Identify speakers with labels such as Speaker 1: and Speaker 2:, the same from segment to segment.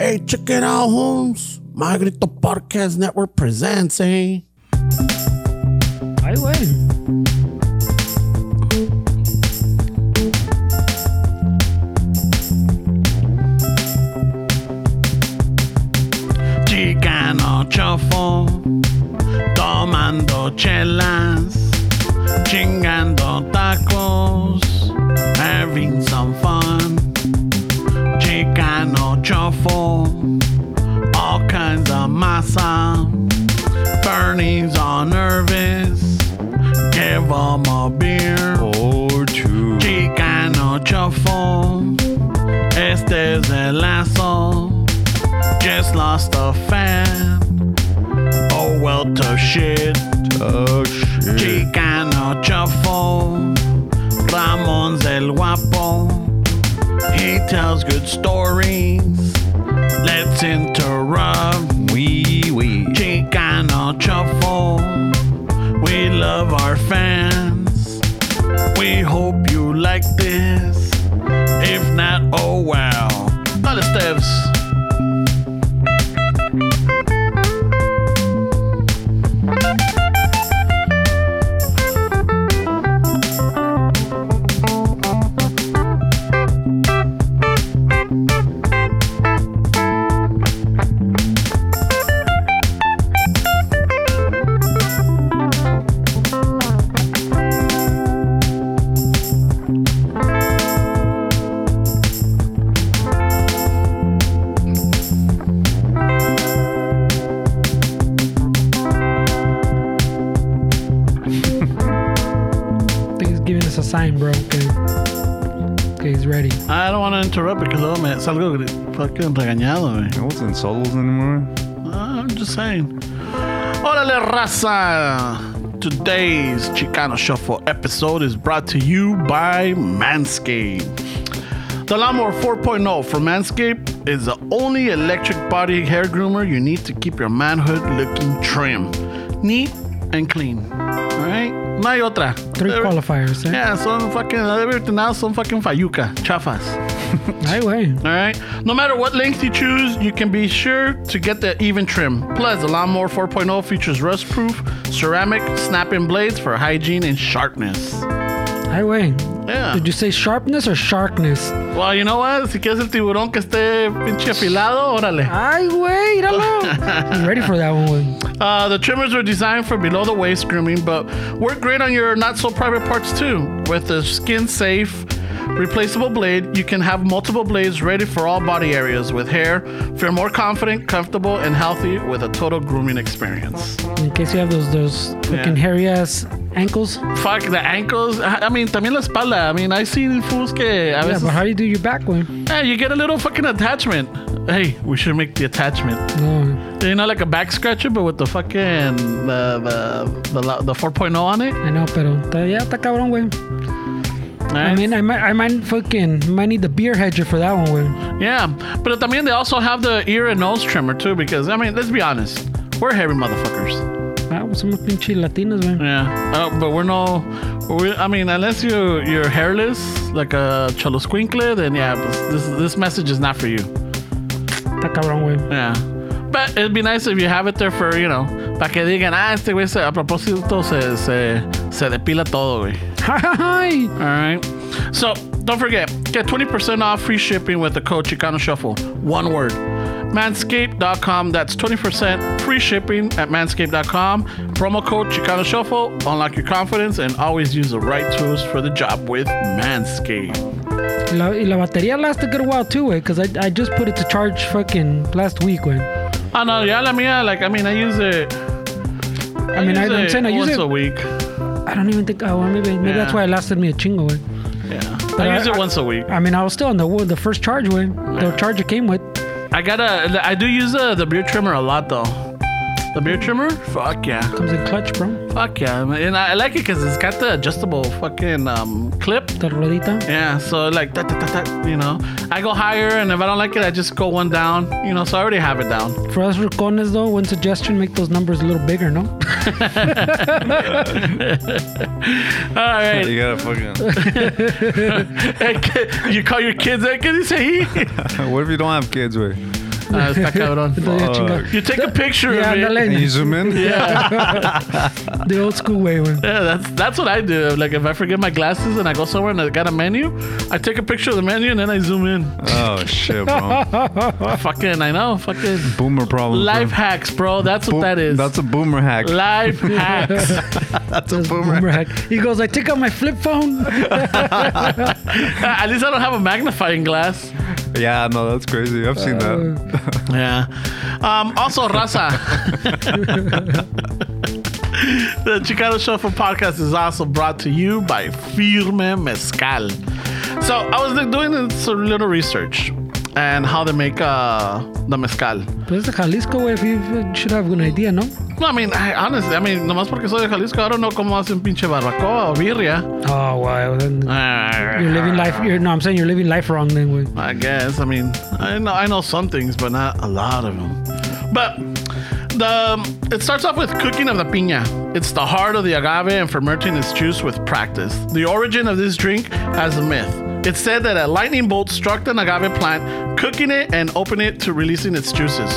Speaker 1: Hey, check it out, Holmes. Magrito Podcast Network presents, eh?
Speaker 2: Ay, güey.
Speaker 3: Chicano chofo, tomando chelas, chingando tacos, having some fun. Chicano chofo, all kinds of masa. Bernie's all nervous, give him a beer.
Speaker 4: Or two.
Speaker 3: Chicano chofo, este es el lazo. Just lost a fan. Oh well, tough shit.
Speaker 4: Oh shit.
Speaker 3: Chicano Chuffle, Ramon's el guapo. He tells good stories. Let's interrupt.
Speaker 4: Wee wee.
Speaker 3: Chicano Chuffle, we love our fans. We hope you like this. If not, oh well. Dale, Steves.
Speaker 2: I think he's giving us a sign, bro. Okay. Okay, he's ready.
Speaker 3: Ah, I don't want to interrupt because luego me salgo gri- fucking regañado, güey. Ah,
Speaker 4: I wasn't solos anymore.
Speaker 3: I'm just saying. Órale, raza! Today's Chicano Shuffle episode is brought to you by Manscaped. The Lawnmower 4.0 from Manscaped is the only electric body hair groomer you need to keep your manhood looking trim, neat, and clean. All right? No hay otra.
Speaker 2: Three
Speaker 3: Every-
Speaker 2: qualifiers, eh?
Speaker 3: Yeah, son fucking, everything else son fucking fayuca, chafas.
Speaker 2: Ay, güey.
Speaker 3: All right. No matter what length you choose, you can be sure to get the even trim. Plus, the Lawnmower 4.0 features rust-proof ceramic snap-in blades for hygiene and sharpness.
Speaker 2: Ay, güey.
Speaker 3: Yeah.
Speaker 2: Did you say sharpness or sharpness?
Speaker 3: well, you know what? Si quieres el tiburón que esté pinche afilado, órale.
Speaker 2: Ay, güey, míralo. I'm ready for that one, güey.
Speaker 3: Uh, the trimmers are designed for below the waist grooming, but work great on your not so private parts too. With the skin safe, replaceable blade, you can have multiple blades ready for all body areas with hair. Feel more confident, comfortable, and healthy with a total grooming experience.
Speaker 2: In case you have those those fucking hairy ass ankles.
Speaker 3: Fuck the ankles. I I mean, también la espalda. I mean, I see fools que a
Speaker 2: Yeah,
Speaker 3: veces.
Speaker 2: but how do you do your back, güey?
Speaker 3: hey, you get a little fucking attachment. Hey, we should make the attachment.
Speaker 2: No,
Speaker 3: You know, like a back scratcher, but with the fucking uh, the the the, la- the 4.0 on it.
Speaker 2: I know, pero está- yeah, está cabrón, güey. I mean, I might, I might fucking, might need the beer hedger for that one, güey.
Speaker 3: Yeah, but también they also have the ear and nose trimmer too, because I mean, let's be honest, we're hairy motherfuckers.
Speaker 2: Ah, pues somos pinches latinos, güey.
Speaker 3: Yeah, uh, but we're no, we, I mean, unless you you're hairless like a cholo squinkle, then yeah, this this message is not for you.
Speaker 2: Está cabrón, güey.
Speaker 3: Yeah, but it'd be nice if you have it there for you know, para que digan ah este güey se- a propósito se se se depila todo güey.
Speaker 2: Hi.
Speaker 3: All right. So don't forget, get 20% off free shipping with the code Chicano Shuffle. One word. Manscaped.com. That's 20% free shipping at manscaped.com. Promo code Chicano Shuffle. Unlock your confidence and always use the right tools for the job with Manscaped.
Speaker 2: La, y la batería lasts a good while too, güey, because I, I just put it to charge fucking last week, güey.
Speaker 3: Oh no, yeah, la mía. Like I mean, I use it.
Speaker 2: I mean, I, I'm saying I use
Speaker 3: once
Speaker 2: it.
Speaker 3: a week.
Speaker 2: I don't even think. Oh, well, maybe maybe that's
Speaker 3: Yeah.
Speaker 2: why it lasted me a chingo, güey.
Speaker 3: Yeah,
Speaker 2: But
Speaker 3: I
Speaker 2: I-
Speaker 3: use it
Speaker 2: I-
Speaker 3: once a week.
Speaker 2: I mean, I was still on the wo- the first charge, güey. The charge it came with.
Speaker 3: uh, I gotta. I do use the, the beard trimmer a lot though. The beard trimmer? Fuck yeah.
Speaker 2: Comes in clutch, bro.
Speaker 3: Fuck yeah. man. And I, I like it because it's got the adjustable fucking um, clip.
Speaker 2: The rodita.
Speaker 3: Yeah, so like that, you know. I go higher, and if I don't like it, I just go one down, you know. So I already have it down.
Speaker 2: For us Rucones, though, one suggestion make those numbers a little bigger, no?
Speaker 3: All right,
Speaker 5: You gotta fucking.
Speaker 3: Hey, kid, you call your kids that? Can you say he?
Speaker 5: what if you don't have kids, way?
Speaker 3: Ah, está cabrón.
Speaker 2: Entonces, ya chinga.
Speaker 3: You take a picture
Speaker 2: Yeah,
Speaker 3: of it.
Speaker 2: ándale.
Speaker 5: And you zoom in?
Speaker 2: The old school way, güey.
Speaker 3: Yeah, that's that's what I do. Like if I forget my glasses and I go somewhere and I got a menu, I take a picture of the menu and then I zoom in.
Speaker 5: Oh, shit, bro.
Speaker 3: fucking, I know. Fucking
Speaker 5: Boomer problem. bro.
Speaker 3: life hacks, bro. That's what
Speaker 5: Boom-
Speaker 3: that is.
Speaker 5: That's a boomer hack.
Speaker 3: life hacks.
Speaker 5: That's a
Speaker 2: Boomer hack. He goes, I take out my flip phone.
Speaker 3: At least I don't have a magnifying glass.
Speaker 5: Yeah, no, that's crazy. I've seen that.
Speaker 3: Yeah. Um, also, Raza. the Chicano Shuffle podcast is also brought to you by Firme Mezcal. So I was like, doing some little research and how they make uh, the mezcal.
Speaker 2: Pues the Jalisco, güey, if you you should have an idea, ¿no?
Speaker 3: No, I mean, I, honestly, I mean, nomás porque soy de Jalisco, I don't know cómo hacen pinche barbacoa o birria.
Speaker 2: Oh, wow. Then
Speaker 3: You're
Speaker 2: you're living life. You're, no, I'm saying you're living life wrong then, güey.
Speaker 3: I guess. I mean, I know I know some things, but not a lot of them. But the um, it starts off with cooking of the piña. It's the heart of the agave and fermenting its juice with practice. The origin of this drink has a myth. It's said that a lightning bolt struck an agave plant, cooking it and opening it to releasing its juices.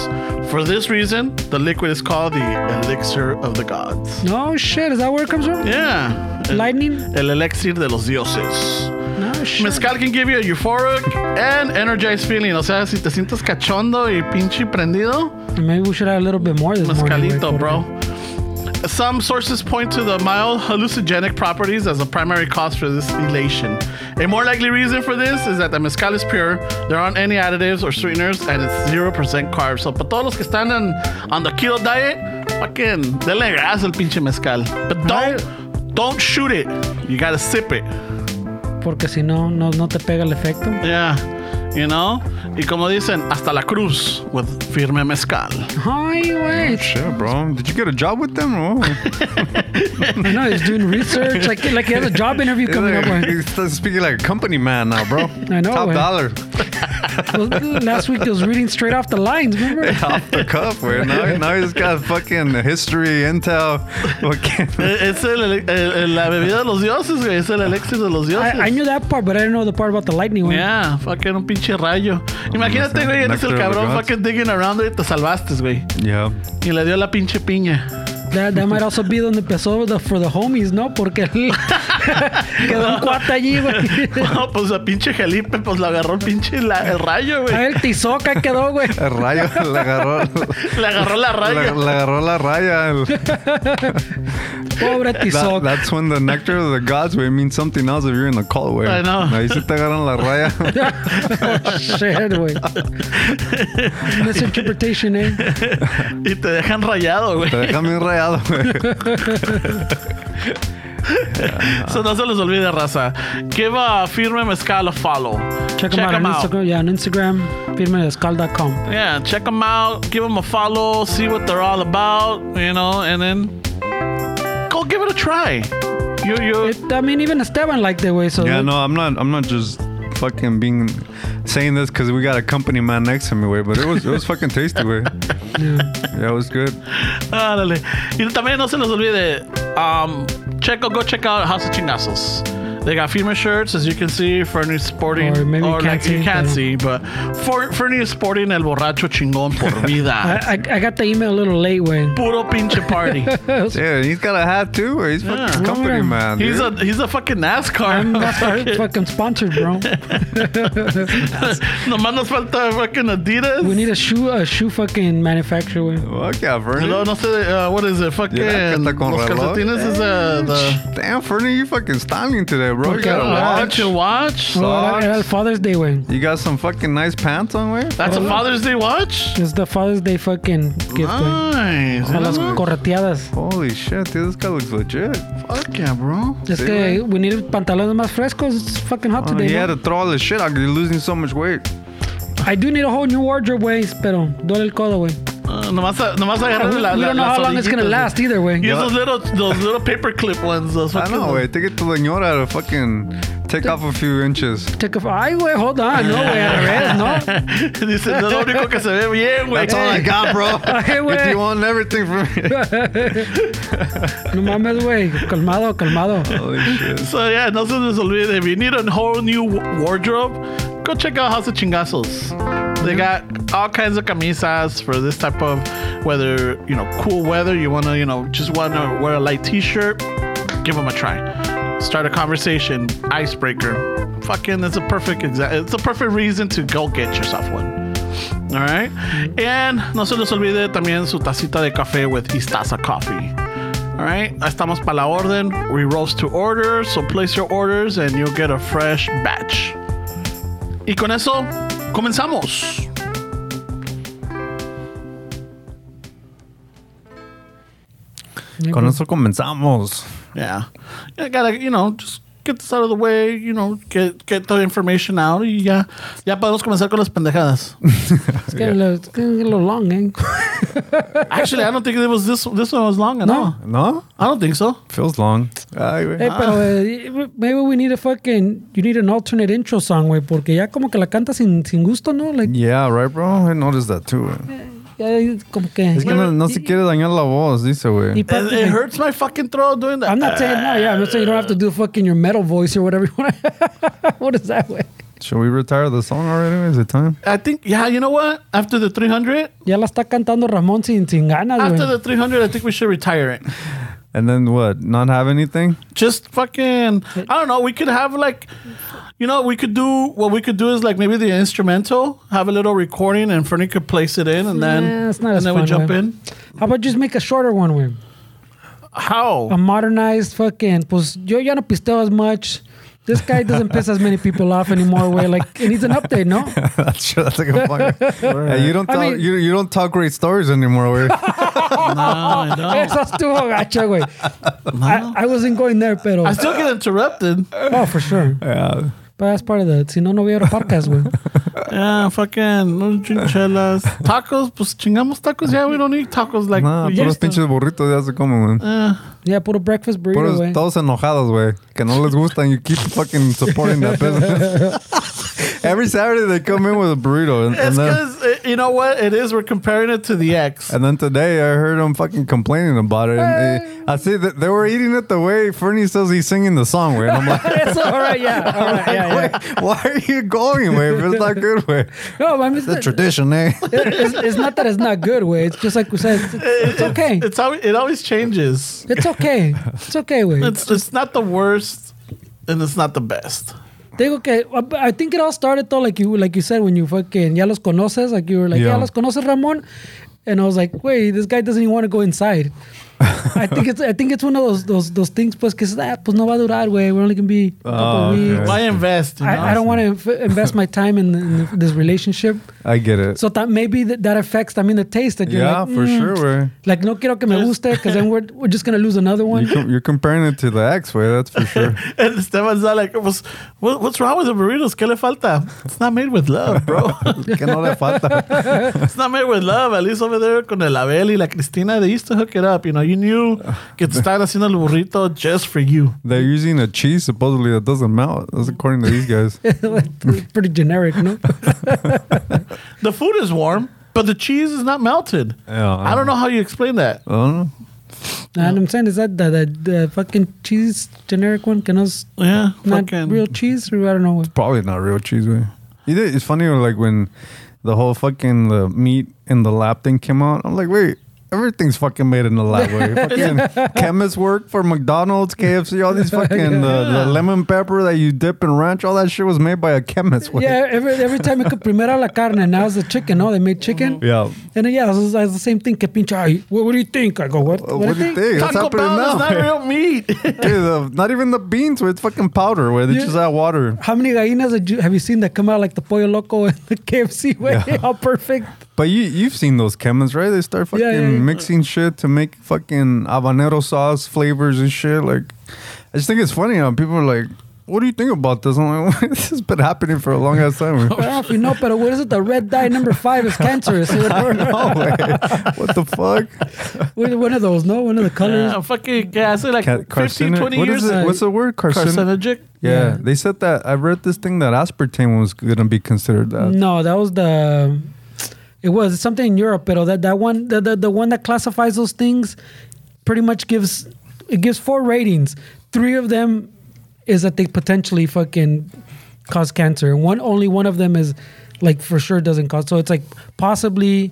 Speaker 3: For this reason, the liquid is called the elixir of the gods.
Speaker 2: No, shit. Is that where it comes from?
Speaker 3: Yeah.
Speaker 2: Lightning?
Speaker 3: El elixir de los dioses.
Speaker 2: No, shit.
Speaker 3: Mezcal can give you a euphoric and energized feeling. O sea, si te sientes cachondo y pinche prendido,
Speaker 2: Maybe we should have a little bit more this morning. güey,
Speaker 3: mezcalito,
Speaker 2: porque-
Speaker 3: bro. Some sources point to the mild hallucinogenic properties as a primary cause for this elation. A more likely reason for this is that the mezcal is pure, there aren't any additives or sweeteners, and it's 0% carbs. So, para todos los que están en, on the keto diet, fucking denle gas al pinche mezcal. But don't, don't shoot it. You gotta sip it.
Speaker 2: Porque si no, no, no te pega el efecto.
Speaker 3: Yeah, you know? Y como dicen, hasta la cruz with firme mezcal.
Speaker 2: Hi, güey.
Speaker 5: Shit, bro. Did you get a job with them? Or what?
Speaker 2: I know he's doing research. Like, like he has a job interview coming up. güey.
Speaker 5: He's speaking like a company man now, bro.
Speaker 2: I know,
Speaker 5: Top
Speaker 2: man.
Speaker 5: dollar.
Speaker 2: Well, Last week he was reading straight off the lines. Remember?
Speaker 5: Off the cuff, man. Now, now he's got fucking history, intel. Fucking.
Speaker 3: E- Es el, el- el- la bebida de los dioses, güey. Es el elixir de los dioses.
Speaker 2: I, I knew that part, but I didn't know the part about the lightning. güey.
Speaker 3: Yeah, fucking un pinche rayo. Imagínate, güey, eres el
Speaker 5: Nectar of the
Speaker 3: cabrón
Speaker 5: gods.
Speaker 3: fucking digging around y te salvaste, güey.
Speaker 5: Yeah.
Speaker 3: Y le dio la pinche piña.
Speaker 2: That, that might also be donde empezó the, for the homies, ¿no? Porque el- quedó un cuate allí, güey.
Speaker 3: No, pues a pinche Jalipe, pues lo agarró el pinche la- el rayo,
Speaker 2: Ah,
Speaker 3: güey.
Speaker 2: el tizoca quedó, güey.
Speaker 5: El rayo le agarró,
Speaker 3: Le agarró la
Speaker 5: le,
Speaker 3: raya.
Speaker 5: le agarró la raya. El-
Speaker 2: Pobre
Speaker 5: That,
Speaker 2: tizoca.
Speaker 5: that's when the nectar of the gods way means something else if you're in a cult way.
Speaker 3: I know.
Speaker 5: Ahí sí te agarran la raya.
Speaker 2: Oh, Shit, güey. Misinterpretation, eh.
Speaker 3: Y te dejan rayado, güey.
Speaker 5: Te dejan bien rayado, güey.
Speaker 3: Eso no se les olvide, raza. Give a firme mezcal a follow.
Speaker 2: Check them out
Speaker 3: 'em
Speaker 2: on Instagram. Yeah, on Instagram. Firmedescal.com.
Speaker 3: Yeah, check them out, give them a follow, see what they're all about, you know, and then go give it a try. You, you,
Speaker 2: It, I mean, even Esteban liked it, way. So
Speaker 5: Yeah, no, I'm not. I'm not just fucking being saying this because we got a company man next to me, way. But it was it was fucking tasty, way. Yeah, it was good.
Speaker 3: ándale. Y también no se les olvide, um, check go check out House of Chingazos. They got female shirts, as you can see, Fernie Sporting.
Speaker 2: Or maybe you can't
Speaker 3: like, you
Speaker 2: see,
Speaker 3: can't
Speaker 2: pero-
Speaker 3: see, but for, Fernie Sporting, El Borracho Chingón por vida.
Speaker 2: I, I, I got the email a little late, way.
Speaker 3: Puro pinche party.
Speaker 5: Yeah, he's got a hat too. Way. He's fucking
Speaker 2: Yeah.
Speaker 5: company man.
Speaker 3: He's a
Speaker 5: dude.
Speaker 3: he's a fucking NASCAR.
Speaker 2: fucking sponsored, bro.
Speaker 3: Nomás nos falta fucking Adidas.
Speaker 2: We need a shoe, a shoe fucking manufacturer, way.
Speaker 5: Fuck yeah, Fernie.
Speaker 3: No, no sé, uh, what is it? Fucking
Speaker 5: Yeah, that con
Speaker 3: los
Speaker 5: reloj.
Speaker 3: calcetines is uh, the
Speaker 5: Damn, Fernie, you fucking styling today, bro.
Speaker 2: Porque
Speaker 5: you got a
Speaker 2: la-
Speaker 5: watch.
Speaker 3: watch. Your watch.
Speaker 2: Well, era- era el Father's Day, way.
Speaker 5: You got some fucking nice pants on, way.
Speaker 3: That's a Father's Day watch.
Speaker 2: It's the Father's Day fucking gift, güey.
Speaker 3: Nice.
Speaker 2: A las correteadas.
Speaker 5: Holy shit, dude, this guy looks legit.
Speaker 3: Fuck yeah, bro.
Speaker 2: Es que
Speaker 5: Sí, güey.
Speaker 2: we needed pantalones más frescos. It's fucking hot
Speaker 5: Oh, he
Speaker 2: today.
Speaker 5: had
Speaker 2: ¿no?
Speaker 5: to throw all this shit out. 'cause You're losing so much weight.
Speaker 2: I do need a whole new wardrobe, güey, pero duele el codo, güey.
Speaker 3: Oh, Uh, nomás, nomás agarrarle
Speaker 2: We,
Speaker 3: la,
Speaker 2: we
Speaker 3: la-
Speaker 2: don't know
Speaker 3: las
Speaker 2: how long it's gonna
Speaker 3: orillitas,
Speaker 2: last
Speaker 3: güey.
Speaker 2: either way.
Speaker 3: Y esos little, those little paperclip ones. Those
Speaker 5: I
Speaker 3: fucking-
Speaker 5: know, wait. Take it to the ñora to fucking take off a few inches.
Speaker 2: Take a, ay, güey, hold on, no, güey, al revés, no.
Speaker 3: Dice, no es lo único que se ve bien, güey.
Speaker 5: That's all I got, bro.
Speaker 2: Hey,
Speaker 5: if
Speaker 2: wey.
Speaker 5: you want everything from me.
Speaker 2: No mames, güey, calmado, calmado.
Speaker 5: Holy shit.
Speaker 3: So yeah, no se les olvide. If you need a whole new w- wardrobe, go check out House of Chingazos. They got all kinds of camisas for this type of whether you know cool weather. You wanna you know just wanna wear a light T-shirt. Give them a try. Start a conversation. Icebreaker. Fucking, it's a perfect exa- It's a perfect reason to go get yourself one. All right. And no se les olvide también su tacita de café with Istaza Coffee. All right. Estamos para la orden. We roast to order. So place your orders and you'll get a fresh batch. Y con eso, comenzamos.
Speaker 5: Con eso comenzamos.
Speaker 3: Yeah. I gotta, you know, just get this out of the way, you know, get, get the information out. Y ya, ya podemos comenzar con las pendejadas.
Speaker 2: It's getting, a, little, it's getting a little long, eh?
Speaker 3: Actually, I don't think it was this, this one was long at
Speaker 2: No.
Speaker 3: all.
Speaker 5: No?
Speaker 3: I don't think so.
Speaker 5: Feels long. Ay, güey.
Speaker 2: Hey, pero eh, maybe we need a fucking, you need an alternate intro song, güey, porque ya como que la canta sin, sin gusto, ¿no? Like,
Speaker 5: Yeah, right, bro. I noticed that too. eh. güey.
Speaker 2: ya como que...
Speaker 5: Mm. Es que no, no se quiere dañar la voz, dice,
Speaker 2: y
Speaker 5: güey.
Speaker 3: It,
Speaker 2: parte
Speaker 3: it
Speaker 2: de-
Speaker 3: hurts my fucking throat doing that.
Speaker 2: I'm not saying no, yeah. I'm not saying you don't have to do fucking your metal voice or whatever you want. what is that way?
Speaker 5: Should we retire the song already? Is it time?
Speaker 3: I think, yeah, you know what? After the 300,
Speaker 2: Ya la está cantando Ramón sin, sin ganas,
Speaker 3: after
Speaker 2: güey.
Speaker 3: the 300, I think we should retire it.
Speaker 5: And then what? Not have anything?
Speaker 3: just fucking I don't know, we could have like you know, we could do what we could do is like maybe the instrumental, have a little recording and Fernie could place it in and then
Speaker 2: Nah, it's not
Speaker 3: and
Speaker 2: as
Speaker 3: then we
Speaker 2: fun,
Speaker 3: jump
Speaker 2: man.
Speaker 3: in.
Speaker 2: How about just make a shorter one, güey?
Speaker 3: How?
Speaker 2: A modernized fucking. Pues yo ya no pisteo as much. This guy doesn't piss as many people off anymore, way. Like, it needs an update, no?
Speaker 5: That's sure that's like a fucking. Hey, you don't
Speaker 2: I
Speaker 5: tell,
Speaker 2: mean-
Speaker 5: you, you don't tell great stories anymore. Where
Speaker 3: I,
Speaker 2: Eso estuvo gacho, güey. I, I wasn't going there, pero.
Speaker 3: still get interrupted.
Speaker 2: Oh, for sure.
Speaker 5: yeah,
Speaker 2: But that's part of the. Si no, no hubiera podcast, güey.
Speaker 3: Yeah, fucking no chinchelas. Tacos, pues chingamos tacos. Yeah, we don't eat tacos like
Speaker 5: nah,
Speaker 3: we
Speaker 5: puros
Speaker 3: used to.
Speaker 5: pinches burritos ya se comen, man.
Speaker 2: Yeah, puro breakfast burrito,
Speaker 5: Puros
Speaker 2: Ah, güey.
Speaker 5: todos enojados, güey, que no les gusta, and you keep fucking supporting that business. Every Saturday they come in with a burrito, and, and
Speaker 3: It's
Speaker 5: then
Speaker 3: because you know what it is. We're comparing it to the X.
Speaker 5: and then today I heard them fucking complaining about it. And they, I see that they were eating it the way Fernie says he's singing the song, way. And I'm like,
Speaker 2: Eso, all right, yeah. All right, yeah, yeah.
Speaker 5: why are you going, way? If it's not good, way.
Speaker 2: No, I mean, it's,
Speaker 5: The tradition, eh?
Speaker 2: it's, it's not that it's not good, way. It's just like we said, it's, it's okay.
Speaker 3: It's always, it always changes.
Speaker 2: It's okay. It's okay, way.
Speaker 3: It's it's not the worst, and it's not the best.
Speaker 2: They okay. I think it all started though, like you like you said when you fucking ya los conoces, like you were like
Speaker 5: Yeah.
Speaker 2: ya los conoces Ramon, and I was like, wait, this guy doesn't even want to go inside. I think it's I think it's one of those those those things pues que that pues no va a durar, way. We're only gonna be a couple
Speaker 5: Oh, okay.
Speaker 2: weeks.
Speaker 3: Why invest? You know?
Speaker 2: I, I don't want to inf- invest my time in, in this relationship.
Speaker 5: I get it.
Speaker 2: So that maybe that, that affects, I mean, the taste that you're
Speaker 5: yeah,
Speaker 2: like,
Speaker 5: for
Speaker 2: "Mm,
Speaker 5: sure, way.
Speaker 2: Like, no quiero que me guste, because then we're, we're just going to lose another one.
Speaker 5: You com- you're comparing it to the X way, that's for sure.
Speaker 3: And Esteban's not like, "What's- what, what's wrong with the burritos? ¿Qué le falta? It's not made with love, bro.
Speaker 5: que no le falta.
Speaker 3: it's not made with love. At least over there con el Abel y la Cristina, they used to hook it up. You know, you knew que te estaban haciendo el burrito just for you.
Speaker 5: They're using a cheese supposedly that doesn't melt.
Speaker 3: Mm.
Speaker 5: That's according to these guys.
Speaker 2: Like, Pretty generic, no?
Speaker 3: The food is warm, but the cheese is not melted.
Speaker 5: Yeah, Oh.
Speaker 3: I don't know how you explain that.
Speaker 5: I don't know.
Speaker 2: And I'm saying, is that the, the, the fucking cheese generic one? Can us
Speaker 3: Yeah,
Speaker 2: not
Speaker 3: fucking.
Speaker 2: real cheese? Or I don't know.
Speaker 5: Probably not real cheese, way. You know, It's funny, like when the whole fucking the meat in the lab thing came out. I'm like, wait, everything's fucking made in the lab. Way. Fucking chemists work for McDonald's, KFC, all these fucking the, the lemon pepper that you dip in ranch. All that shit was made by a chemist. Way.
Speaker 2: Yeah, every every time it could primera la carne, and now it's the chicken. No, they made chicken.
Speaker 5: Yeah.
Speaker 2: And then, yeah, it's, it's the same thing. Que pinche, ay, what, what do you think? I go, what,
Speaker 5: Uh, What do you think? What's
Speaker 3: Taco
Speaker 5: happening
Speaker 3: Bell is
Speaker 5: now?
Speaker 3: not real meat.
Speaker 5: Dude, the- not even the beans. Way. It's fucking powder. Way. They
Speaker 2: Yeah.
Speaker 5: just add water.
Speaker 2: How many gallinas did you, have you seen that come out like the pollo loco and the KFC way?
Speaker 5: Yeah.
Speaker 2: How perfect.
Speaker 5: But you you've seen those chemists, right? They start fucking
Speaker 2: Yeah, yeah, yeah.
Speaker 5: mixing shit to make fucking habanero sauce flavors and shit. Like, I just think it's funny how people are like, what do you think about this? I'm like, this has been happening for a long ass time.
Speaker 2: I don't know if you know, but what is it? The red dye number five is cancerous.
Speaker 5: no, like, what the fuck?
Speaker 2: One one of those, no? One of the colors.
Speaker 6: Yeah, fucking yeah, I say like
Speaker 5: Ca-
Speaker 6: 15,
Speaker 5: carcino-
Speaker 6: 20
Speaker 5: what
Speaker 6: years
Speaker 5: is it?
Speaker 2: uh,
Speaker 5: What's the word? Carcin-
Speaker 6: carcinogenic.
Speaker 5: yeah,
Speaker 2: Yeah.
Speaker 5: they said that. I read this thing that aspartame was gonna be considered that.
Speaker 2: No, that was the. It was something in Europe, but that that one, the, the the one that classifies those things, pretty much gives it gives four ratings. Three of them is that they potentially fucking cause cancer, and one only one of them is like for sure doesn't cause. So it's like possibly,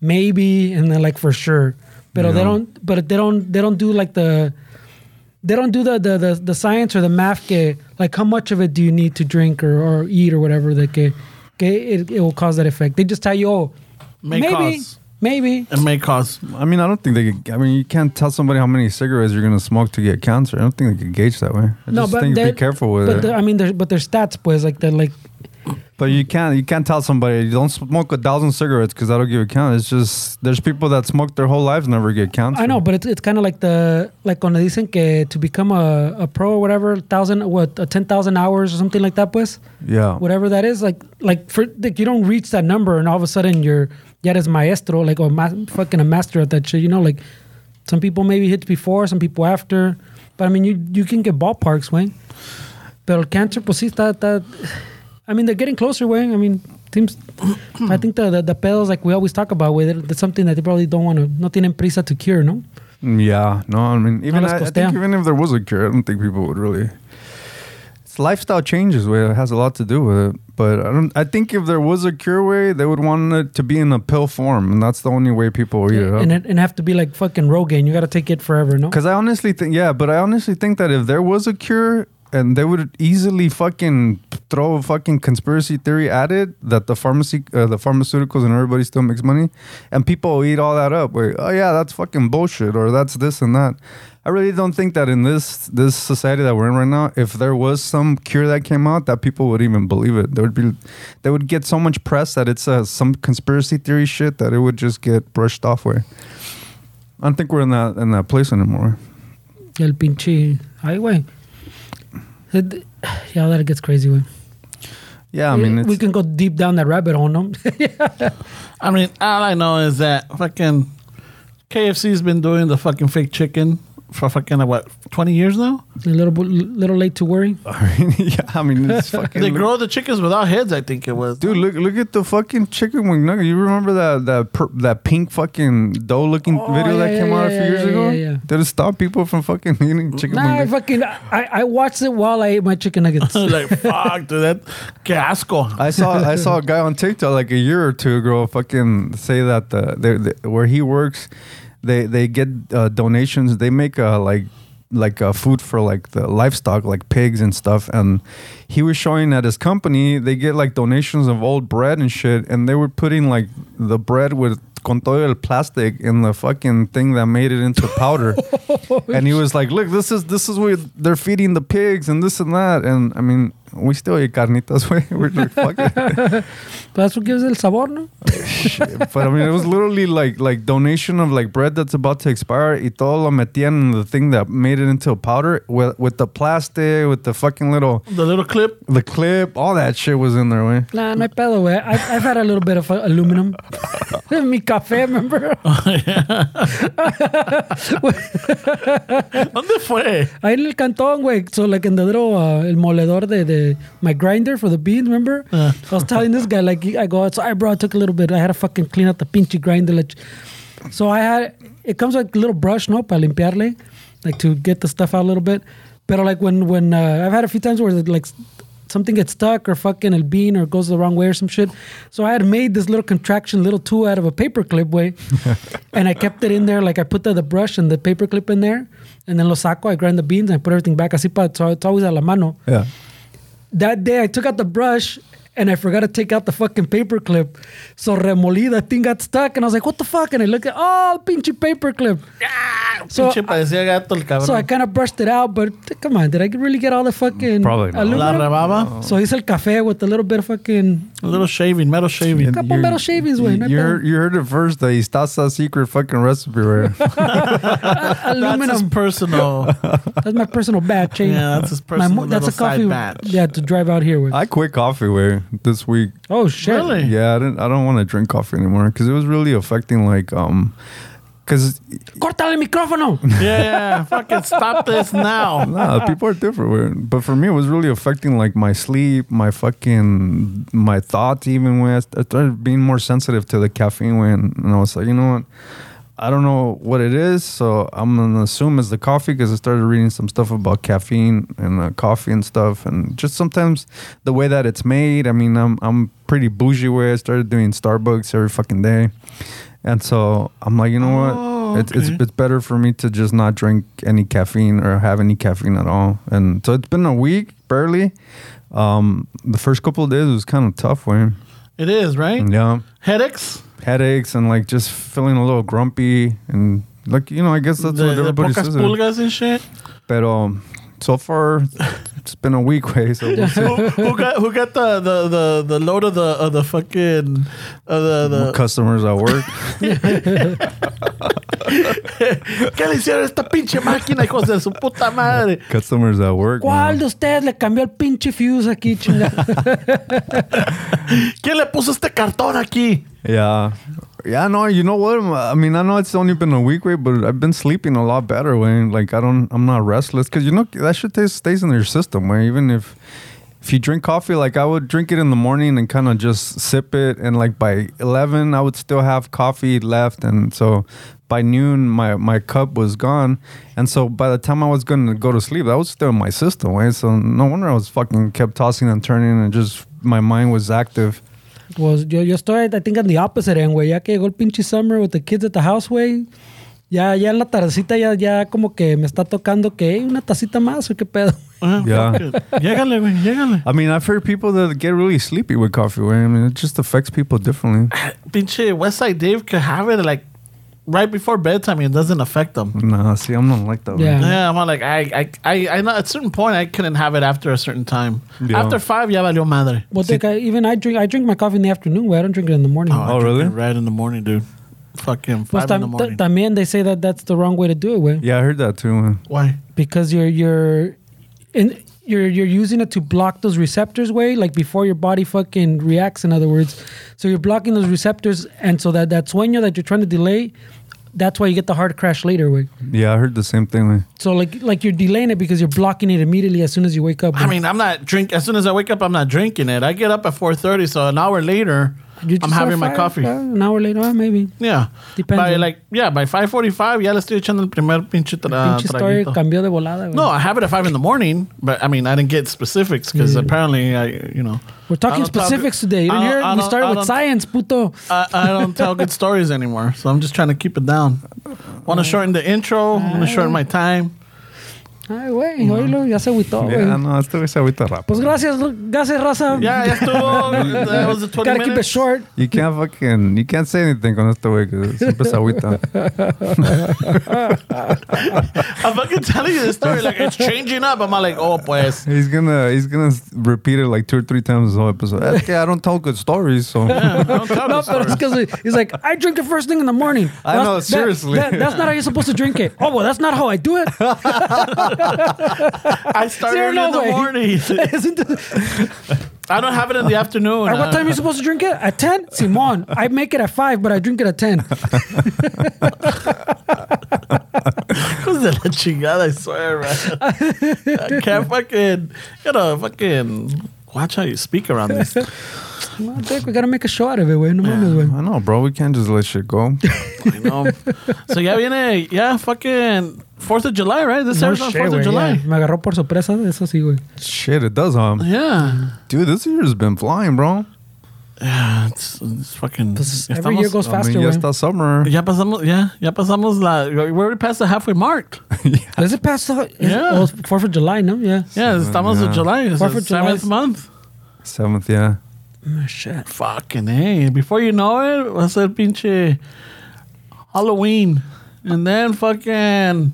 Speaker 2: maybe, and then like for sure. But they
Speaker 5: Yeah.
Speaker 2: don't. But they don't. They don't do like the. They don't do the the, the, the science or the math. Que, like how much of it do you need to drink or, or eat or whatever that que, que it, it will cause that effect. They just tell you, oh,
Speaker 6: May
Speaker 2: maybe,
Speaker 6: cause.
Speaker 2: maybe.
Speaker 6: It may cause
Speaker 5: I mean, I don't think they could. I mean, you can't tell somebody how many cigarettes you're gonna smoke to get cancer. I don't think they could gauge that way. I just think be
Speaker 2: they're-
Speaker 5: careful with
Speaker 2: but
Speaker 5: it.
Speaker 2: they're- I mean, they're- but their stats, pues, like they're like
Speaker 5: But you can't you can't tell somebody you don't smoke a thousand cigarettes because that'll give you cancer. It's just there's people that smoke their whole lives and never get cancer.
Speaker 2: I know, but it's, it's kind of like the like cuando dicen que to become a, a pro or whatever thousand what a ten thousand hours or something like that, pues
Speaker 5: Yeah.
Speaker 2: whatever that is, like like for like you don't reach that number and all of a sudden you're yet as maestro like or ma- fucking a master at that shit, you know, like some people maybe hits before, some people after, but I mean you you can get ballparks, way. Pero el cancer, pues sí, está, está- I mean, they're getting closer, way. I mean, teams. I think the, the, the pedals, like we always talk about, way, that's something that they probably don't want to, no tienen prisa to cure, no?
Speaker 5: Yeah. No. I mean, even
Speaker 2: les
Speaker 5: I, I
Speaker 2: costea.
Speaker 5: think even if there was a cure, I don't think people would really. It's lifestyle changes. Way it has a lot to do with it. But I don't. I think if there was a cure, way they would want it to be in a pill form, and that's the only way people will eat it up.
Speaker 2: And, it, and have to be like fucking Rogaine. You got to take it forever, no?
Speaker 5: Because I honestly think, yeah, but I honestly think that if there was a cure and they would easily fucking throw a fucking conspiracy theory at it that the pharmacy, uh, the pharmaceuticals and everybody still makes money and people eat all that up. Wait, oh yeah, that's fucking bullshit or that's this and that. I really don't think that in this this society that we're in right now, if there was some cure that came out, that people would even believe it. There would be, they would get so much press that it's uh, some conspiracy theory shit that it would just get brushed off with. I don't think we're in that in that place anymore.
Speaker 2: El pinche. Ay, way. Yeah, that gets crazy, way.
Speaker 5: Yeah, I mean, it's,
Speaker 2: we can go deep down that rabbit hole, no?
Speaker 6: I mean, all I know is that fucking KFC's been doing the fucking fake chicken for fucking what twenty years now.
Speaker 2: a little, bu- little late to worry.
Speaker 5: I mean, yeah, I mean, it's fucking.
Speaker 6: They grow the chickens without heads. I think it was.
Speaker 5: Dude, look look at the fucking chicken wing nugget. You remember that that per, that pink fucking dough looking
Speaker 2: Oh,
Speaker 5: video that
Speaker 2: yeah,
Speaker 5: came
Speaker 2: yeah,
Speaker 5: out a
Speaker 2: yeah,
Speaker 5: few years
Speaker 2: yeah,
Speaker 5: ago?
Speaker 2: yeah, yeah.
Speaker 5: Did it stop people from fucking eating chicken
Speaker 2: Nah, I
Speaker 5: wing? nugget?
Speaker 2: fucking, I, I watched it while I ate my chicken nuggets.
Speaker 6: like fuck, dude. That que asco.
Speaker 5: I saw I saw a guy on TikTok like a year or two ago fucking say that the, the, the where he works, they they get uh, donations. They make uh, like like uh, food for like the livestock, like pigs and stuff. And he was showing at his company they get like donations of old bread and shit, and they were putting like the bread with con todo el plastic in the fucking thing that made it into powder. and he was like, "Look, this is this is what they're feeding the pigs and this and that." And I mean, we still eat carnitas. Way we're like, "Fuck it."
Speaker 2: But that's what gives it el sabor, no?
Speaker 5: Shit. But I mean, it was literally like like donation of like bread that's about to expire. Y todo lo metían in the thing that made it into a powder with with the plastic, with the fucking little
Speaker 6: The little clip.
Speaker 5: the clip, all that shit was in there. Way.
Speaker 2: Nah, no hay pedo, güey. I've, I've had a little bit of uh, aluminum. Mi café, remember?
Speaker 6: ¿Dónde fue?
Speaker 2: Ahí en el cantón, güey. So, like, in the little, uh, el moledor de, de my grinder for the beans, remember? I was telling this guy, like, I go, so I, bro, I took a little bit. I had to fucking clean out the pinchy grinder. Like, so I had, it comes like a little brush, no? Para limpiarle, like, to get the stuff out a little bit. But, like, when, when, uh, I've had a few times where, like, something gets stuck or fucking a bean or goes the wrong way or some shit. So I had made this little contraction, little tool out of a paper clip way, and I kept it in there. Like I put the, the brush and the paper clip in there, and then lo saco, I grind the beans, and I put everything back. Así pa, so it's always a la mano.
Speaker 5: Yeah.
Speaker 2: That day I took out the brush and I forgot to take out the fucking paper clip. So remolí, that thing got stuck, and I was like, what the fuck? And I looked at, oh, pinchy paper clip. So,
Speaker 3: Pinche parecía gato el cabrón.
Speaker 2: So I kind of brushed it out, but t- come on, did I really get all the fucking
Speaker 5: Probably not.
Speaker 3: La
Speaker 2: aluminum?
Speaker 3: rebaba.
Speaker 2: So he's el café with a little bit of fucking
Speaker 5: Oh.
Speaker 3: A little shaving, metal shaving.
Speaker 2: couple
Speaker 5: you-
Speaker 2: metal shavings,
Speaker 5: You,
Speaker 2: güey.
Speaker 5: you
Speaker 2: neta.
Speaker 5: heard, you heard it first that he starts that secret fucking recipe right
Speaker 3: That's his
Speaker 2: Aluminum.
Speaker 3: personal.
Speaker 2: That's my personal bat chain.
Speaker 3: Yeah, that's his
Speaker 2: My mo-
Speaker 3: personal little side batch.
Speaker 2: Yeah, to drive out here with.
Speaker 5: I quit coffee way this week.
Speaker 2: oh shit!
Speaker 3: Really?
Speaker 5: Yeah, I didn't. I don't want to drink coffee anymore because it was really affecting like um, because
Speaker 2: Cortale el micrófono.
Speaker 3: Yeah, yeah. Fucking stop this now.
Speaker 5: nah, people are different. way. But for me, it was really affecting like my sleep, my fucking my thoughts. Even when I st- I started being more sensitive to the caffeine, when and I was like, you know what. I don't know what it is, so I'm gonna assume it's the coffee because I started reading some stuff about caffeine and uh, coffee and stuff, and just sometimes the way that it's made. I mean, I'm I'm pretty bougie where I started doing Starbucks every fucking day, and so I'm like, you know what?
Speaker 3: Oh,
Speaker 5: it's, it's it's better for me to just not drink any caffeine or have any caffeine at all, and so it's been a week barely. Um, the first couple of days was kind of tough, way.
Speaker 3: It is, right?
Speaker 5: Yeah
Speaker 3: Headaches?
Speaker 5: headaches and like just feeling a little grumpy and like you know I guess that's
Speaker 3: the,
Speaker 5: what
Speaker 3: the
Speaker 5: everybody
Speaker 3: pocas
Speaker 5: says.
Speaker 3: pulgas and shit?
Speaker 5: But um, so far it's been a week way. So we'll see.
Speaker 3: who, who got who got the, the, the, the load of the of the fucking uh, the, the
Speaker 5: customers at work.
Speaker 3: ¿Qué le hicieron a esta pinche máquina, hijos de su puta madre?
Speaker 5: customers at work.
Speaker 2: ¿Cuál
Speaker 5: man.
Speaker 2: de ustedes le cambió el pinche fuse aquí, chingada?
Speaker 3: ¿Quién le puso este cartón aquí?
Speaker 5: Yeah. Yeah, no, you know what? I mean, I know it's only been a week, way, but I've been sleeping a lot better, way. Like I don't, I'm not restless because you know that shit tastes, stays in your system, way. Even if if you drink coffee, like I would drink it in the morning and kind of just sip it, and like by eleven, I would still have coffee left, and so by noon, my my cup was gone, and so by the time I was going to go to sleep, that was still in my system, way. So no wonder I was fucking kept tossing and turning, and just my mind was active.
Speaker 2: Pues yo, yo estoy, I think, on the opposite end, güey. Ya que llegó el pinche summer with the kids at the house, güey. Ya, ya en la tardecita ya, ya como que me está tocando que "Hey, una tacita más o qué pedo.
Speaker 3: Ah,
Speaker 5: Yeah.
Speaker 3: Llégale, güey, llégale.
Speaker 5: I mean, I've heard people that get really sleepy with coffee. Right? I mean, it just affects people differently.
Speaker 3: Pinche Westside Dave could have it like right before bedtime and it doesn't affect them.
Speaker 5: Nah, see, I'm not like that. man.
Speaker 2: Yeah.
Speaker 3: Yeah, I'm not like I I I, I know at a certain point I couldn't have it after a certain time.
Speaker 5: Yeah.
Speaker 3: After five, ya valió madre.
Speaker 2: Well, think I, even I drink, I drink my coffee in the afternoon, güey. I don't drink it in the morning.
Speaker 3: I
Speaker 5: Oh,
Speaker 3: drink
Speaker 5: really?
Speaker 3: it Right in the morning, dude. Fucking
Speaker 2: pues
Speaker 3: five in the
Speaker 2: tam-
Speaker 3: morning.
Speaker 2: ta- también they say that that's the wrong way to do it, güey.
Speaker 5: Yeah, I heard that too. Man.
Speaker 3: Why?
Speaker 2: Because you're, you're, in, you're, you're using it to block those receptors, way like before your body fucking reacts, in other words. So you're blocking those receptors, and so that, that sueño that you're trying to delay, that's why you get the heart crash later, way.
Speaker 5: Yeah, I heard the same thing. Man.
Speaker 2: So like like you're delaying it because you're blocking it immediately as soon as you wake up.
Speaker 3: I mean, I'm not drink. As soon as I wake up, I'm not drinking it. I get up at 4:30, so an hour later,
Speaker 2: You just
Speaker 3: I'm having
Speaker 2: have
Speaker 3: my
Speaker 2: five,
Speaker 3: coffee.
Speaker 2: uh, An hour later, uh, maybe.
Speaker 3: Yeah,
Speaker 2: Depends
Speaker 3: By
Speaker 2: on-
Speaker 3: like yeah, by 5:45, ya le estoy echando el primer pinche, tra-
Speaker 2: Pinche story
Speaker 3: Ah, traguito.
Speaker 2: cambió de volada. güey.
Speaker 3: No, I have it at five in the morning, but I mean, I didn't get specifics because
Speaker 2: Yeah.
Speaker 3: apparently, I you know,
Speaker 2: We're talking
Speaker 3: I don't talk-
Speaker 2: specifics today. You
Speaker 3: I
Speaker 2: didn't
Speaker 3: don't-
Speaker 2: hear
Speaker 3: I
Speaker 2: it? We
Speaker 3: don't-
Speaker 2: started
Speaker 3: I
Speaker 2: with
Speaker 3: don't-
Speaker 2: science, puto.
Speaker 3: I, I don't tell good stories anymore, so I'm just trying to keep it down. Want to shorten the intro? Want to shorten my time?
Speaker 2: Ay, güey, oílo, ya se agüitó, güey.
Speaker 5: Yeah, no, esto es ahorita rápido.
Speaker 2: Oh, Pues gracias, lo- gracias, raza.
Speaker 3: Yeah, ya estuvo. That was the 20
Speaker 2: Gotta
Speaker 3: minutes.
Speaker 2: keep it short.
Speaker 5: You can't fucking, you can't say anything con esto, way, because siempre es agüita.
Speaker 3: I'm fucking telling you this story. Like it's changing up. I'm like, oh pues.
Speaker 5: He's gonna, he's gonna repeat it like two or three times this whole episode. Es que I don't tell good stories, so.
Speaker 3: Don't tell
Speaker 2: No,
Speaker 3: this
Speaker 2: but it's
Speaker 3: story.
Speaker 2: because he's like, I drink it first thing in the morning.
Speaker 5: I
Speaker 2: That's-
Speaker 5: know, seriously.
Speaker 2: That, that- that's not how you're supposed to drink it. Oh, well, that's not how I do it.
Speaker 3: I start
Speaker 2: Zero,
Speaker 3: early
Speaker 2: no
Speaker 3: in the
Speaker 2: way.
Speaker 3: morning.
Speaker 2: Isn't it-
Speaker 3: I don't have it in the afternoon. uh.
Speaker 2: At what time are you supposed to drink it? At 10? Simon, I make it at 5, but I drink it at 10.
Speaker 3: Hijos de la chingada, I swear, man. I can't fucking, you know, fucking watch how you speak around this.
Speaker 2: Well, Dick, we gotta make a show out of it, güey. No mames, güey.
Speaker 5: I know, bro. We can't just let shit go.
Speaker 3: I know. So ya viene, yeah, fucking 4th of July, right? This
Speaker 2: No
Speaker 3: year's on
Speaker 2: shit,
Speaker 3: 4th
Speaker 2: güey,
Speaker 3: of July.
Speaker 2: yeah. Me agarró por sorpresa, eso sí, güey.
Speaker 5: shit, it does, huh?
Speaker 3: Yeah.
Speaker 5: Dude, this year's been flying, bro.
Speaker 3: Yeah, it's, it's fucking.
Speaker 2: Pues every year goes
Speaker 5: I mean,
Speaker 2: faster,
Speaker 5: ya
Speaker 2: güey.
Speaker 5: está summer.
Speaker 3: Ya pasamos, yeah, ya pasamos la. We're already past the halfway mark.
Speaker 2: Is it past the... Is
Speaker 3: Yeah.
Speaker 2: yeah. Oh, 4th of July, no? Yeah.
Speaker 3: Yeah, estamos
Speaker 5: Yeah.
Speaker 3: in July. It's
Speaker 2: Fourth
Speaker 3: the
Speaker 2: of July
Speaker 3: seventh
Speaker 2: is-
Speaker 3: month.
Speaker 5: Seventh, yeah.
Speaker 2: Oh, shit.
Speaker 3: Fucking hey! Before you know it, va a ser pinche Halloween. and then fucking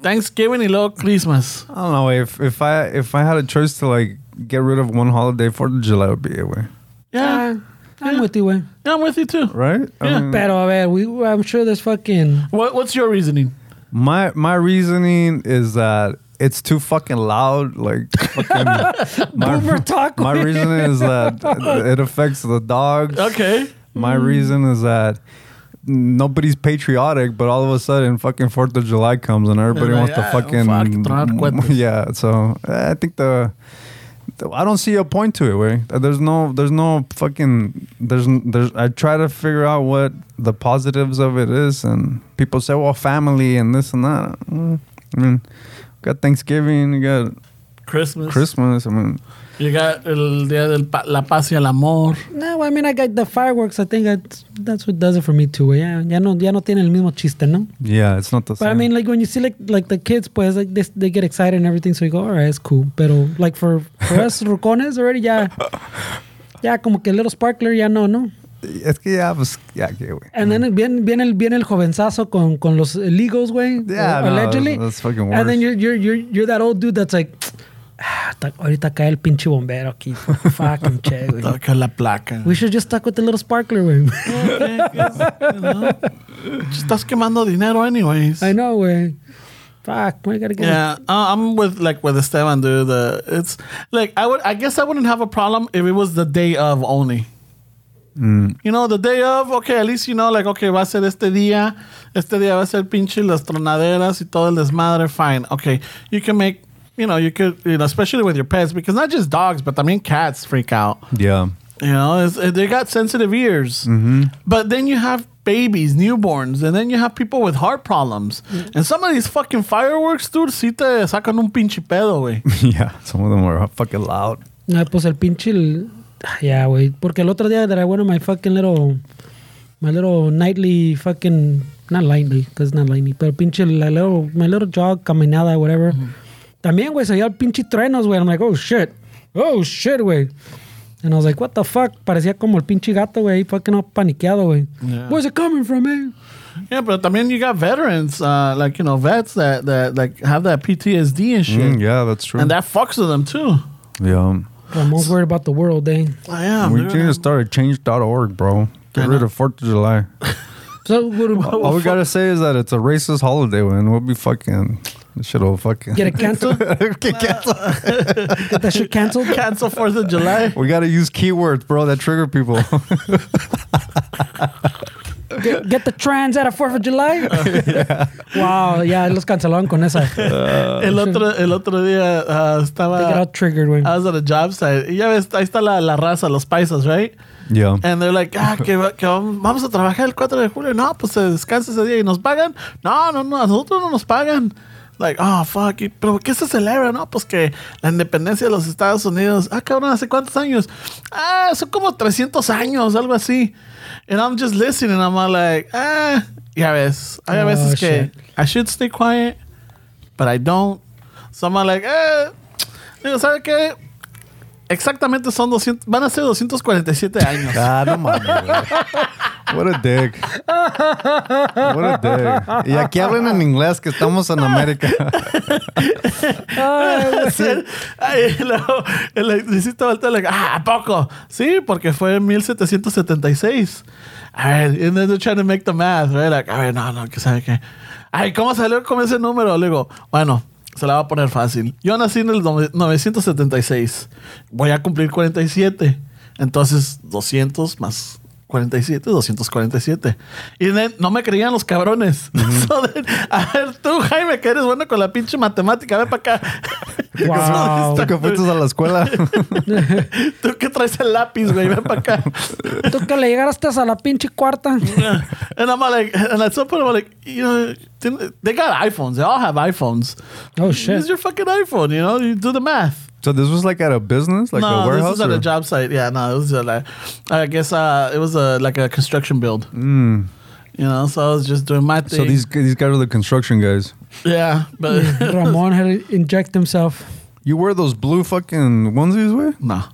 Speaker 3: Thanksgiving y luego Christmas.
Speaker 5: I don't know if if I if I had a choice to like get rid of one holiday for the July would be it way,
Speaker 3: Yeah,
Speaker 2: Ah, I'm with you, güey.
Speaker 3: yeah, I'm with you too.
Speaker 5: right?
Speaker 3: Yeah.
Speaker 2: Pero a ver, we, I'm sure there's fucking.
Speaker 3: What, what's your reasoning?
Speaker 5: my my reasoning is that it's too fucking loud. Like fucking my,
Speaker 2: Boomer talk.
Speaker 5: My reasoning is that it affects the dogs.
Speaker 3: Okay.
Speaker 5: My reason is that nobody's patriotic, but all of a sudden, fucking Fourth of July comes and everybody
Speaker 3: Yeah,
Speaker 5: wants
Speaker 3: yeah,
Speaker 5: to
Speaker 3: fuck,
Speaker 5: fucking
Speaker 3: throw out cohetes.
Speaker 5: yeah. So eh, I think the. the- I don't see a point to it, way. There's no, there's no fucking, there's, n- there's. I try to figure out what the positives of it is, and people say, well, family and this and that. Mm, I mean, got Thanksgiving, you got
Speaker 3: Christmas.
Speaker 5: Christmas. I mean,
Speaker 3: You got el día del pa- la paz y el amor.
Speaker 2: No, I mean, I got the fireworks. I think that's, that's what does it for me too, güey. Ya, ya, no, ya no tiene el mismo chiste, ¿no?
Speaker 5: yeah, it's not the same.
Speaker 2: But I mean, like when you see like like the kids, pues, like they, they get excited and everything. So you go, all right, it's cool. Pero like for for us rucones already, ya, ya como que little sparkler, ya no, no.
Speaker 5: es que ya, pues, ya, que, güey.
Speaker 2: And then viene, viene, el, viene el jovenzazo con, con los ligos, güey.
Speaker 5: Yeah,
Speaker 2: uh,
Speaker 5: no,
Speaker 2: allegedly.
Speaker 5: that's fucking
Speaker 2: And then
Speaker 5: worse.
Speaker 2: you're, you're, you're, you're that old dude that's like, ah, ta- ahorita cae el pinche bombero aquí. Fucking che, güey.
Speaker 3: Toca la placa.
Speaker 2: We should just stuck with the little sparkler, güey.
Speaker 3: Estás quemando dinero, anyways.
Speaker 2: I know, güey. Fuck, we gotta get
Speaker 3: Yeah, uh, I'm with like with Esteban, dude. The it's like I would, I guess I wouldn't have a problem if it was the day of only. You know, the day of, okay, at least you know, like, okay, va a ser este día, este día va a ser pinche las tronaderas y todo el desmadre, fine. Okay, you can make, you know, you could, you know, especially with your pets, because not just dogs, but I mean, cats freak out.
Speaker 5: yeah,
Speaker 3: You know, it's, uh, they got sensitive ears.
Speaker 5: Mm-hmm.
Speaker 3: But then you have babies, newborns, and then you have people with heart problems. And some of these fucking fireworks, dude, si te sacan un pinche pedo, güey.
Speaker 5: yeah. Some of them are fucking loud.
Speaker 2: Ah, pues el pinche. el- Ah, Ya, güey. Porque el otro día that I went on my fucking little. My little nightly fucking. Not lightly, because it's not lightly. Pero pinche la little, my little jog, caminada, whatever. También, güey, se oía el pinche truenos, güey. I'm like, oh shit. Oh shit, güey. And I was like, what the fuck? Parecía como el pinche gato, güey, ahí fucking all paniqueado, güey.
Speaker 3: Yeah.
Speaker 2: Where's it coming from, eh? man?
Speaker 3: Yeah, but I mean, you got veterans, uh, like, you know, vets that, that like have that PTSD and shit.
Speaker 5: Mm, yeah, that's true.
Speaker 3: And that fucks with them, too.
Speaker 5: yeah.
Speaker 2: I'm most worried about the world, eh?
Speaker 3: I am.
Speaker 5: we
Speaker 3: dude.
Speaker 5: need to start at change.org, bro. Get rid of 4th of July.
Speaker 2: So, what
Speaker 3: Oh,
Speaker 2: do
Speaker 5: All Oh, we got to say is that it's a racist holiday, man. We'll be fucking. This shit will fucking.
Speaker 2: Get it canceled?
Speaker 5: Get canceled.
Speaker 2: Get that shit canceled?
Speaker 3: Cancel 4th of July.
Speaker 5: We got to use keywords, bro, that trigger people.
Speaker 2: Get, get the trans out of 4th of July. Wow, ya los cancelaron con esa.
Speaker 3: Uh, el, otro, el otro día uh, estaba...
Speaker 2: They get all triggered, güey.
Speaker 3: I was at a job site. Y ya ves, ahí está la, la raza, los paisas, right?
Speaker 5: yeah.
Speaker 3: And they're like, ah, que, va- que vam- vamos a trabajar el 4 de julio. No, pues se descansa ese día y nos pagan. No, no, no, a nosotros no nos pagan. Like, oh, fuck. ¿y- ¿Pero qué se celebra? No, pues que la independencia de los Estados Unidos. Ah, cabrón, ¿hace cuántos años? Ah, son como 300 años, algo así. And I'm just listening. I'm all like, ah, ya ves. Hay a
Speaker 2: Oh,
Speaker 3: veces que
Speaker 2: shit.
Speaker 3: I should stay quiet, but I don't. So I'm all like, eh. Digo, ¿sabe qué? Exactamente son 200, van a ser 247 años.
Speaker 5: Ah, no mames, güey. What a dick. What a dick. Y aquí hablan en inglés que estamos en América.
Speaker 3: hacer. Ay, y luego, el electricista voltea like, ah, ¿a poco? Sí, porque fue en 1776. A ver, and then they're trying to make the math, right? Like, a ver, no, no, que sabe qué. Ay, ¿cómo salió con ese número? Le digo, bueno, se la va a poner fácil. Yo nací en el nove- 976. Voy a cumplir 47. Entonces, 200 más 47, 247. Y ne- no me creían los cabrones. So then, a ver, tú, Jaime, que eres bueno con la pinche matemática, ven para acá.
Speaker 2: Wow.
Speaker 5: Tú que fuiste a la escuela.
Speaker 3: Tú que traes el lápiz, güey, ven para acá.
Speaker 2: Tú que le llegaste a la pinche cuarta.
Speaker 3: and I'm like, and at some point I'm like, you know, didn't- they got iPhones. They all have iPhones.
Speaker 2: Oh,
Speaker 3: Use
Speaker 2: shit.
Speaker 3: your fucking iPhone, you know, you do the math.
Speaker 5: So this was like at a business, like
Speaker 3: no,
Speaker 5: a
Speaker 3: this
Speaker 5: warehouse.
Speaker 3: was at
Speaker 5: or-
Speaker 3: a job site. Yeah, no, it was at a, I guess uh, it was a like a construction build. You know, so I was just doing my thing.
Speaker 5: Mm. so these these guys are the construction guys.
Speaker 3: yeah, but
Speaker 2: Ramon had to inject himself.
Speaker 5: You wear those blue fucking onesies, way?
Speaker 3: no,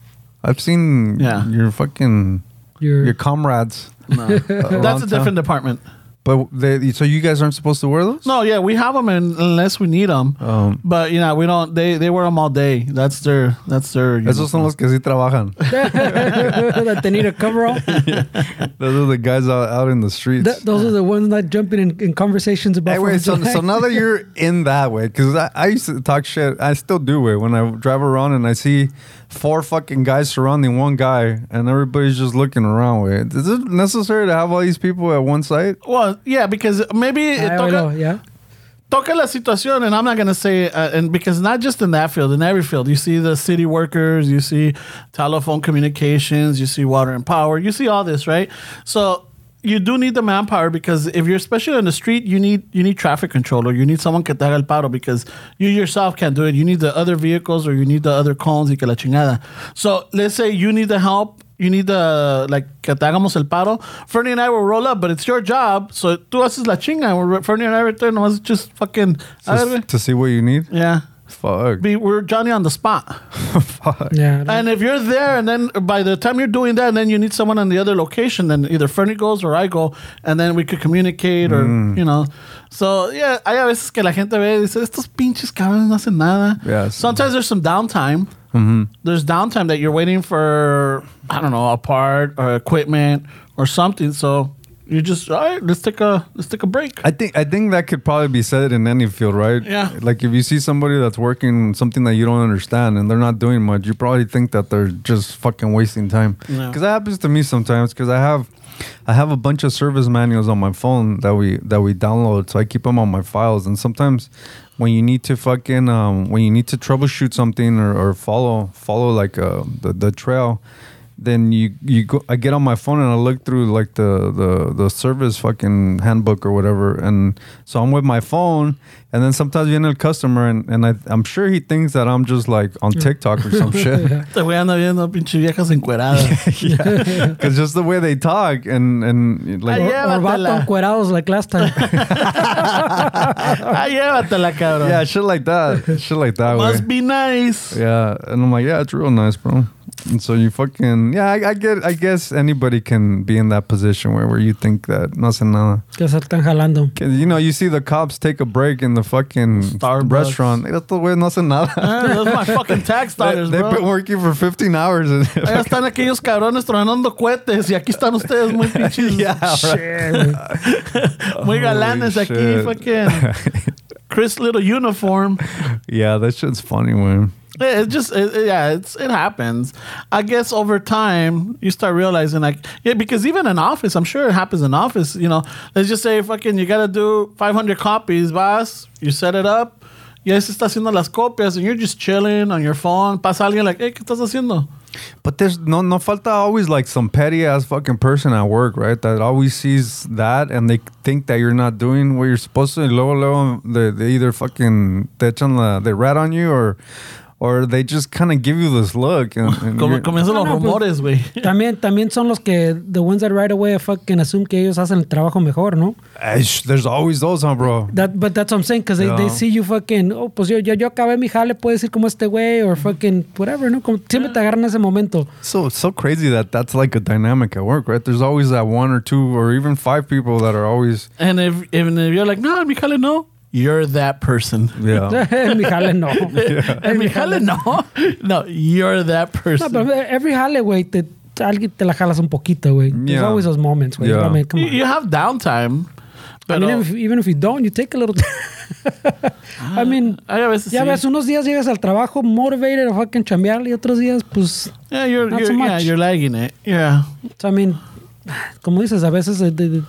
Speaker 5: I've seen
Speaker 3: Yeah.
Speaker 5: your fucking
Speaker 2: Your,
Speaker 5: your comrades.
Speaker 3: no, that's a
Speaker 5: around town.
Speaker 3: different department.
Speaker 5: But they, so you guys aren't supposed to wear those?
Speaker 3: No, yeah, we have them in, unless we need them.
Speaker 5: Um,
Speaker 3: but you know, we don't. They they wear them all day. That's their that's their.
Speaker 5: Esos son los que sí trabajan.
Speaker 2: that they need a coverall.
Speaker 5: Those are the guys out, out in the streets.
Speaker 2: Th- those are the ones not jumping in, in conversations about.
Speaker 5: Hey, wait,
Speaker 2: Fourth
Speaker 5: so,
Speaker 2: of July.
Speaker 5: so now that you're in that way, because I, I used to talk shit, I still do it when I drive around and I see four fucking guys surrounding one guy and everybody's just looking around. Wait, is it necessary to have all these people at one site?
Speaker 3: well, yeah, because maybe it
Speaker 2: Ay,
Speaker 3: toca,
Speaker 2: Ah, bueno, yeah.
Speaker 3: toca la situación, and I'm not gonna say, uh, and because not just in that field, in every field, you see the city workers, you see telephone communications, you see water and power, you see all this, right? So you do need the manpower because if you're especially on the street, you need you need traffic control or you need someone que te haga el paro because you yourself can't do it. You need the other vehicles or you need the other cones y que la chingada. So let's say you need the help. You need the, like, que te hagamos el paro. Fernie and I will roll up, but it's your job. So tú haces la chinga. and we're- Fernie and I return. was just fucking. a
Speaker 5: Just
Speaker 3: ver, güey.
Speaker 5: to see what you need?
Speaker 3: yeah.
Speaker 5: Fuck.
Speaker 3: Be, we're Johnny on the spot.
Speaker 5: Fuck.
Speaker 2: Yeah. I don't-
Speaker 3: And if you're there, and then by the time you're doing that, and then you need someone on the other location, then either Fernie goes or I go, and then we could communicate, or
Speaker 5: Mm.
Speaker 3: you know. So yeah, hay a veces que la gente ve y dice estos pinches cabrones no hacen nada.
Speaker 5: Yeah, sí. Mm-hmm.
Speaker 3: Sometimes there's some downtime. There's downtime that you're waiting for, I don't know, a part or equipment or something. So you just all right, let's take a let's take a break.
Speaker 5: I think I think that could probably be said in any field, right?
Speaker 3: Yeah.
Speaker 5: Like if you see somebody that's working something that you don't understand and they're not doing much, you probably think that they're just fucking wasting time.
Speaker 3: Yeah.
Speaker 5: Because that happens to me sometimes. Because I have, I have a bunch of service manuals on my phone that we that we download, so I keep them on my files. And sometimes when you need to fucking um, when you need to troubleshoot something or, or follow follow like uh, the the trail. Then you you go. I get on my phone and I look through like the the the service fucking handbook or whatever, and so I'm with my phone, and then sometimes you're in a customer, and and I, I'm sure he thinks that I'm just like on TikTok or some shit.
Speaker 3: Te voy ando viendo pinche viejas encueradas.
Speaker 5: Because just the way they talk and and like
Speaker 3: Ah, yeah.
Speaker 2: or vato
Speaker 3: llévatela.
Speaker 2: encuerados like last time.
Speaker 3: ah, llévatela, cabrón.
Speaker 5: yeah, shit like that, shit like that.
Speaker 3: Must
Speaker 5: Way.
Speaker 3: be nice.
Speaker 5: Yeah, and I'm like, yeah, it's real nice, bro. And so you fucking yeah, I, I get. I guess anybody can be in that position where where you think that nothing nada.
Speaker 2: que se están jalando.
Speaker 5: 'Cause, you know, you see the cops take a break in the fucking
Speaker 3: Starbucks.
Speaker 5: restaurant. Hey, that's the way nothing nada.
Speaker 3: Ah, those my fucking tax
Speaker 5: They,
Speaker 3: dollars,
Speaker 5: they've been
Speaker 3: bro.
Speaker 5: working for 15 hours. And
Speaker 3: Allá están aquellos cabrones tronando cohetes y aquí están ustedes muy pinches,
Speaker 2: Shit, güey.
Speaker 3: muy galanes
Speaker 5: Holy
Speaker 3: aquí,
Speaker 5: shit.
Speaker 3: fucking Chris Little uniform.
Speaker 5: yeah, that shit's funny, man.
Speaker 3: It, it just, it, it- yeah, it's it happens. I guess over time you start realizing, like, yeah, because even in office, I'm sure it happens in office. You know, let's just say fucking you gotta do 500 copies, vas, you set it up. Ya se está haciendo las copias, and you're just chilling on your phone. Pasa alguien, like, hey, ¿qué estás haciendo?
Speaker 5: But there's no no falta always like some petty ass fucking person at work, right? That always sees that and they think that you're not doing what you're supposed to. Low low, they, they either fucking they echan la, they rat on you or or they just kind of give you this look and, and
Speaker 3: Como,
Speaker 5: you're-
Speaker 3: comienzan los
Speaker 2: No, no, pues-
Speaker 3: rumores, güey.
Speaker 2: También, también son los que, the ones that right away fucking assume que ellos hacen el trabajo mejor, ¿no?
Speaker 5: Eh, sh- there's always those, huh, bro?
Speaker 2: That, but that's what I'm saying, because they, they
Speaker 5: Yeah.
Speaker 2: see you fucking, oh, pues yo, yo, yo acabé mi jale, puedes ir como este güey, or fucking whatever, ¿no? Como, siempre te agarran ese momento.
Speaker 5: So it's so crazy that that's like a dynamic at work, right? There's always that one or two or even five people that are always
Speaker 3: And if, even if you're like, no, en mi jale no, you're that person.
Speaker 5: yeah.
Speaker 2: mi jale no.
Speaker 3: En mi jale no. No, you're that
Speaker 2: No,
Speaker 3: person.
Speaker 2: pero every jale, güey, te, alguien te la jalas un poquito, güey. There's
Speaker 5: Yeah.
Speaker 2: always those moments, güey.
Speaker 5: Yeah.
Speaker 2: I mean, come
Speaker 3: you,
Speaker 2: on.
Speaker 3: you have downtime.
Speaker 2: I
Speaker 3: Pero,
Speaker 2: mean, if- even if you don't, you take a little I mean,
Speaker 3: Ay, a veces
Speaker 2: ya
Speaker 3: Ah, sí.
Speaker 2: ves, unos días llegas al trabajo motivated a fucking chambear y otros días, pues,
Speaker 3: yeah, you're,
Speaker 2: not
Speaker 3: you're,
Speaker 2: so
Speaker 3: yeah,
Speaker 2: much.
Speaker 3: you're lagging it. Yeah.
Speaker 2: so, I mean, como dices, a veces eh, de- de-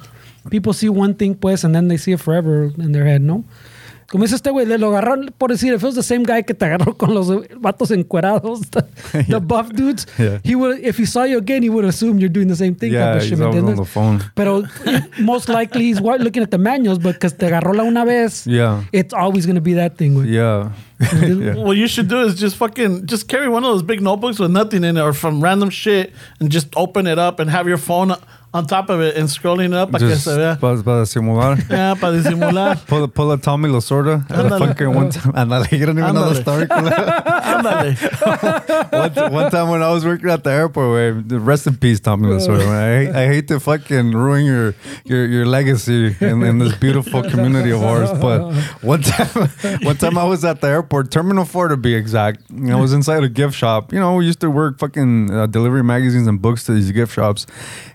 Speaker 2: people see one thing, pues, and then they see it forever in their head, ¿no? Como dice este güey, le lo agarró, por decir, if it was the same guy que te agarró con los eh, vatos encuerados, the, the buff dudes,
Speaker 5: Yeah.
Speaker 2: he would, if he saw you again, he would assume you're doing the same thing.
Speaker 5: Yeah,
Speaker 2: type of shit,
Speaker 5: he's
Speaker 2: ¿me
Speaker 5: always on
Speaker 2: entiendes?
Speaker 5: the phone.
Speaker 2: Pero most likely he's wa- looking at the manuals, but because te agarró la una vez,
Speaker 5: Yeah.
Speaker 2: it's always going to be that thing, güey.
Speaker 5: Yeah. yeah.
Speaker 3: What you should do is just fucking just carry one of those big notebooks with nothing in it or from random shit and just open it up and have your phone on top of it and scrolling up para que
Speaker 5: Just
Speaker 3: se vea.
Speaker 5: para, para simular.
Speaker 3: Yeah, para disimular.
Speaker 5: Pull, pull a Tommy Lasorda at a
Speaker 3: Ándale.
Speaker 5: fucking one time. Ándale, you don't even know the story.
Speaker 3: Ándale.
Speaker 5: one, t- one time when I was working at the airport, way, the rest in peace, Tommy Lasorda. man. I, I hate to fucking ruin your your, your legacy in, in this beautiful community of ours. But one time, one time I was at the airport, Terminal Four to be exact. and I was inside a gift shop. You know, we used to work fucking uh, delivery magazines and books to these gift shops,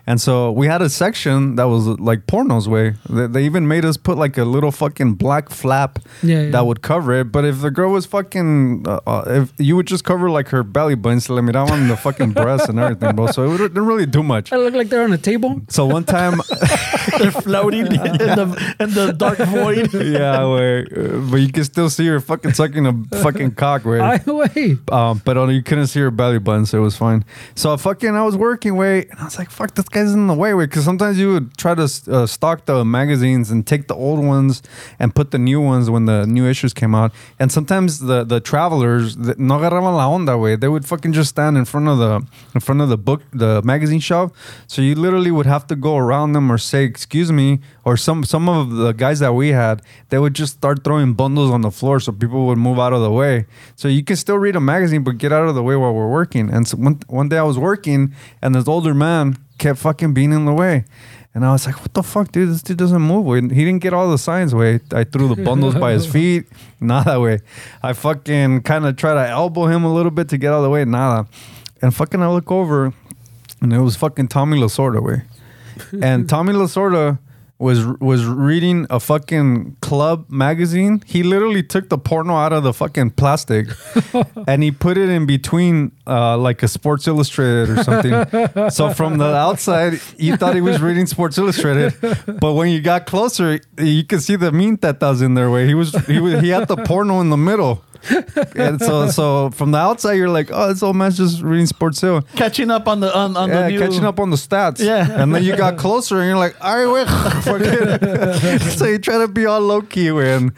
Speaker 5: and so we had a section that was like pornos. Way they, they even made us put like a little fucking black flap
Speaker 2: Yeah, yeah.
Speaker 5: that would would cover it. But if the girl was fucking, uh, uh, if you would just cover like her belly button, so let me down on the fucking breasts and everything, bro. So it would, didn't really do much.
Speaker 2: I look like they're on a table.
Speaker 5: So one time,
Speaker 3: They're floating in the, in the dark void.
Speaker 5: yeah, wait, uh, but you can still see her fucking sucking a fucking cock, right?
Speaker 2: I wait.
Speaker 5: Um, but only you couldn't see her belly button, so it was fine. So I fucking, I was working way, and I was like, "Fuck, this guy's in the way, way." Because sometimes you would try to uh, stock the magazines and take the old ones and put the new ones when the new issues came out. And sometimes the the travelers th- no agarraban la onda, way. They would fucking just stand in front of the in front of the book, the magazine shop. So you literally would have to go around them or say, "Excuse me," or some some of the guys that we had, they would just start throwing bundles on the floor so people would move out of the way. So you can still read a magazine, but get out of the way while we're working. And so one, one day I was working, and this older man kept fucking being in the way. And I was like, what the fuck, dude? This dude doesn't move. Wait, He didn't get all the signs. Wait, I threw the bundles by his feet. Nada, way. I fucking kind of try to elbow him a little bit to get out of the way. Nada. And fucking I look over, and it was fucking Tommy Lasorda, way and Tommy Lasorda was was reading a fucking club magazine. He literally took the porno out of the fucking plastic and he put it in between uh, like a Sports Illustrated or something. so from the outside, you thought he was reading Sports Illustrated, but when you got closer, you could see the mean that was in there. Way he was he was, he had the porno in the middle. and so so from the outside, you're like, oh, this old man's just reading Sports Illustrated
Speaker 3: Catching up on the on, on
Speaker 5: yeah,
Speaker 3: the new
Speaker 5: catching up on the stats.
Speaker 3: Yeah.
Speaker 5: And then you got closer and you're like, all right, wait, fuck it. so you try to be all low key, and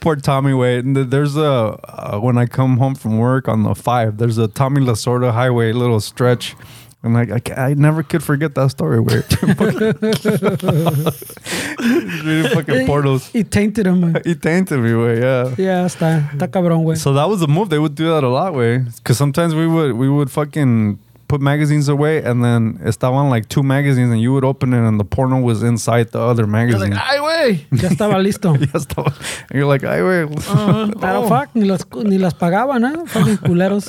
Speaker 5: poor Tommy Wait. And th- there's a, uh, when I come home from work on the five, there's a Tommy Lasorda highway little stretch. And like I, ca- I never could forget that story where reading fucking portals.
Speaker 2: He tainted him.
Speaker 5: He tainted me, way, yeah.
Speaker 2: Yeah, está, está cabrón, güey.
Speaker 5: So that was the move. They would do that a lot, way. Because sometimes we would we would fucking put magazines away, and then estaban like two magazines, and you would open it, and the porno was inside the other
Speaker 3: You're
Speaker 5: magazine.
Speaker 3: like, ah. ay, güey.
Speaker 2: Ya estaba listo.
Speaker 5: Ya estaba- and you're like, ay, wait.
Speaker 3: Oh. Uh-huh.
Speaker 2: Pero fuck, ni las, ni las pagaban, ¿eh? Fucking culeros.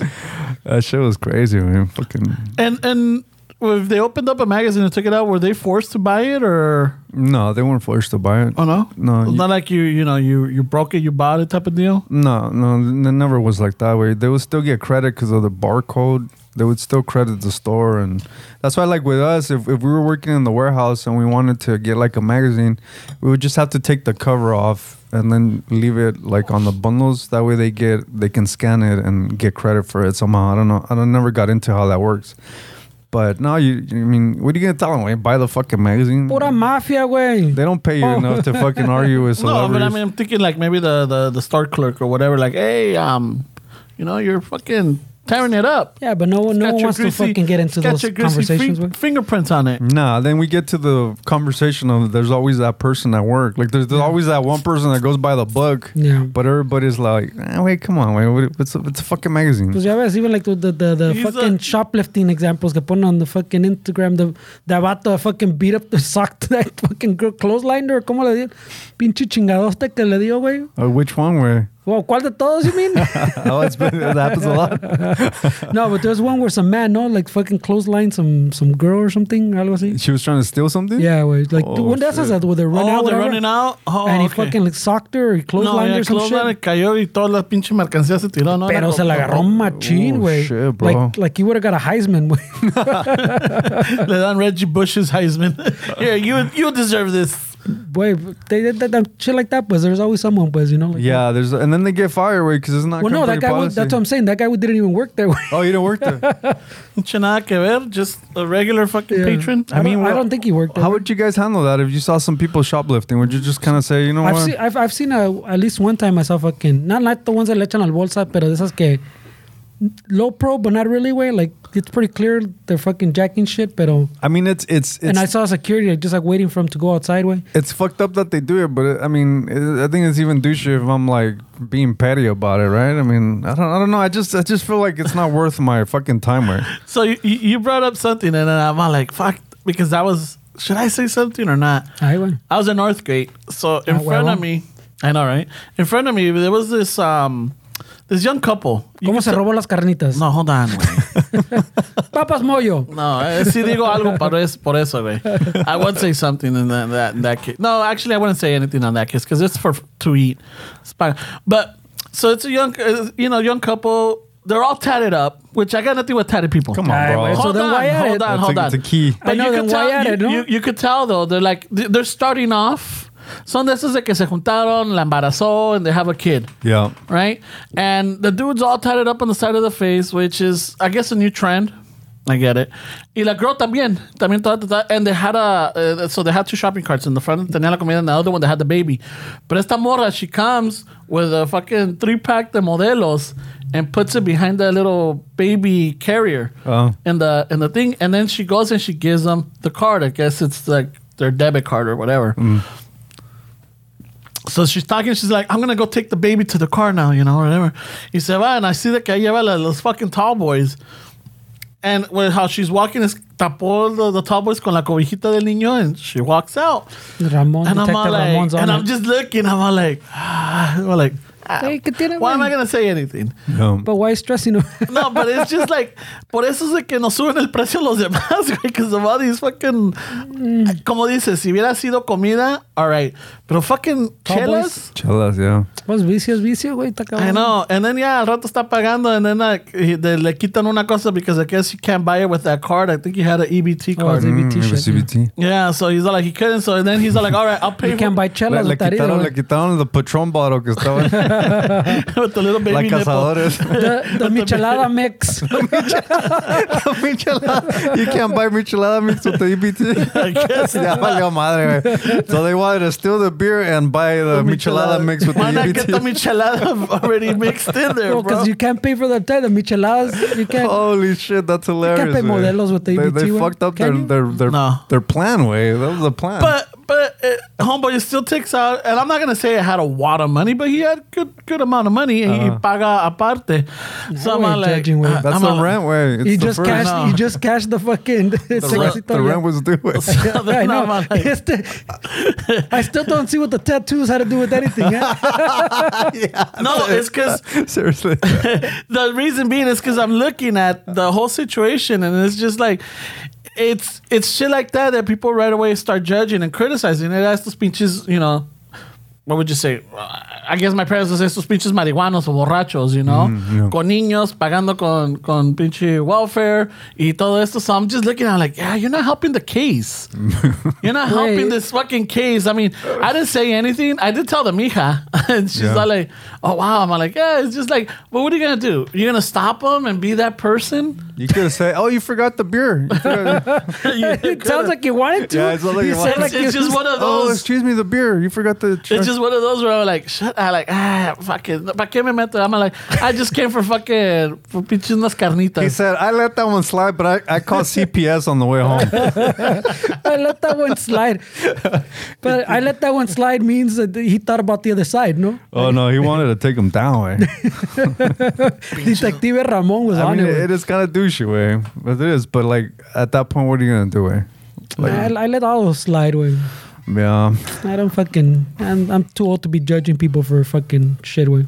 Speaker 5: that shit was crazy, man. Fucking
Speaker 3: And and if they opened up a magazine and took it out, were they forced to buy it or?
Speaker 5: no, they weren't forced to buy it.
Speaker 3: Oh no,
Speaker 5: No,
Speaker 3: It's
Speaker 5: you-
Speaker 3: not like you you know you you broke it, you bought it type of deal.
Speaker 5: No, no, it never was like that. Way they would still get credit because of the barcode. They would still credit the store, and that's why, like with us, if, if we were working in the warehouse and we wanted to get like a magazine, we would just have to take the cover off and then leave it like on the bundles. That way, they get they can scan it and get credit for it somehow. I don't know. I don't, never got into how that works, but no, you. I mean, what are you gonna tell them? Wait, buy the fucking magazine.
Speaker 2: Pura mafia, güey.
Speaker 5: They don't pay you
Speaker 2: Oh.
Speaker 5: enough to fucking argue with
Speaker 3: No,
Speaker 5: celebrities.
Speaker 3: but I mean, I'm thinking like maybe the, the the store clerk or whatever. Like, hey, um, you know, you're fucking tearing it up.
Speaker 2: Yeah, but no one, no
Speaker 3: Got
Speaker 2: one
Speaker 3: your
Speaker 2: wants
Speaker 3: greasy-
Speaker 2: to fucking get into
Speaker 3: got
Speaker 2: those
Speaker 3: your greasy
Speaker 2: conversations,
Speaker 3: fin-
Speaker 2: güey.
Speaker 3: fingerprints on it.
Speaker 5: Nah, then we get to the conversation of there's always that person at work. Like there's, there's always that one person that goes by the book.
Speaker 2: Yeah.
Speaker 5: But everybody's like, eh, wait, come on, wait, what- it's a, it's a fucking magazine.
Speaker 2: Pues ya ves, even like the, the, the, the
Speaker 3: He's
Speaker 2: fucking
Speaker 3: a-
Speaker 2: shoplifting examples que ponen on the fucking Instagram, the, the vato that fucking beat up the sock to that fucking girl clothesline or cómo le dio, pinche chingadoste que le dio, güey.
Speaker 5: Uh, which one? Where?
Speaker 2: Wow, ¿cuál de todos, you mean?
Speaker 5: oh, it's been, that happens a lot.
Speaker 2: no, but there's one where some man, no, like fucking clothesline some some girl or something, algo así.
Speaker 5: She was trying to steal something.
Speaker 2: Yeah, güey. Like,
Speaker 5: Oh,
Speaker 2: dude, when that says
Speaker 5: shit.
Speaker 2: that, where they're
Speaker 3: Oh,
Speaker 2: running out,
Speaker 3: they're
Speaker 2: whatever,
Speaker 3: running out. Oh,
Speaker 2: and he
Speaker 3: okay.
Speaker 2: fucking like socked her, or he clotheslined
Speaker 3: ya
Speaker 2: her or some
Speaker 3: clothesline
Speaker 2: shit.
Speaker 3: cayó y toda la pinche mercancía se tiró, ¿no?
Speaker 2: Pero
Speaker 3: Era
Speaker 2: se la
Speaker 3: como-
Speaker 2: agarró machín,
Speaker 5: Oh,
Speaker 2: güey.
Speaker 5: shit, bro.
Speaker 2: like, like he would have got a Heisman, güey.
Speaker 3: Le dan Reggie Bush's Heisman. Here, you you deserve this.
Speaker 2: Boy, they did that, that shit like that, but there's always someone, but you know. Like,
Speaker 5: Yeah. There's and then they get fired because it's not.
Speaker 2: Well, no, that
Speaker 5: company
Speaker 2: guy. Was,
Speaker 5: policy.
Speaker 2: that's what I'm saying. That guy didn't even work there.
Speaker 5: Oh, you don't work there.
Speaker 3: Pinche nada que ver, just a regular fucking
Speaker 2: Yeah.
Speaker 3: patron.
Speaker 2: I, mean,
Speaker 5: mean,
Speaker 2: I
Speaker 5: well,
Speaker 2: don't think he worked there.
Speaker 5: How would you guys handle that if you saw some people shoplifting? Would you just kind of say, you know
Speaker 2: I've,
Speaker 5: what?
Speaker 2: seen, I've, I've seen a, at least one time I saw fucking not like the ones that le echan al bolsa, pero de esas que low pro, but not really way. Like it's pretty clear they're fucking jacking shit. But
Speaker 5: I mean, it's it's it's
Speaker 2: and I saw security like, just like waiting for him to go outside way.
Speaker 5: it's fucked up that they do it, but it, I mean, it, I think it's even douchey if I'm like being petty about it, right? I mean, I don't, I don't know. I just, I just feel like it's not worth my fucking time. Right?
Speaker 3: So you, you you brought up something, and then I'm all like, fuck, because I was, should I say something or not?
Speaker 2: Ay, güey.
Speaker 3: I was in North grade, so in
Speaker 2: Ah,
Speaker 3: front
Speaker 2: huevo.
Speaker 3: of me, I know, right? In front of me, there was this um, this young couple. You
Speaker 2: ¿Cómo
Speaker 3: could
Speaker 2: se
Speaker 3: tell-
Speaker 2: robó las carnitas?
Speaker 3: No, hold on. güey.
Speaker 2: Papas Moyo.
Speaker 3: No, eh, si digo algo por es- por eso, güey. I would say something in that, that, that case. No, actually, I wouldn't say anything on that case because it's for to eat. It's fine. But so it's a young, uh, you know, young couple. They're all tatted up, which I got nothing with tatted people.
Speaker 5: Come on,
Speaker 2: Ay,
Speaker 5: bro.
Speaker 2: güey, so
Speaker 3: Hold
Speaker 2: then
Speaker 3: on,
Speaker 2: why at
Speaker 3: hold
Speaker 2: it?
Speaker 3: on,
Speaker 5: It's
Speaker 3: hold
Speaker 5: a-
Speaker 3: on.
Speaker 5: it's a key.
Speaker 2: I
Speaker 3: But
Speaker 2: know,
Speaker 3: you
Speaker 2: then
Speaker 3: could
Speaker 2: why
Speaker 3: tell,
Speaker 2: at
Speaker 3: you,
Speaker 2: it, no?
Speaker 3: you- you could tell though, they're like th- they're starting off. Son de esos de que se juntaron, la embarazó, and they have a kid,
Speaker 5: yeah,
Speaker 3: right? And the dude's all tatted up on the side of the face, which is, I guess, a new trend. I get it. Y la girl también, también toda tatuada. And they had a, uh, so they had two shopping carts in the front. Tenía la comida, and the other one they had the baby. But esta morra, she comes with a fucking three pack de modelos and puts it behind that little baby carrier
Speaker 5: Oh.
Speaker 3: in the in the thing, and then she goes and she gives them the card. I guess it's like their debit card or whatever. So she's talking. She's like, "I'm gonna go take the baby to the car now, you know, or whatever." He said, "Well," and I see that que lleva la- los fucking tall boys, and with how she's walking is tapó the, the tall boys con la cobijita del niño, and she walks out.
Speaker 2: Ramon,
Speaker 3: And I'm
Speaker 2: Detective
Speaker 3: all like,
Speaker 2: Ramon's on
Speaker 3: and I'm
Speaker 2: it.
Speaker 3: just looking. I'm all like, ah, I'm all like, ah,
Speaker 2: Hey, ¿qué tiene,
Speaker 3: why am
Speaker 2: güey?
Speaker 3: I gonna say anything?
Speaker 5: um,
Speaker 2: But why stressing?
Speaker 3: No, but it's just like, por eso es de que nos suben el precio los demás, güey, because the money is fucking. Como dices, si hubiera sido comida, all right. Pero fucking
Speaker 2: Tall
Speaker 3: chelas.
Speaker 5: chelas, yeah.
Speaker 2: Pues vicio es vicio, güey. Está cabrón.
Speaker 3: I know. And then, yeah, al rato está pagando, and then like, he- they le quitan una cosa because I guess you can't buy it with that card. I think he had an EBT
Speaker 2: Oh,
Speaker 3: card.
Speaker 2: it's EBT
Speaker 5: Mm,
Speaker 2: shit,
Speaker 5: CBT.
Speaker 3: Yeah, so he's all like, he couldn't. So then he's all like, all right, I'll pay
Speaker 2: You can't buy
Speaker 5: Le,
Speaker 2: chelas
Speaker 5: le
Speaker 2: with that either,
Speaker 5: quitaron, le
Speaker 2: güey.
Speaker 5: quitaron the Patron bottle que estaba en
Speaker 3: with the little baby
Speaker 5: la
Speaker 3: nipple.
Speaker 5: cazadores.
Speaker 2: The, the michelada mix.
Speaker 5: Michelada. You can't buy michelada mixed with the EBT. I guess. E ya valió madre, güey. So they wanted to steal the beer and buy the, michelada, mixed with the E
Speaker 3: Why not get the
Speaker 5: EBT.
Speaker 3: michelada already mixed in there, bro?
Speaker 2: Because you can't pay for the tie, the micheladas. You can't.
Speaker 5: Holy shit, that's hilarious.
Speaker 2: pay
Speaker 5: güey.
Speaker 2: modelos with the
Speaker 5: They,
Speaker 2: EBT,
Speaker 5: they
Speaker 2: güey.
Speaker 5: fucked up
Speaker 2: Can
Speaker 5: their,
Speaker 2: you?
Speaker 5: their, their,
Speaker 3: No.
Speaker 5: their plan, way. That was the plan.
Speaker 3: But but uh, homeboy still takes out, and I'm not gonna say it had a lot of money, but he had good good amount of money, and he paga aparte. So
Speaker 2: Uh-huh.
Speaker 3: I'm
Speaker 2: way
Speaker 3: all like,
Speaker 2: judging, way.
Speaker 3: uh,
Speaker 5: that's
Speaker 3: I'm
Speaker 5: the
Speaker 3: all-
Speaker 5: rent, way. It's
Speaker 2: you
Speaker 5: the
Speaker 2: just
Speaker 5: first.
Speaker 2: cash.
Speaker 3: No.
Speaker 2: You just cash the fucking.
Speaker 5: The rent, the rent was due. güey.
Speaker 3: So then
Speaker 2: I
Speaker 3: I'm
Speaker 2: know.
Speaker 3: all like,
Speaker 2: It's the- I still don't see what the tattoos had to do with anything. eh?
Speaker 3: no, it's because
Speaker 5: Seriously.
Speaker 3: the reason being is because I'm looking at the whole situation, and it's just like. It's it's shit like that that people right away start judging and criticizing. And that's the speeches, you know. What would you say? I guess my parents would say estos pinches marihuanos o borrachos, you know,
Speaker 5: yeah.
Speaker 3: con niños pagando con con pinche welfare y todo esto. So I'm just looking at it like, yeah, you're not helping the case. You're not helping
Speaker 2: Wait.
Speaker 3: this fucking case. I mean, I didn't say anything. I did tell the mija, and she's
Speaker 5: Yeah.
Speaker 3: all like, "Oh wow!" I'm like, "Yeah." It's just like, well, what are you gonna do? You're gonna stop them and be that person?
Speaker 5: You could have said, oh, you forgot the beer. You forgot-
Speaker 2: it sounds like you wanted to.
Speaker 5: Yeah, it sounds like
Speaker 2: He
Speaker 5: you
Speaker 2: said
Speaker 5: wanted
Speaker 2: like
Speaker 3: It's, it's
Speaker 2: you-
Speaker 3: just one of
Speaker 5: oh,
Speaker 3: those.
Speaker 5: excuse me, the beer. You forgot the.
Speaker 3: It's just one of those where I'm like, shut I like, ah, fucking, ¿para qué me meto? I'm like, I just came for fucking, for pinches unas
Speaker 5: He
Speaker 3: carnitas.
Speaker 5: said, I let that one slide, but I, I called CPS on the way home.
Speaker 2: I let that one slide. But I let that one slide means that he thought about the other side, no?
Speaker 5: oh, no, he wanted to take him down, way.
Speaker 2: Detective Ramon was
Speaker 5: I
Speaker 2: on
Speaker 5: mean,
Speaker 2: it.
Speaker 5: it is kind of douchey, way. But it is. But, like, at that point, what are you going to do, way?
Speaker 2: I, I let all those slide away.
Speaker 5: Yeah.
Speaker 2: I don't fucking. I'm, I'm too old to be judging people for fucking shit, way.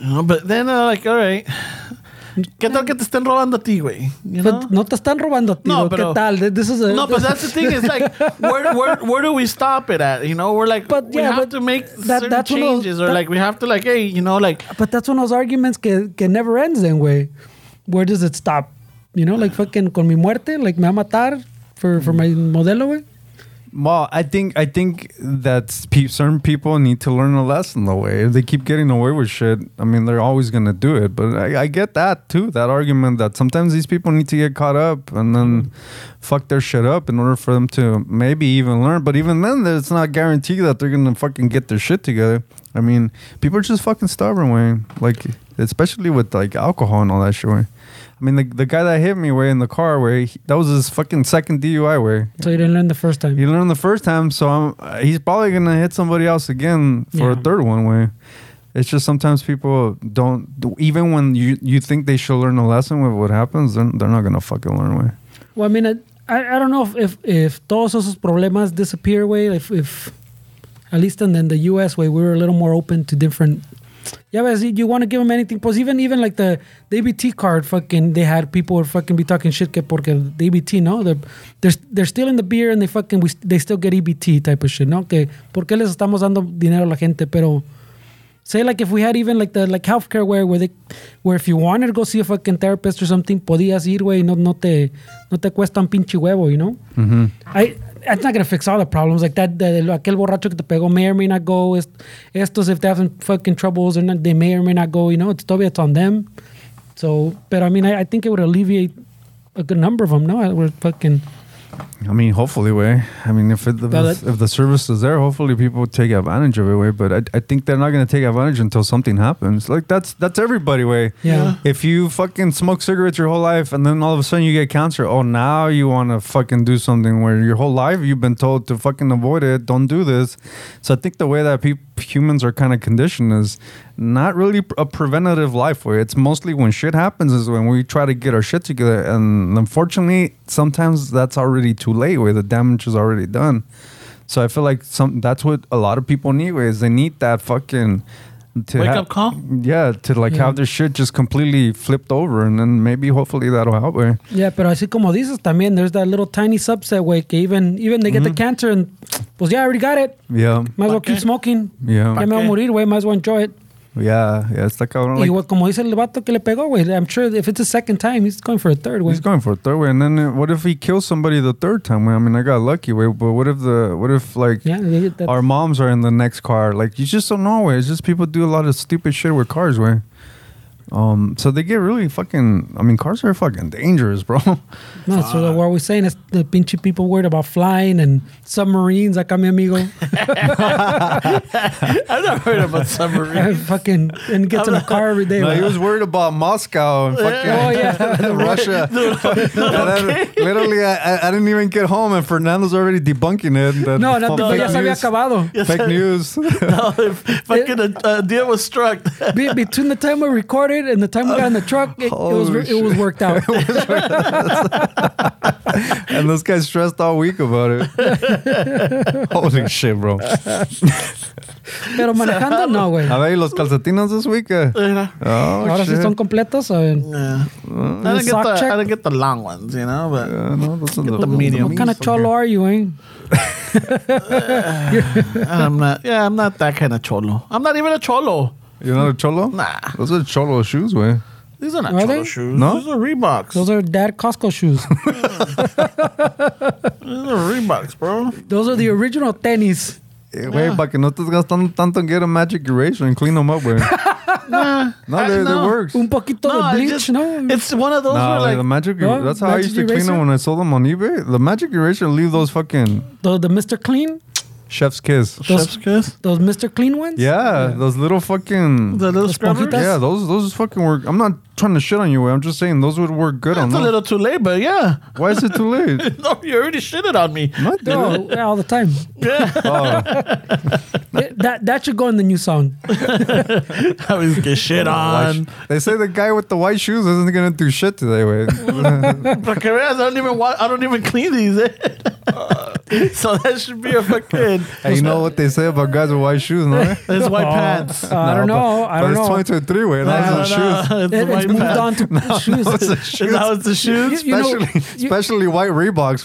Speaker 3: You know, but then I'm like, all right, ¿qué tal que te estén robando a ti, güey? You know?
Speaker 2: But no te están robando, tío.
Speaker 3: No,
Speaker 2: ¿Qué
Speaker 3: pero-
Speaker 2: tal? This is a.
Speaker 3: No, but that's the thing. It's like where, where where do we stop it at? You know, we're like
Speaker 2: But,
Speaker 3: we
Speaker 2: yeah,
Speaker 3: have
Speaker 2: but
Speaker 3: to make
Speaker 2: that-
Speaker 3: certain
Speaker 2: that's one of those-
Speaker 3: changes, or
Speaker 2: that-
Speaker 3: like we have to like, hey, you know, like
Speaker 2: But that's one of those arguments que, que never ends then, way. Where does it
Speaker 3: Mm.
Speaker 2: stop? You know, like fucking con mi muerte, like me va a matar for, for my modelo, way.
Speaker 5: Well, I think I think that pe- certain people need to learn a lesson. The way if they keep getting away with shit, I mean, they're always gonna do it. But I, I get that too. That argument that sometimes these people need to get caught up and then fuck their shit up in order for them to maybe even learn. But even then, it's not guaranteed that they're gonna fucking get their shit together. I mean, people are just fucking stubborn, way. Like especially with like alcohol and all that shit. Way. I mean, the, the guy that hit me way in the car, way he- that was his fucking second DUI, way.
Speaker 2: So you didn't learn the first time.
Speaker 5: He learned the first time, so I'm, uh, he's probably gonna hit somebody else again for a
Speaker 2: Yeah.
Speaker 5: third one. Way, it's just sometimes people don't. do- Even when you you think they should learn a lesson with what happens, then they're not gonna fucking learn. Way.
Speaker 2: Well, I mean, I, I I don't know if, if, if todos esos problemas disappear, way, if, if at least in, in the U.S., way, we were a little more open to different. Yeah, but you want to give them anything. Pues even, even like the, the ABT card, fucking, they had people would fucking be talking shit que porque the ABT, no? They're, they're, they're stealing the beer and they fucking, we, they still get EBT type of shit, no? Que, ¿Por qué les estamos dando dinero a la gente? Pero, Say like if we had even like the like healthcare where where they where if you wanted to go see a fucking therapist or something, podías ir, güey, no no te no te cuesta un pinche huevo, you know? Mm-hmm. I that's not gonna fix all the problems like that. that aquel borracho que te pegó may or may not go. est- Estos if they have some fucking troubles or not, they may or may not go. You know, it's totally it's on them. So, but I mean, I, I think it would alleviate a good number of them. No, we're fucking.
Speaker 5: I mean, hopefully, way. I mean, if it, if,
Speaker 2: Well,
Speaker 5: if the service is there, hopefully people take advantage of it, way. But I, I think they're not gonna take advantage until something happens. Like that's that's everybody, way.
Speaker 2: Yeah.
Speaker 5: If you fucking smoke cigarettes your whole life and then all of a sudden you get cancer, oh now you want to fucking do something where your whole life you've been told to fucking avoid it, don't do this. So I think the way that peop humans are kind of conditioned is not really a preventative life way. It's mostly when shit happens is when we try to get our shit together, and unfortunately sometimes that's already too late where the damage is already done. So I feel like some that's what a lot of people need way, is they need that fucking to
Speaker 3: Wake
Speaker 5: ha-
Speaker 3: up call?
Speaker 5: yeah, to like
Speaker 2: Yeah.
Speaker 5: have their shit just completely flipped over, and then maybe hopefully that'll help. Her.
Speaker 2: Yeah, pero así como dices también, there's that little tiny subset, way que even even they get the cancer and pues yeah, I already got it.
Speaker 5: Yeah,
Speaker 2: Might as well
Speaker 3: ¿Pa'
Speaker 2: keep
Speaker 3: qué?
Speaker 2: smoking.
Speaker 5: Yeah.
Speaker 2: Ya me voy a
Speaker 3: qué?
Speaker 2: morir, güey. Might as well enjoy it.
Speaker 5: yeah, yeah. It's like, I don't
Speaker 2: y
Speaker 5: like
Speaker 2: güey, como dice el vato que le pegó, güey. I'm sure if it's the second time, he's going for a third, güey.
Speaker 5: he's going for a third way, and then uh, what if he kills somebody the third time? Way? I mean, I got lucky, way, but what if the what if like
Speaker 2: Yeah, they get that-
Speaker 5: our moms are in the next car? Like you just don't know. Way. It's just people do a lot of stupid shit with cars, way. Um, so they get really fucking. I mean, cars are fucking dangerous, bro.
Speaker 2: No, so what we're saying is the pinchy people worried about flying and submarines, acá mi amigo.
Speaker 3: I'm not worried about submarines.
Speaker 2: I fucking and gets in a car every day.
Speaker 5: No,
Speaker 2: güey.
Speaker 5: he was worried about Moscow and fucking
Speaker 2: Oh, yeah.
Speaker 5: Russia. And then literally, I, I- I didn't even get home, and Fernando's already debunking it. that
Speaker 2: no, no,
Speaker 5: fu-
Speaker 2: no,
Speaker 5: fake
Speaker 2: ya se había
Speaker 5: news-
Speaker 2: acabado.
Speaker 5: Fake news.
Speaker 3: no, if fucking a, a deer was struck.
Speaker 2: Be- between the time we recorded and the time we got in the truck, it, it was
Speaker 5: Holy
Speaker 2: it was
Speaker 5: shit.
Speaker 2: worked out.
Speaker 5: and this guy's stressed all week about it. Holy shit, bro.
Speaker 2: Pero manejando no, güey.
Speaker 5: A ver, ¿y los calcetines this week? eh?
Speaker 3: Yeah.
Speaker 5: Oh,
Speaker 2: Ahora sí
Speaker 5: shit.
Speaker 2: son completos. eh. a ver.
Speaker 3: I didn't get
Speaker 2: sock
Speaker 3: the
Speaker 2: check?
Speaker 3: I didn't get the long ones, you know, but
Speaker 5: Uh, no, those are the,
Speaker 3: the medium.
Speaker 2: What kind of cholo are you, eh?
Speaker 3: I'm not. Yeah, I'm not that kind of cholo. I'm not even a cholo.
Speaker 5: You're not a cholo?
Speaker 3: Nah.
Speaker 5: Those are cholo shoes, way.
Speaker 3: These are not
Speaker 2: Are
Speaker 3: cholo
Speaker 2: they?
Speaker 3: shoes.
Speaker 5: No?
Speaker 3: These are Reeboks.
Speaker 2: Those are dad Costco shoes.
Speaker 3: These are Reeboks, bro.
Speaker 2: Those are the original tennis.
Speaker 5: Eh, Güey, para que no estés gastando tanto, get a magic eraser and clean them up, güey. no,
Speaker 3: I
Speaker 5: they, they
Speaker 3: know.
Speaker 5: works.
Speaker 2: Un poquito de
Speaker 3: I
Speaker 2: bleach,
Speaker 3: just-
Speaker 2: no?
Speaker 3: It's one of those
Speaker 5: No,
Speaker 3: where
Speaker 5: the
Speaker 3: like
Speaker 5: magic.
Speaker 2: No,
Speaker 5: that's how I
Speaker 2: magic
Speaker 5: used to clean
Speaker 2: eraser?
Speaker 5: them when I sold them on eBay. The magic eraser leave those fucking
Speaker 2: the, the Mr. Clean?
Speaker 5: chef's kiss.
Speaker 2: those-
Speaker 3: chef's kiss.
Speaker 2: Those Mr. Clean ones?
Speaker 5: Yeah, those little fucking.
Speaker 3: The little
Speaker 2: Those
Speaker 3: scrubbers.
Speaker 2: poquitas?
Speaker 5: yeah, those those fucking work. I'm not trying to shit on you. I'm just saying those would work good on
Speaker 3: That's a
Speaker 5: them.
Speaker 3: little too late, but yeah.
Speaker 5: Why is it too late?
Speaker 3: No, you already shitted on me.
Speaker 5: Not that.
Speaker 2: No, yeah, all the time.
Speaker 5: Oh,
Speaker 2: It- that that should go in the new song. Uh,
Speaker 3: I was get shit on.
Speaker 5: they say the guy with the white shoes isn't gonna do shit today. Wait,
Speaker 3: Porque veas, I don't even wa- I don't even clean these. eh. so that should be a fucking.
Speaker 5: hey, you know what they say about guys with white shoes? No,
Speaker 3: It's white pants.
Speaker 2: Uh, I don't know. I don't
Speaker 5: but it's
Speaker 2: know.
Speaker 5: 2023. Wait,
Speaker 3: No,
Speaker 5: that's
Speaker 3: no,
Speaker 5: the
Speaker 3: no,
Speaker 5: shoes.
Speaker 3: It's
Speaker 2: It,
Speaker 3: white
Speaker 2: it's moved
Speaker 3: pants.
Speaker 2: on to shoes.
Speaker 5: Those are
Speaker 3: And
Speaker 5: shoes.
Speaker 3: now it's the shoes.
Speaker 2: You know-
Speaker 5: especially,
Speaker 2: you-
Speaker 5: especially white Reeboks,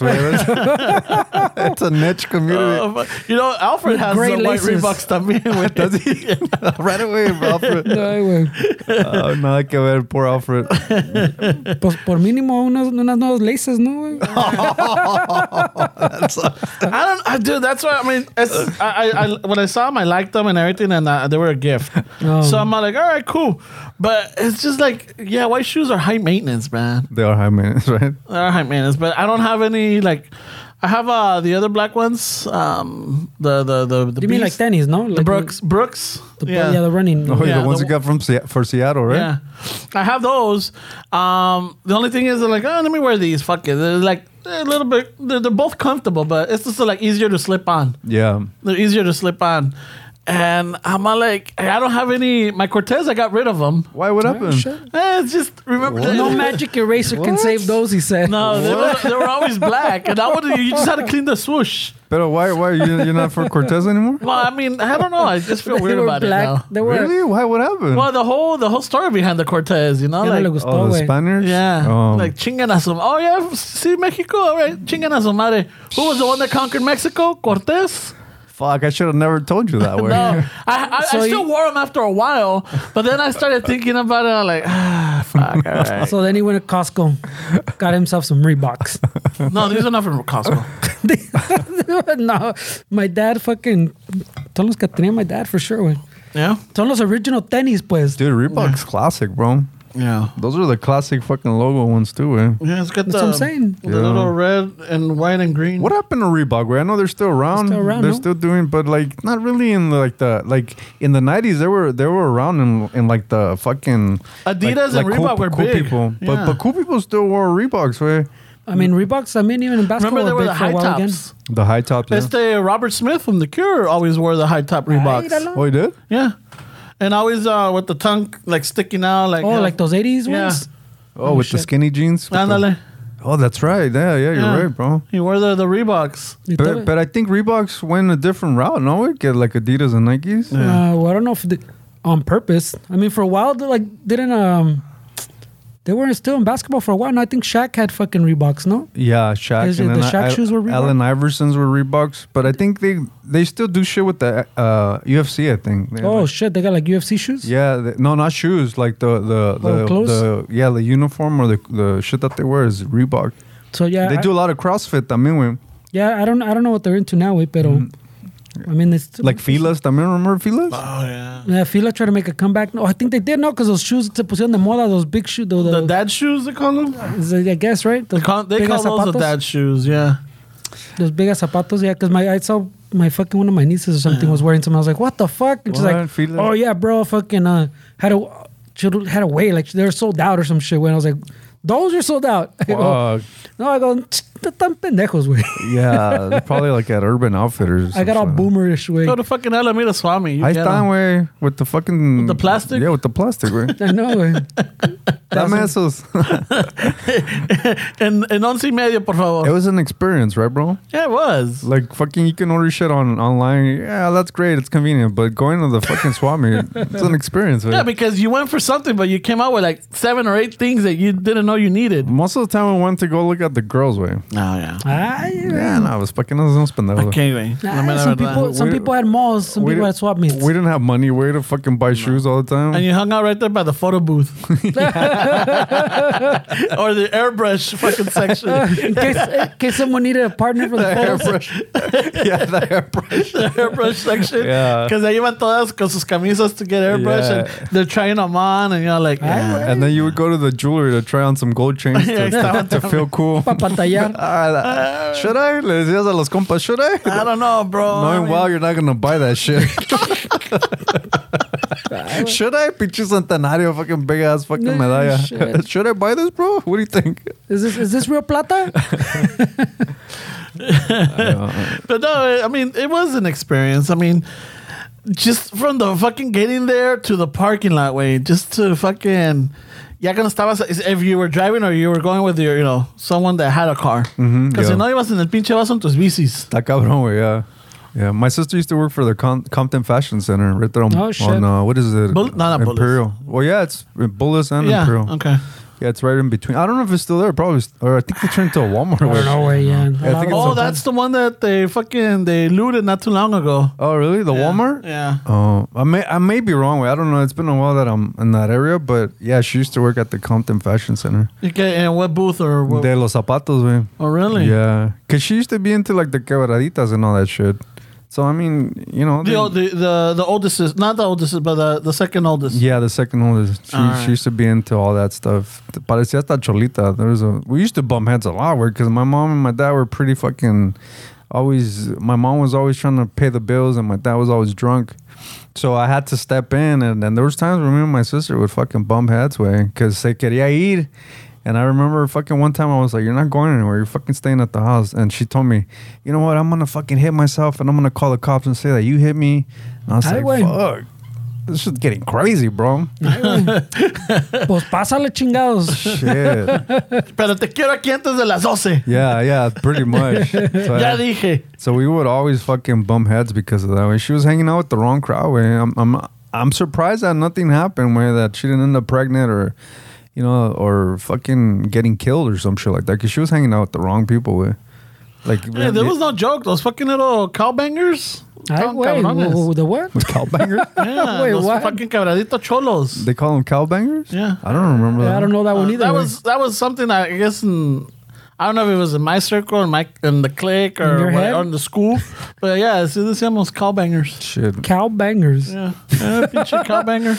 Speaker 5: man. it's a niche community.
Speaker 3: Oh, fuck. you know, Alfred has
Speaker 2: Gray
Speaker 3: some white
Speaker 2: laces.
Speaker 3: Reeboks también. güey.
Speaker 5: Does he? right away, Alfred.
Speaker 2: No, ay, güey.
Speaker 5: Oh, nada que ver, poor Alfred.
Speaker 2: Pues por mínimo unas, unas nuevas laces, ¿no? güey?
Speaker 5: That's a
Speaker 3: I don't, I, dude. That's why I mean, it's, I, I, I, when I saw them, I liked them and everything, and uh, they were a gift.
Speaker 2: Oh.
Speaker 3: So I'm like, all right, cool. But it's just like, yeah, white shoes are high maintenance, man.
Speaker 5: They are high maintenance, right?
Speaker 3: They are high maintenance. But I don't have any like, I have uh the other black ones, um, the the the the
Speaker 2: You mean like
Speaker 3: Beast,
Speaker 2: tennis, no? Like
Speaker 3: the Brooks Brooks,
Speaker 2: The, yeah. the running.
Speaker 5: Oh,
Speaker 3: Yeah,
Speaker 5: the ones
Speaker 3: the-
Speaker 5: you got from Se- for Seattle, right?
Speaker 3: Yeah, I have those. Um, the only thing is, they're like, oh, let me wear these. Fuck it. They're like a little bit. They're, they're both comfortable, but it's just like easier to slip on.
Speaker 5: Yeah.
Speaker 3: They're easier to slip on. And I'm all like, I don't have any. My Cortez, I got rid of them.
Speaker 5: Why? What happened?
Speaker 3: Eh, it's just remember. that-
Speaker 2: No magic eraser can save those, he said.
Speaker 3: No, they were, they were always black, and I would you just had to clean the swoosh.
Speaker 5: But why? Why you, you're not for Cortez anymore?
Speaker 3: Well, I mean, I don't know. I just feel
Speaker 2: They
Speaker 3: weird
Speaker 2: were
Speaker 3: about it
Speaker 2: black.
Speaker 3: now.
Speaker 2: They were.
Speaker 5: Really? Why? What happened?
Speaker 3: Well, the whole the whole story behind the Cortez, you know,
Speaker 2: Ya no le
Speaker 3: like
Speaker 2: gustó,
Speaker 5: Oh, the
Speaker 2: güey.
Speaker 5: Spaniards.
Speaker 3: Yeah.
Speaker 5: Oh.
Speaker 3: like chingan a su Oh yeah, see Mexico, all right. Chingan a su madre. Who was the one that conquered Mexico? Cortes?
Speaker 5: fuck! I should have never told you that way.
Speaker 3: No. I, I,
Speaker 2: So
Speaker 3: I still
Speaker 2: you-
Speaker 3: wore them after a while, but then I started thinking about it. I'm like, ah, fuck, all right.
Speaker 2: So then he went to Costco, got himself some Reeboks.
Speaker 3: No, these are not from Costco.
Speaker 2: no, my dad fucking. Son los que tenía my dad for sure, güey.
Speaker 3: Yeah?
Speaker 2: Son los original tenis, pues.
Speaker 5: Dude, Reebok's classic, bro.
Speaker 3: Yeah.
Speaker 5: Those are the classic fucking logo ones too, eh?
Speaker 3: Yeah, it's got
Speaker 2: That's
Speaker 3: the,
Speaker 2: what I'm saying.
Speaker 3: the little red and white and green.
Speaker 5: What happened to Reebok? Wait, I know they're still around.
Speaker 2: still around,
Speaker 5: they're
Speaker 2: no?
Speaker 5: still doing, but like not really in the, like the like in the nineties. They were they were around in, in like the fucking
Speaker 3: Adidas
Speaker 5: like,
Speaker 3: and
Speaker 5: cool-
Speaker 3: Reebok were
Speaker 5: cool
Speaker 3: big.
Speaker 5: people,
Speaker 3: Yeah.
Speaker 5: but but cool people still wore Reeboks. Where
Speaker 2: I mean, Reeboks, I mean, even in basketball,
Speaker 3: Remember they were
Speaker 2: big
Speaker 3: the
Speaker 2: for a
Speaker 3: high
Speaker 2: while again.
Speaker 3: tops.
Speaker 5: the high top. Yeah.
Speaker 3: It's the Robert Smith from The Cure always wore the high top Reeboks.
Speaker 2: Ay, míralo.
Speaker 5: Oh, you did?
Speaker 3: Yeah. And always uh, with the tongue like sticking out, like
Speaker 2: Oh,
Speaker 3: uh,
Speaker 2: like those 80s
Speaker 3: Yeah.
Speaker 2: ones?
Speaker 5: Oh, with the
Speaker 2: shit.
Speaker 5: skinny jeans. with the-
Speaker 3: Ándale.
Speaker 5: oh, that's right. Yeah, yeah, you're
Speaker 3: Yeah.
Speaker 5: right, bro.
Speaker 3: He wore the, the Reeboks.
Speaker 2: Y todo-
Speaker 5: But, but I think Reeboks went a different route. No, we get like Adidas and Nikes.
Speaker 2: Uh, well, I don't know if they, on purpose. I mean, for a while, they like didn't um, they weren't still in basketball for a while. And I think Shaq had fucking Reeboks, no?
Speaker 5: Yeah, Shaq.
Speaker 2: Is it the
Speaker 5: I-
Speaker 2: Shaq
Speaker 5: I-
Speaker 2: shoes were Reebok?
Speaker 5: Allen Iversons were Reeboks, but I think they they still do shit with the uh, UFC. I think. They have,
Speaker 2: Oh
Speaker 5: like-
Speaker 2: shit, they got like UFC shoes.
Speaker 5: yeah, the, no, not shoes. Like the the
Speaker 2: Oh,
Speaker 5: the,
Speaker 2: clothes?
Speaker 5: the yeah the uniform or the the shit that they wear is Reebok.
Speaker 2: So yeah,
Speaker 5: They
Speaker 2: I,
Speaker 5: do a lot of CrossFit. I mean, we,
Speaker 2: Yeah, I don't, I don't know what they're into now, wait, pero I mean, it's still-
Speaker 5: Mm. like Filas. I mean, remember Filas?
Speaker 3: Oh yeah.
Speaker 2: Yeah, Fila tried to make a comeback. No, I think they did no, because those shoes se pusieron de moda. Those big shoes, those,
Speaker 3: The dad shoes they call them.
Speaker 2: I guess right.
Speaker 3: They call, they
Speaker 2: big
Speaker 3: call
Speaker 2: ass
Speaker 3: those the
Speaker 2: zapatos?
Speaker 3: dad shoes. Yeah.
Speaker 2: Those big ass zapatos, yeah. Because my I saw my fucking one of my nieces or something was wearing some. I was like, what the fuck? And she's
Speaker 5: What?
Speaker 2: like,
Speaker 5: Fila?
Speaker 2: oh yeah, bro, fucking uh, had a she had a way like they were sold out or some shit. When I was like, those are sold out. I go,
Speaker 5: Fuck.
Speaker 2: no, I go, "Tch, están pendejos, güey.
Speaker 5: yeah, they're probably like at Urban Outfitters. or
Speaker 2: I got all
Speaker 5: something.
Speaker 2: boomerish,
Speaker 3: Go
Speaker 2: way.
Speaker 3: to fucking Alameda Swami. You
Speaker 5: Ahí
Speaker 3: get
Speaker 5: están,
Speaker 3: 'em.
Speaker 5: güey, with the fucking
Speaker 3: With the plastic?
Speaker 5: Yeah, with the plastic, güey.
Speaker 2: I know, güey.
Speaker 5: Dame esos.
Speaker 3: and and once y medio, por favor.
Speaker 5: It was an experience, right, bro?
Speaker 3: yeah, it was.
Speaker 5: Like fucking, you can order shit on online. Yeah, that's great. It's convenient. But going to the fucking swami, it's an experience.
Speaker 3: Yeah,
Speaker 5: Man.
Speaker 3: because you went for something, but you came out with like seven or eight things that you didn't know you needed.
Speaker 5: Most of the time, we went to go look at the girls' way.
Speaker 3: Oh yeah.
Speaker 2: Ay,
Speaker 5: Yeah, no, I was fucking unos pendejos.
Speaker 3: Okay, güey.
Speaker 2: Ah,
Speaker 3: La mera
Speaker 2: some
Speaker 3: verdad.
Speaker 2: people, some
Speaker 5: We-
Speaker 2: people had malls, some
Speaker 5: we
Speaker 2: people
Speaker 5: did-
Speaker 2: had swap meets.
Speaker 5: We didn't have money. We had to fucking buy shoes all the time.
Speaker 3: And you hung out right there by the photo booth, or the airbrush fucking section.
Speaker 2: in, case, in case someone needed a partner for the photos.
Speaker 5: yeah, the airbrush.
Speaker 3: the airbrush section.
Speaker 5: Yeah.
Speaker 3: Because they iban todas con sus camisas to get airbrush
Speaker 5: Yeah.
Speaker 3: and they're trying them on and you're like, yeah.
Speaker 5: And then you would go to the jewelry to try on some gold chains to, to, to feel cool.
Speaker 2: Pa' pantallar.
Speaker 5: Ah, should I? Le decías a los compas, should I?
Speaker 3: I don't know, bro. I
Speaker 5: Knowing
Speaker 3: mean,
Speaker 5: well you're not gonna buy that shit. Should I? Pinche centenario, fucking big ass fucking
Speaker 2: No,
Speaker 5: medalla.
Speaker 2: shit.
Speaker 5: Should I buy this, bro? What do you think?
Speaker 2: Is this is this real plata?
Speaker 3: But no, I mean, it was an experience. I mean, just from the fucking getting there to the parking lot way, just to fucking. Ya que no estabas, is- if you were driving or you were going with your, you know, someone that had a car. Because
Speaker 5: Mm-hmm, yeah.
Speaker 3: si no ibas en el pinche vas en tus bicis.
Speaker 5: Está cabrón, güey, yeah. Yeah, my sister used to work for the Com- Compton Fashion Center right there on,
Speaker 2: Oh, shit.
Speaker 5: on, uh, what is it?
Speaker 3: Bull- no, not Bullis.
Speaker 5: Imperial. Well, yeah, it's Bullis and
Speaker 3: Yeah.
Speaker 5: Imperial.
Speaker 3: Okay.
Speaker 5: Yeah, it's right in between. I don't know if it's still there. Probably, st- or I think they turned to a Walmart.
Speaker 2: I don't know where yeah. A
Speaker 5: I
Speaker 2: lot
Speaker 5: think
Speaker 2: of-
Speaker 5: it's
Speaker 3: Oh,
Speaker 5: something.
Speaker 3: that's the one that they fucking they looted not too long ago.
Speaker 5: Oh, really? The Walmart?
Speaker 3: Yeah.
Speaker 5: Oh, I may I may be wrong. I don't know. It's been a while that I'm in that area, but yeah, she used to work at the Compton Fashion Center.
Speaker 3: Okay, and what booth or what?
Speaker 5: De los zapatos, man.
Speaker 3: oh, really?
Speaker 5: Yeah, cause she used to be into like the quebraditas and all that shit. So I mean, you know,
Speaker 3: The,
Speaker 5: they-
Speaker 3: old- the the the oldest is not the oldest, is- but the, the second oldest.
Speaker 5: yeah, the second oldest. She,
Speaker 3: Alright.
Speaker 5: she used to be into all that stuff. Parecía hasta cholita. There was a we used to bump heads a lot, where because my mom and my dad were pretty fucking always. My mom was always trying to pay the bills, and my dad was always drunk. So I had to step in, and, and there was times where me and my sister would fucking bump heads, way, because se quería ir. And I remember fucking one time I was like, "You're not going anywhere. You're fucking staying at the house." And she told me, "You know what? I'm gonna fucking hit myself, and I'm gonna call the cops and say that you hit me." And I was
Speaker 2: Ay,
Speaker 5: like,
Speaker 2: güey.
Speaker 5: "Fuck, this is getting crazy, bro."
Speaker 2: Pues pásale chingados.
Speaker 5: Shit.
Speaker 3: Pero te quiero aquí antes de las 12.
Speaker 5: Yeah, yeah, pretty much. So,
Speaker 3: Ya dije.
Speaker 5: so we would always fucking bump heads because of that. Way she was hanging out with the wrong crowd. Way I'm, I'm, I'm surprised that nothing happened. Way that she didn't end up pregnant or, you know, or fucking getting killed or some shit like that. Because she was hanging out with the wrong people. Way, like
Speaker 3: Hey, there was no joke. Those fucking little cowbangers.
Speaker 2: Ay,
Speaker 3: Cab-
Speaker 2: güey.
Speaker 3: cabrones.
Speaker 2: wo- wo- ¿De what?
Speaker 5: cowbangers.
Speaker 3: Yeah,
Speaker 2: Wait,
Speaker 3: those
Speaker 2: what?
Speaker 3: fucking cabradito cholos.
Speaker 5: they call them cowbangers.
Speaker 3: Yeah.
Speaker 5: I don't remember.
Speaker 2: Yeah,
Speaker 5: that.
Speaker 2: I don't know that one
Speaker 3: Uh,
Speaker 2: either.
Speaker 3: that
Speaker 2: güey.
Speaker 3: was that was something I guess in, I don't know if it was in my circle in my in the clique
Speaker 2: In
Speaker 3: or
Speaker 2: your
Speaker 3: what,
Speaker 2: head?
Speaker 3: on the school, but yeah, así decíamos cowbangers.
Speaker 5: Shit,
Speaker 2: cow bangers.
Speaker 3: Yeah, yeah pinche cowbanger.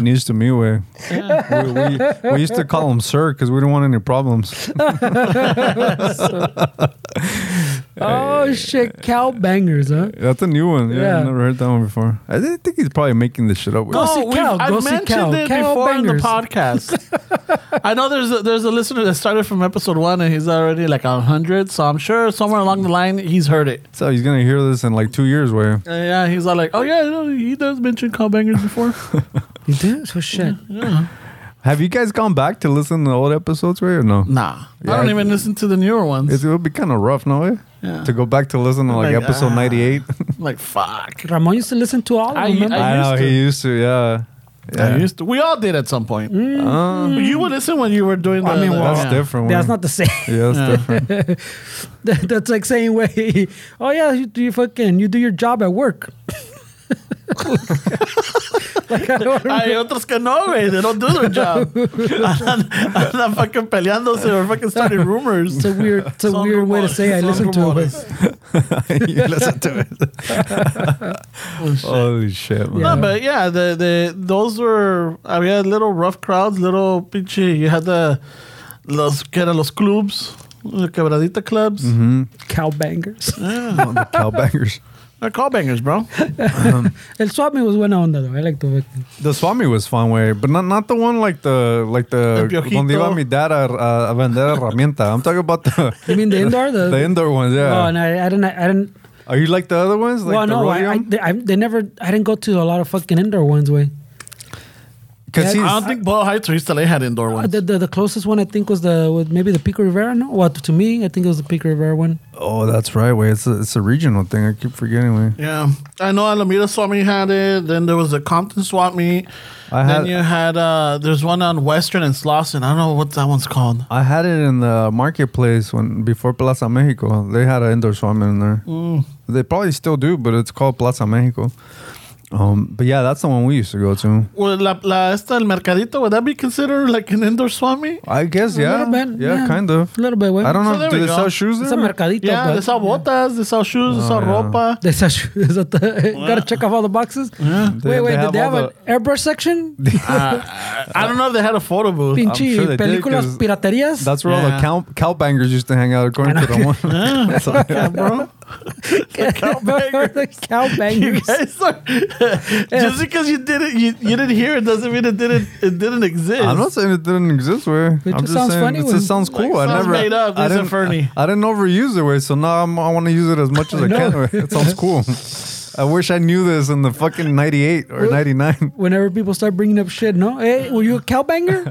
Speaker 5: news to me. Way we, we, we used to call them sir because we didn't want any problems.
Speaker 2: Oh shit, cow bangers, huh?
Speaker 5: That's a new one. Yeah,
Speaker 2: Yeah.
Speaker 5: I've never heard that one before. I didn't think he's probably making this shit up. With.
Speaker 2: Go- see
Speaker 3: we've-
Speaker 2: cow, go
Speaker 3: I've
Speaker 2: see
Speaker 3: mentioned
Speaker 2: cow,
Speaker 3: it
Speaker 2: cow
Speaker 3: before in
Speaker 2: bangers.
Speaker 3: the podcast. I know there's a, there's a listener that started from episode one and he's already like a hundred, so I'm sure somewhere along the line he's heard it.
Speaker 5: So he's gonna hear this in like two years, way.
Speaker 3: Uh, yeah, he's all like, oh yeah, you know, he does mention cowbangers before.
Speaker 2: You do? So shit.
Speaker 5: Have you guys gone back to listen to old episodes, way or no?
Speaker 3: nah,
Speaker 5: Yeah,
Speaker 3: I don't
Speaker 5: I-
Speaker 3: even listen to the newer ones.
Speaker 5: It's, it would be kind of rough, no way,
Speaker 3: Yeah.
Speaker 5: to go back to listen to like,
Speaker 3: Like,
Speaker 5: episode
Speaker 3: ah.
Speaker 5: ninety eight.
Speaker 3: like fuck.
Speaker 2: Ramon used to listen to all
Speaker 3: I-
Speaker 2: of them.
Speaker 3: I-
Speaker 2: remember?
Speaker 5: I know
Speaker 3: used to.
Speaker 5: he used to, yeah.
Speaker 3: I
Speaker 5: Yeah.
Speaker 3: used to. We all did at some point.
Speaker 5: Uh,
Speaker 3: You would listen when you were doing. The,
Speaker 2: Mm. I mean,
Speaker 3: the-
Speaker 5: that's
Speaker 3: yeah.
Speaker 5: different.
Speaker 2: That's
Speaker 5: way.
Speaker 2: not the same.
Speaker 5: Yeah, that's different.
Speaker 2: That- That's like saying, "Wait, oh yeah, you do you fucking you do your job at work." like, I don't
Speaker 3: Hay otros que no, güey. They don't do their job. andan, andan fucking peleándose or fucking starting rumors.
Speaker 2: It's a weird, it's a
Speaker 3: Son
Speaker 2: weird way to
Speaker 3: rumores,
Speaker 2: say I
Speaker 3: son
Speaker 2: listen to it.
Speaker 3: rumores.
Speaker 2: but-
Speaker 5: you listen to it. Holy shit, man.
Speaker 3: No, but yeah, the, the those were había little rough crowds, little pinche. You had the los que eran los clubs, the quebradita clubs.
Speaker 2: Mm-hmm. Cow bangers.
Speaker 5: Oh, the cowbangers.
Speaker 3: They're call bangers, bro.
Speaker 2: El swap meet was buena onda though. I like the fucking.
Speaker 5: The Swami was fun way, but not not the one like the like the
Speaker 3: El Piojito.
Speaker 5: donde iba mi dad a, a, a vender herramienta. I'm talking about the
Speaker 2: You mean the indoor? The,
Speaker 5: the indoor ones. Yeah.
Speaker 2: Oh, and I, I didn't. I didn't.
Speaker 5: Are you like the other ones? Like
Speaker 2: well,
Speaker 5: the
Speaker 2: no, I, I,
Speaker 5: Rhodium?
Speaker 2: they, I, they never. I didn't go to a lot of fucking indoor ones. Way.
Speaker 5: 'Cause
Speaker 2: Yeah,
Speaker 3: I
Speaker 5: he's-
Speaker 3: don't think Boyle Heights or East LA had indoor
Speaker 2: Uh,
Speaker 3: ones.
Speaker 2: The, the, the closest one I think was the was maybe the Pico Rivera. No, well, to me, I think it was the Pico Rivera one.
Speaker 5: Oh, that's right. Wait, it's a, it's a regional thing. I keep forgetting. Wait.
Speaker 3: Yeah, I know Alameda Swami had it. Then there was the Compton Swap Meet.
Speaker 5: I
Speaker 3: then
Speaker 5: had-
Speaker 3: you had uh, there's one on Western and Slauson. I don't know what that one's called.
Speaker 5: I had it in the marketplace when before Plaza Mexico. They had an indoor swim in there. They probably still do, but it's called Plaza Mexico. Um, but yeah, that's the one we used to go to.
Speaker 3: Well, la, la esta el mercadito would that be considered like an indoor swap meet?
Speaker 5: I guess
Speaker 2: a
Speaker 5: yeah,
Speaker 2: little bit.
Speaker 5: yeah, kind of.
Speaker 2: A little bit. Way.
Speaker 5: I don't
Speaker 3: So
Speaker 5: know.
Speaker 3: there
Speaker 5: do
Speaker 3: we
Speaker 5: they
Speaker 3: go.
Speaker 5: sell shoes
Speaker 2: It's a
Speaker 5: there?
Speaker 2: mercadito.
Speaker 3: Yeah,
Speaker 2: but-
Speaker 3: they sell botas, they sell shoes, they sell
Speaker 5: yeah.
Speaker 3: ropa.
Speaker 2: They sell shoes. at the- Gotta check off all the boxes.
Speaker 5: They-
Speaker 2: Wait, wait.
Speaker 5: they
Speaker 2: did they have
Speaker 5: have all
Speaker 2: an airbrush section?
Speaker 3: I- Uh, I don't know if they had a photo booth.
Speaker 2: Pinchy
Speaker 5: sure they did,
Speaker 2: películas
Speaker 5: 'cause
Speaker 2: piraterías.
Speaker 5: That's where all the
Speaker 3: Yeah.
Speaker 5: cow, cow bangers used to hang out, according to the one.
Speaker 3: Yeah, bro.
Speaker 2: the cow
Speaker 3: You
Speaker 2: bangers.
Speaker 3: guys are- just because you didn't you, you didn't hear it doesn't mean it didn't it didn't exist.
Speaker 5: I'm not saying it didn't exist. Way
Speaker 2: It
Speaker 5: I'm
Speaker 2: just sounds
Speaker 5: saying
Speaker 2: funny
Speaker 5: It
Speaker 2: when-
Speaker 5: just sounds cool.
Speaker 3: Like,
Speaker 5: I
Speaker 3: sounds
Speaker 5: never
Speaker 3: made up.
Speaker 5: I
Speaker 3: These are
Speaker 5: didn't,
Speaker 3: funny.
Speaker 5: I, I didn't overuse it. Way so now I'm, I want to use it as much as I,
Speaker 2: know.
Speaker 5: can. Way. It sounds cool. I wish I knew this in the fucking 98 or 99.
Speaker 2: Whenever people start bringing up shit, no? Hey, were you a cowbanger?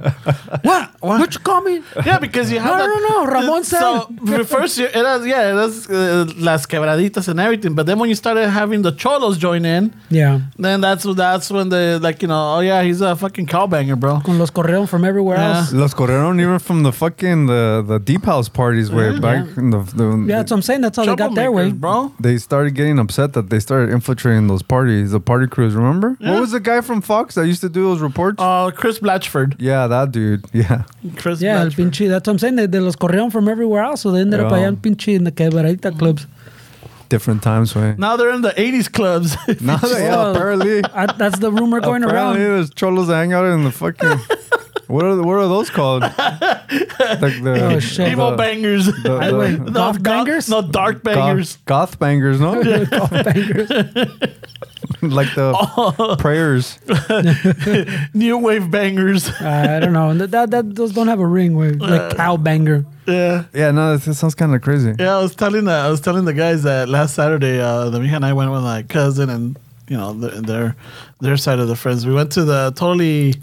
Speaker 2: what? What you call me?
Speaker 3: Yeah, because you
Speaker 2: No,
Speaker 3: have that-
Speaker 2: no, no, Ramon
Speaker 3: So
Speaker 2: said.
Speaker 3: first, you, it was, yeah, it was uh, las quebraditas and everything. But then when you started having the cholos join in,
Speaker 2: Yeah.
Speaker 3: then that's that's when the like you know, oh yeah, he's a fucking cowbanger, bro.
Speaker 2: Con los correos from everywhere
Speaker 3: Yeah.
Speaker 2: else.
Speaker 5: Los corrieron even from the fucking the, the deep house parties where back in the, the
Speaker 2: Yeah, that's what I'm saying. That's how they got their way.
Speaker 3: Troublemakers, bro.
Speaker 5: they started getting upset that they started infiltrating those parties, the party crews. Remember? What was the guy from Fox that used to do those reports?
Speaker 3: Uh, Chris Blatchford.
Speaker 5: yeah, that dude. Yeah,
Speaker 3: Chris
Speaker 2: Yeah, el
Speaker 3: Blatchford.
Speaker 2: pinche. That's what I'm saying. They, they los corrieron from everywhere else. So they ended up
Speaker 5: Yeah.
Speaker 2: allá en pinche en the quebradita clubs.
Speaker 5: different times way.
Speaker 3: Now they're in the '80s clubs.
Speaker 5: Now they
Speaker 2: Well,
Speaker 5: apparently
Speaker 2: I, Ah, that's the rumor going around.
Speaker 5: apparently there's cholos that hang out in the fucking. what are the, what are those called? like the
Speaker 2: Oh, shit.
Speaker 5: the-
Speaker 3: Emo bangers.
Speaker 5: the-
Speaker 2: Ay, güey,
Speaker 5: the
Speaker 2: goth bangers?
Speaker 3: No, dark bangers.
Speaker 5: goth, goth bangers, no?
Speaker 2: Goth bangers.
Speaker 5: like the
Speaker 2: Oh.
Speaker 5: prayers.
Speaker 3: New wave bangers.
Speaker 2: I don't know. That, that, that those don't have a ring. Where,
Speaker 3: Uh.
Speaker 2: like cow banger.
Speaker 3: yeah.
Speaker 5: Yeah, no, that, that sounds kind of crazy.
Speaker 3: Yeah, I was telling the, I was telling the guys that last Saturday, uh, the Mija and I went with my cousin and you know the, their their side of the friends. We went to the totally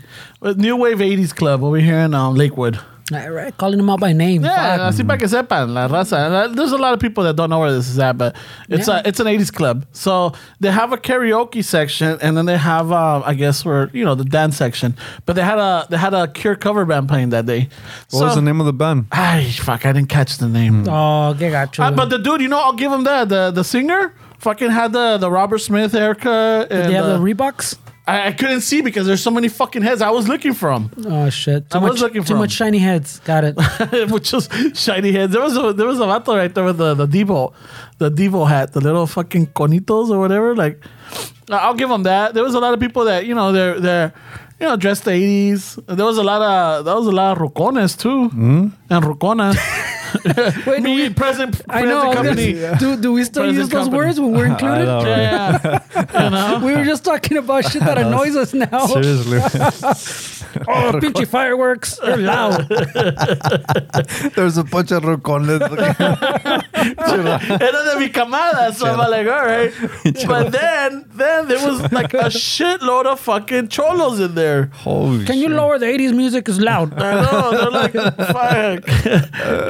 Speaker 3: uh, new wave '80s club over here in um, Lakewood.
Speaker 2: All right, calling them out by name.
Speaker 3: Yeah,
Speaker 2: Fuck.
Speaker 3: así para que sepan la raza. And, uh, There's a lot of people that don't know where this is at, but it's
Speaker 2: Yeah.
Speaker 3: a it's an '80s club. So they have a karaoke section, and then they have uh, I guess where you know the dance section. But they had a they had a Cure cover band playing that day.
Speaker 5: What was the name of the band?
Speaker 3: Ay, fuck! I didn't catch the name.
Speaker 2: Oh, que gacho.
Speaker 3: Uh, but the dude, you know, I'll give him that. The the singer fucking had the the Robert Smith haircut.
Speaker 2: Did
Speaker 3: And,
Speaker 2: they have
Speaker 3: uh,
Speaker 2: the Reeboks?
Speaker 3: I, I couldn't see because there's so many fucking heads I was looking from,
Speaker 2: Oh shit! Too
Speaker 3: I was
Speaker 2: much,
Speaker 3: looking
Speaker 2: too
Speaker 3: for
Speaker 2: much
Speaker 3: 'em.
Speaker 2: shiny heads. Got it.
Speaker 3: which was shiny heads. There was a there was a vato right there with the the Devo, the Devo hat, the little fucking conitos or whatever. Like, I- I'll give him that. There was a lot of people that you know they're they're. You know, dressed the 80s. There was a lot of there was a lot of rucones too, and ruconas.
Speaker 2: Wait, do
Speaker 3: Hmm? Me
Speaker 2: we,
Speaker 3: present, present
Speaker 2: I know. I was gonna-
Speaker 3: company.
Speaker 2: Do do we still
Speaker 3: Present
Speaker 2: use those
Speaker 3: company.
Speaker 2: words when we're included?
Speaker 3: Yeah, yeah.
Speaker 2: We were just talking about shit that annoys us now.
Speaker 5: Seriously,
Speaker 2: Oh, pinchy fireworks. They're loud.
Speaker 5: there's a bunch of rocones.
Speaker 3: era de mi camada, so I'm like, all right. But then, then there was like a shitload of fucking cholos in there.
Speaker 5: Holy
Speaker 2: Can you
Speaker 5: shit.
Speaker 2: lower the 80s music is loud?
Speaker 3: I know they're like, fuck,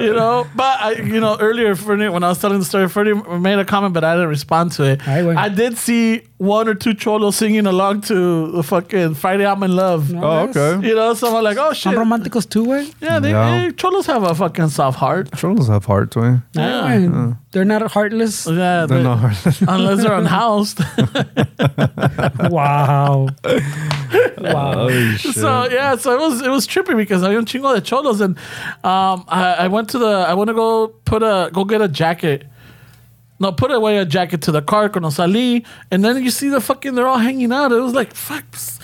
Speaker 3: you know. But I, you know, earlier Fernie, when I was telling the story, Fernie made a comment, but I didn't respond to it.
Speaker 2: Ay, güey.
Speaker 3: I did see one or two cholos singing along to the fucking Friday I'm in Love.
Speaker 5: Oh, okay.
Speaker 3: You know, so I'm like, oh shit.
Speaker 2: Some romanticos too, way.
Speaker 3: Yeah, they,
Speaker 5: No.
Speaker 3: eh, cholos have a fucking soft heart.
Speaker 5: Trolls have heart, way.
Speaker 2: They're not heartless.
Speaker 3: Yeah,
Speaker 5: They're
Speaker 3: they-
Speaker 5: not heart.
Speaker 3: unless they're unhoused.
Speaker 2: Wow. Wow.
Speaker 5: Holy shit.
Speaker 3: So yeah, so it was it was trippy because I un chingo de cholos and um I, I went to the I want to go put a go get a jacket. No, put away a jacket to the car cuando salí and then you see the fucking they're all hanging out. It was like fuck. pss,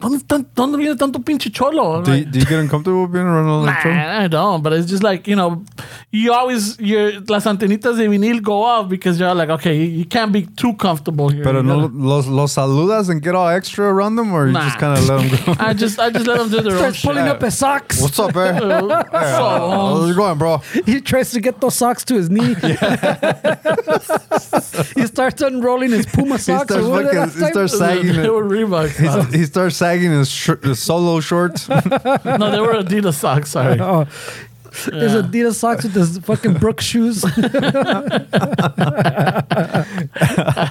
Speaker 3: ¿Dónde, están, ¿Dónde viene tanto pinche cholo? I'm
Speaker 5: do, you,
Speaker 3: like,
Speaker 5: do you get uncomfortable being around all that troll?
Speaker 3: Nah, I don't, but it's just like, you know, you always, your las antenitas de vinil go off because you're like, okay, you, you can't be too comfortable here.
Speaker 5: Pero
Speaker 3: You
Speaker 5: no
Speaker 3: gotta-
Speaker 5: los, los saludas and get all extra around them, or you
Speaker 3: Nah.
Speaker 5: just kind of let them go.
Speaker 3: I just I just let them do their own
Speaker 2: Starts
Speaker 3: shit.
Speaker 2: pulling up his socks.
Speaker 5: What's up, eh? hey,
Speaker 3: So-
Speaker 5: how's it going, bro?
Speaker 2: He tries to get those socks to his knee. he starts unrolling his Puma
Speaker 5: He
Speaker 2: socks.
Speaker 5: starts,
Speaker 2: or what
Speaker 5: fucking,
Speaker 2: last
Speaker 5: he
Speaker 2: time?
Speaker 5: starts sagging.
Speaker 3: They
Speaker 5: it.
Speaker 3: were Reeboks.
Speaker 5: He, he starts sagging his, shir- his solo shorts.
Speaker 3: no, they were Adidas socks. Sorry.
Speaker 2: Oh. His Adidas socks with his fucking Brooks shoes.
Speaker 3: I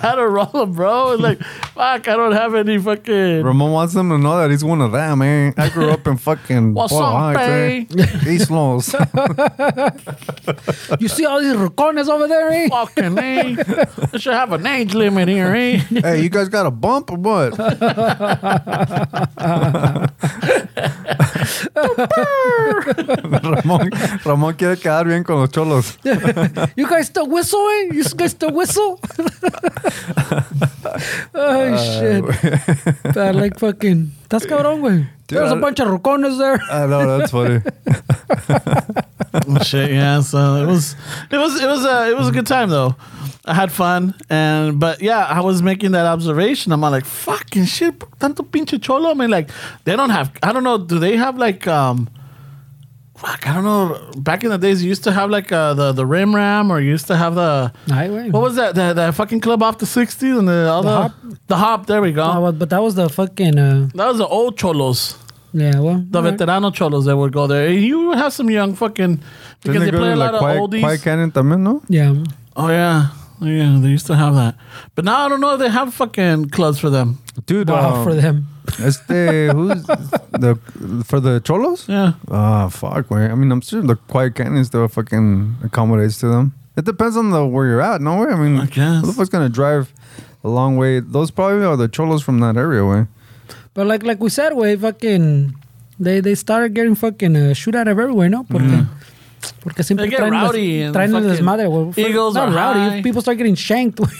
Speaker 3: had a roll of bro. It's like, fuck, I don't have any fucking.
Speaker 5: Ramon wants them to know that he's one of them, man. I grew up in fucking
Speaker 3: What's up,
Speaker 5: High, East Los.
Speaker 2: you see all these rocones over there, eh?
Speaker 3: Fucking eh? I should have an age limit here, eh?
Speaker 5: hey, you guys got a bump or what? Ramon, Ramon quiere quedar bien con los cholos.
Speaker 2: You guys still whistle, eh? You guys still whistle? oh, shit. That, like, fucking. That's cabrón, güey.
Speaker 5: Dude,
Speaker 2: There's a
Speaker 5: I-
Speaker 2: bunch of rocones there.
Speaker 5: I know Ah, that's funny.
Speaker 3: Oh, Shit, yeah. So it was, it was, it was a, it was a good time though. I had fun, and but yeah, I was making that observation. I'm like, fucking shit, tanto pinche cholo. I mean, like, they don't have. I don't know. Do they have like um, fuck, I don't know. Back in the days, you used to have like uh, the the rim ram, or you used to have the
Speaker 2: Ay, güey.
Speaker 3: what was that that, that fucking club off the '60s and the all the,
Speaker 2: The Hop?
Speaker 3: the hop. There we go.
Speaker 2: Ah, but- but that was the fucking uh,
Speaker 3: that was the old cholos.
Speaker 2: yeah. Well,
Speaker 3: The
Speaker 2: alright.
Speaker 3: veterano cholos that would go there. You would have some young fucking because they
Speaker 5: Didn't
Speaker 3: play a lot
Speaker 5: Quiet,
Speaker 3: of oldies.
Speaker 5: Quiet Canyon también, no?
Speaker 2: yeah.
Speaker 3: Oh yeah, yeah. They used to have that, but now I don't know if they have fucking clubs for them.
Speaker 5: Dude,
Speaker 2: Wow,
Speaker 5: um,
Speaker 2: for them.
Speaker 5: este, who's the for the cholos?
Speaker 3: Yeah,
Speaker 5: Ah, fuck, man. I mean, I'm sure the Quiet Canyon still fucking accommodates to them. It depends on the where you're at, no way. I mean,
Speaker 3: I guess.
Speaker 5: who the fuck's gonna drive a long way? Those probably are the cholos from that area, way.
Speaker 2: But like like we said, way fucking they they started getting fucking uh, shoot out of everywhere, ¿no? Porque porque siempre
Speaker 3: They get
Speaker 2: traen, las-
Speaker 3: rowdy and
Speaker 2: traen el
Speaker 3: fucking
Speaker 2: desmadre. güey. Fuck,
Speaker 3: eagles
Speaker 2: not
Speaker 3: are
Speaker 2: rowdy.
Speaker 3: high.
Speaker 2: People start getting shanked. güey.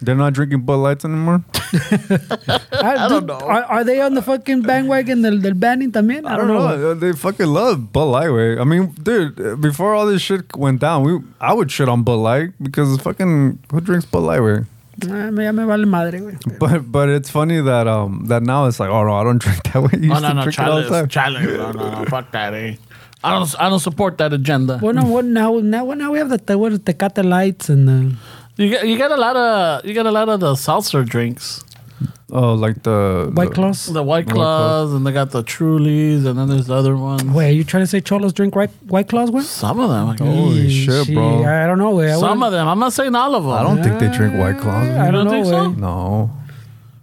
Speaker 5: They're not drinking Bud Lights anymore.
Speaker 2: I, don't know. Ah, Are, are they on the fucking bandwagon del, del banning también?
Speaker 5: I don't know. Uh, They fucking love Bud Light. Way. I mean, dude, before all this shit went down, we I would shit on Bud Light because fucking who drinks Bud Light? Way?
Speaker 2: Ah, me- ya me vale madre, güey.
Speaker 5: But but it's funny that um that now it's like oh no I don't drink that way. You
Speaker 3: oh
Speaker 5: used
Speaker 3: no
Speaker 5: to
Speaker 3: no
Speaker 5: drink it all the time.
Speaker 3: challenge challenge no no no fuck that eh. I don't I don't support that agenda.
Speaker 2: Bueno, well, now now well, now we have the te- what, Tecate lights and uh,
Speaker 3: You get you get a lot of you get a lot of the seltzer drinks,
Speaker 5: Oh, like the
Speaker 2: white
Speaker 5: the-
Speaker 2: claws.
Speaker 3: the White
Speaker 5: White Claws.
Speaker 3: Claws, and they got the Trulies, and then there's the other one.
Speaker 2: Wait, are you trying to say cholos drink white white claws, güey?
Speaker 3: Some of them, I guess.
Speaker 5: Holy
Speaker 2: Eh,
Speaker 5: shit,
Speaker 2: sí,
Speaker 5: bro! I
Speaker 2: I don't know, güey. I
Speaker 3: some
Speaker 2: wouldn't-
Speaker 3: of them. I'm not saying all of them.
Speaker 5: don't think they drink white claws.
Speaker 2: I
Speaker 5: man.
Speaker 2: don't
Speaker 3: don't
Speaker 2: know,
Speaker 3: think so?
Speaker 2: güey.
Speaker 5: No,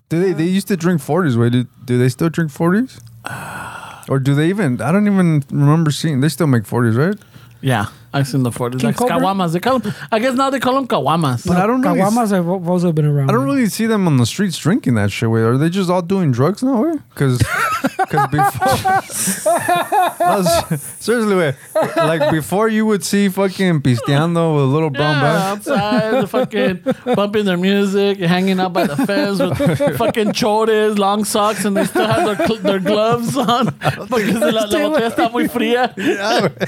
Speaker 5: do they? They used to drink forties. Wait, do, do they still drink forties? Or do they even? I don't even remember seeing. They still make forties, right?
Speaker 3: Yeah, I've seen the 40s.
Speaker 2: King
Speaker 3: Like
Speaker 2: Cobra?
Speaker 3: Kawamas. They call them, I guess now they call them Kawamas.
Speaker 5: But uh, I don't really.
Speaker 2: Caguamas have al- also been around.
Speaker 5: I don't
Speaker 2: güey.
Speaker 5: really see them on the streets drinking that shit. Wait, are they just all doing drugs now? Because because before, No, s- seriously, wait, like before you would see fucking pisteando with a little brown
Speaker 3: Yeah,
Speaker 5: bag.
Speaker 3: outside, the fucking bumping their music, hanging out by the fence with fucking chores, long socks, and they still have their, cl- their gloves on because la, la botella está muy fría.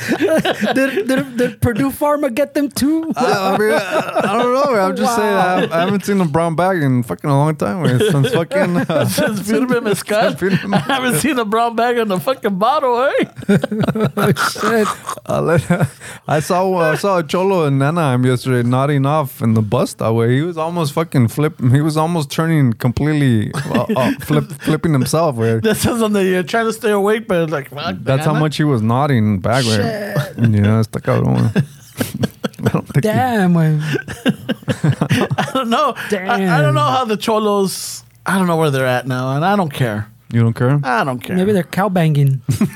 Speaker 2: did, did, did Purdue Pharma get them too?
Speaker 5: I, I mean, I, I don't know. wait, I'm just saying, I, haven't- I haven't seen a brown bag in fucking a long time. Wait, since fucking uh,
Speaker 3: Since Firme Mezcal,
Speaker 5: Firme
Speaker 3: I haven't seen a brown bag in a fucking bottle, eh?
Speaker 2: Shit.
Speaker 5: I, let- uh, I saw I saw a cholo in Anaheim yesterday nodding off in the bus that way. He was almost fucking flipping. He was almost turning completely, uh, uh, flip, flipping himself. Wait.
Speaker 3: This is on the, you're trying to stay awake, but like, fuck,
Speaker 5: That's how
Speaker 3: man.
Speaker 5: much he was nodding back. güey. Yeah, está cabrón. I don't think he-
Speaker 2: Damn, man.
Speaker 3: I don't know. I, I don't
Speaker 2: Damn.
Speaker 3: know how the Cholos, I don't know where they're at now, and I don't care.
Speaker 5: you don't care.
Speaker 3: I don't care.
Speaker 2: Maybe they're cow banging.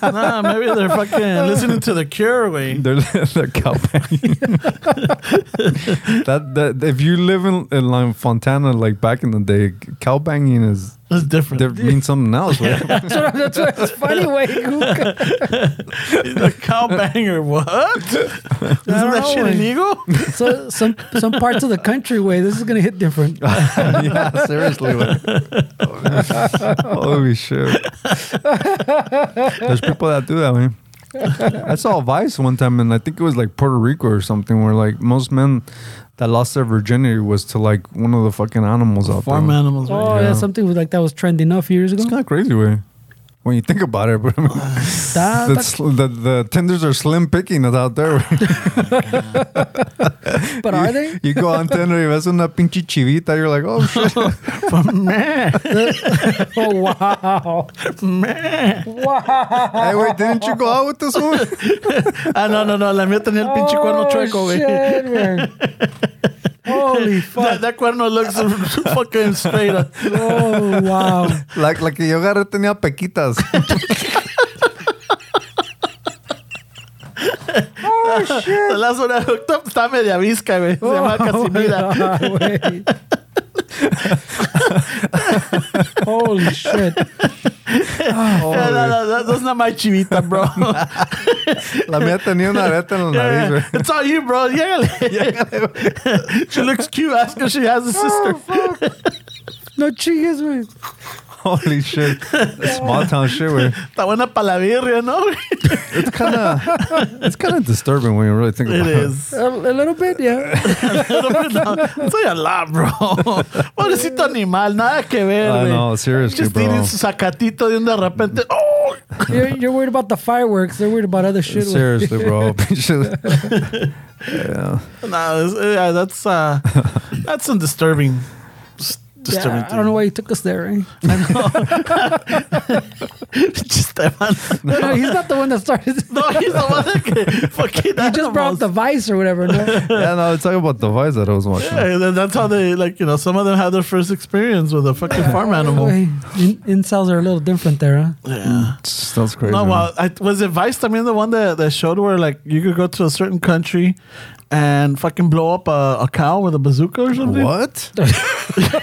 Speaker 3: nah, maybe they're fucking listening to the Cure. Way.
Speaker 5: They're, they're cow banging. that, that if you live in, in like Fontana, like back in the day, cow banging is
Speaker 3: That's different.
Speaker 5: that means something else. right?
Speaker 2: That's what, that's what it's funny, way. Isn't
Speaker 3: the cow banger. What? Isn't that shit illegal?
Speaker 2: So some some parts of the country way this is gonna hit different.
Speaker 5: yeah, seriously. güey. Holy shit. There's people that do that, man. I saw Vice one time, and I think it was like Puerto Rico or something, where like most men that lost their virginity was to like one of the fucking animals out
Speaker 3: Farm
Speaker 5: there.
Speaker 3: animals.
Speaker 2: Oh,
Speaker 3: right?
Speaker 2: yeah, something like that was trending off years ago.
Speaker 5: It's kind of crazy, way. When you think about it, but I mean,
Speaker 2: That-
Speaker 5: the, sl- the, the tenders are slim pickings out there. güey.
Speaker 2: but are they?
Speaker 5: you go on Tinder, you ves una pinche chivita, you're like, oh shit.
Speaker 2: Oh wow,
Speaker 3: Man.
Speaker 2: wow.
Speaker 5: hey, wait, didn't you go out with this one?
Speaker 3: Ah, no, no, no. La mía tenía el pinche cuerno
Speaker 2: Oh,
Speaker 3: chueco, güey.
Speaker 2: shit, man. Holy
Speaker 3: That,
Speaker 2: fuck!
Speaker 3: that cuerno looks fucking straight. up.
Speaker 2: Oh wow.
Speaker 5: Like la que yo agarré tenía pequitas.
Speaker 3: The last one I hooked up está media visca, güey. Oh, Se llama
Speaker 2: Oh,
Speaker 3: Casimira.
Speaker 2: Wait. Holy shit.
Speaker 3: Yeah, Eh, no, no, that- that's not my chivita, bro.
Speaker 5: La mía tenía una areta en la nariz, güey.
Speaker 3: it's all you, bro. Yeah. Oh. she looks cute. Ask if she has a sister.
Speaker 2: No Oh, chingues, güey.
Speaker 5: Holy shit. Small town shit. Where
Speaker 3: Está buena para la birria, ¿no? güey?
Speaker 5: it's kind of it's kind of disturbing when you really think
Speaker 3: It
Speaker 5: about it.
Speaker 3: is.
Speaker 2: A, a little bit, yeah.
Speaker 3: Soy a lot, bro. Pobrecito animal, nada que ver,
Speaker 2: Ah,
Speaker 5: I
Speaker 3: güey.
Speaker 5: know, seriously,
Speaker 3: Just
Speaker 5: bro.
Speaker 3: tienen su sacatito de un de repente. ¡Oh!
Speaker 2: You're, you're worried about the fireworks. They're worried about other shit. güey.
Speaker 5: Seriously, bro. Pinches- yeah.
Speaker 3: No, it's- yeah, that's uh, that's some disturbing, s-
Speaker 2: Yeah,
Speaker 3: disturbing.
Speaker 2: I don't know why you took us there, right?
Speaker 3: thing. Just that one.
Speaker 2: No, no, he's not the one that started.
Speaker 3: No, he's the one that can fucking.
Speaker 2: He just brought up the vice or whatever. No?
Speaker 5: yeah, no, it's talking about the vice that I was watching.
Speaker 3: And then that's how they like you know some of them have their first experience with a fucking farm animal.
Speaker 2: Wait, in, incels are a little different there, huh?
Speaker 3: Yeah.
Speaker 5: It's- That's crazy.
Speaker 3: No,
Speaker 5: man.
Speaker 3: well, I, was it Vice? I mean, the one that, that showed where like you could go to a certain country and fucking blow up a, a cow with a bazooka or something.
Speaker 5: What?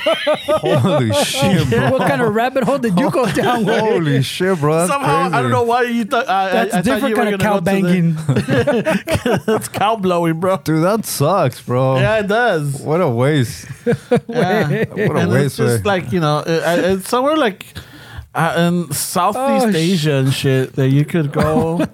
Speaker 5: Holy shit, bro.
Speaker 2: What kind of rabbit hole did you go down? With?
Speaker 5: Holy shit, bro. That's
Speaker 3: Somehow I don't
Speaker 5: crazy.
Speaker 3: know why you thought I,
Speaker 2: That's
Speaker 3: I, I thought
Speaker 2: different
Speaker 3: you were
Speaker 2: kind of
Speaker 3: gonna
Speaker 2: cow
Speaker 3: go to the-
Speaker 2: banging.
Speaker 3: That's cow blowing, bro.
Speaker 5: Dude, that sucks, bro.
Speaker 3: Yeah, it does.
Speaker 5: What a waste.
Speaker 3: Yeah.
Speaker 5: What a
Speaker 3: and it's
Speaker 5: waste. eh.
Speaker 3: just
Speaker 5: way.
Speaker 3: like you know, it, I- it's somewhere like uh, in Southeast
Speaker 2: Oh, sh-
Speaker 3: Asia and shit that you could go.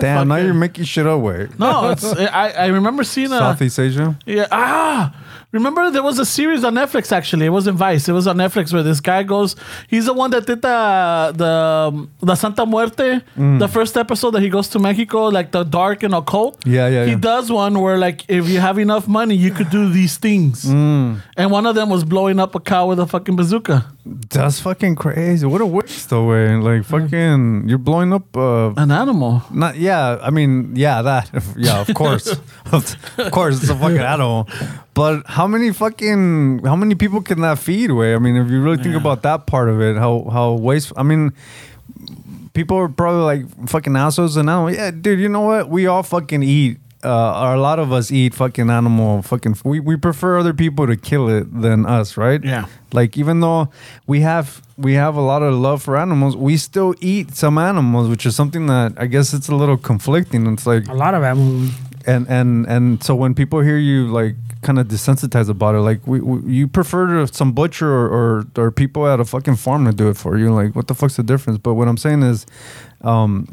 Speaker 5: Damn, now you're making shit up, wait.
Speaker 3: no, it's I, I remember seeing a
Speaker 5: Southeast Asia?
Speaker 3: yeah ah. Remember there was a series on Netflix actually. It wasn't Vice. It was on Netflix where this guy goes. He's the one that did the the um, the Santa Muerte,
Speaker 5: Mm.
Speaker 3: the first episode that he goes to Mexico, like the dark and occult.
Speaker 5: Yeah, yeah,
Speaker 3: He
Speaker 5: yeah.
Speaker 3: does one where like if you have enough money, you could do these things.
Speaker 5: Mm.
Speaker 3: And one of them was blowing up a cow with a fucking bazooka.
Speaker 5: That's fucking crazy. What a waste, though, way. Like, fucking, you're blowing up. Uh,
Speaker 3: An animal.
Speaker 5: not yeah, I mean yeah, that yeah, of course, of course, it's a fucking animal. But how many fucking how many people can that feed? Way I mean, if you really think about that part of it, how how waste. I mean, people are probably like fucking assholes and now yeah dude you know what we all fucking eat uh, or a lot of us eat fucking animal fucking we, we prefer other people to kill it than us right
Speaker 3: Yeah.
Speaker 5: like even though we have we have a lot of love for animals we still eat some animals which is something that i guess it's a little conflicting it's like
Speaker 2: a lot of animals.
Speaker 5: and and and so when people hear you like kind of desensitized about it like we, we you prefer to some butcher or, or or people at a fucking farm to do it for you like what the fuck's the difference but what i'm saying is um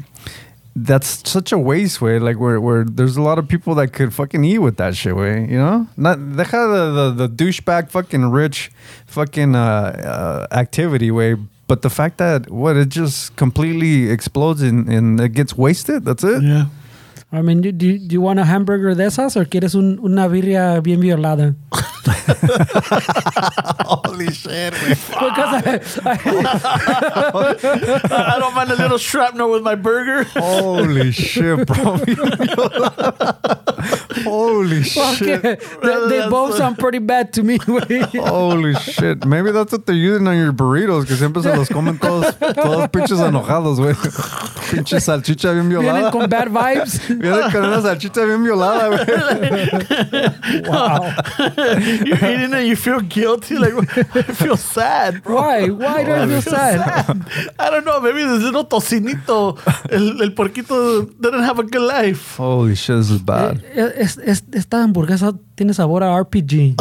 Speaker 5: that's such a waste way like where, where there's a lot of people that could fucking eat with that shit way you know not that kind of the, the, the douchebag fucking rich fucking uh, uh activity way but the fact that what it just completely explodes and, and it gets wasted that's it
Speaker 3: Yeah.
Speaker 2: I mean, do, do, do you want a hamburger de esas or quieres un, una birria bien violada?
Speaker 5: holy shit man.
Speaker 2: Because I, I,
Speaker 3: I don't mind a little shrapnel with my burger.
Speaker 5: Holy shit, bro. Holy
Speaker 2: okay,
Speaker 5: shit.
Speaker 2: they, they both sound pretty bad to me. güey.
Speaker 5: Holy shit. Maybe that's what they're using on your burritos, que siempre se los comen todos, todos pinches enojados, güey. Pinche salchicha bien
Speaker 2: Vienen
Speaker 5: violada.
Speaker 2: con bad vibes.
Speaker 5: Vienen con una salchicha bien violada, güey.
Speaker 3: You're eating it, you feel guilty. Like, I feel sad, bro.
Speaker 2: Why? Why do I feel sad?
Speaker 3: I don't know. Maybe this little tocinito, el, el porquito, didn't have a good life.
Speaker 5: Holy shit, this is bad.
Speaker 2: Eh,
Speaker 3: Ah.
Speaker 2: Es- es- esta hamburguesa tiene sabor a RPG.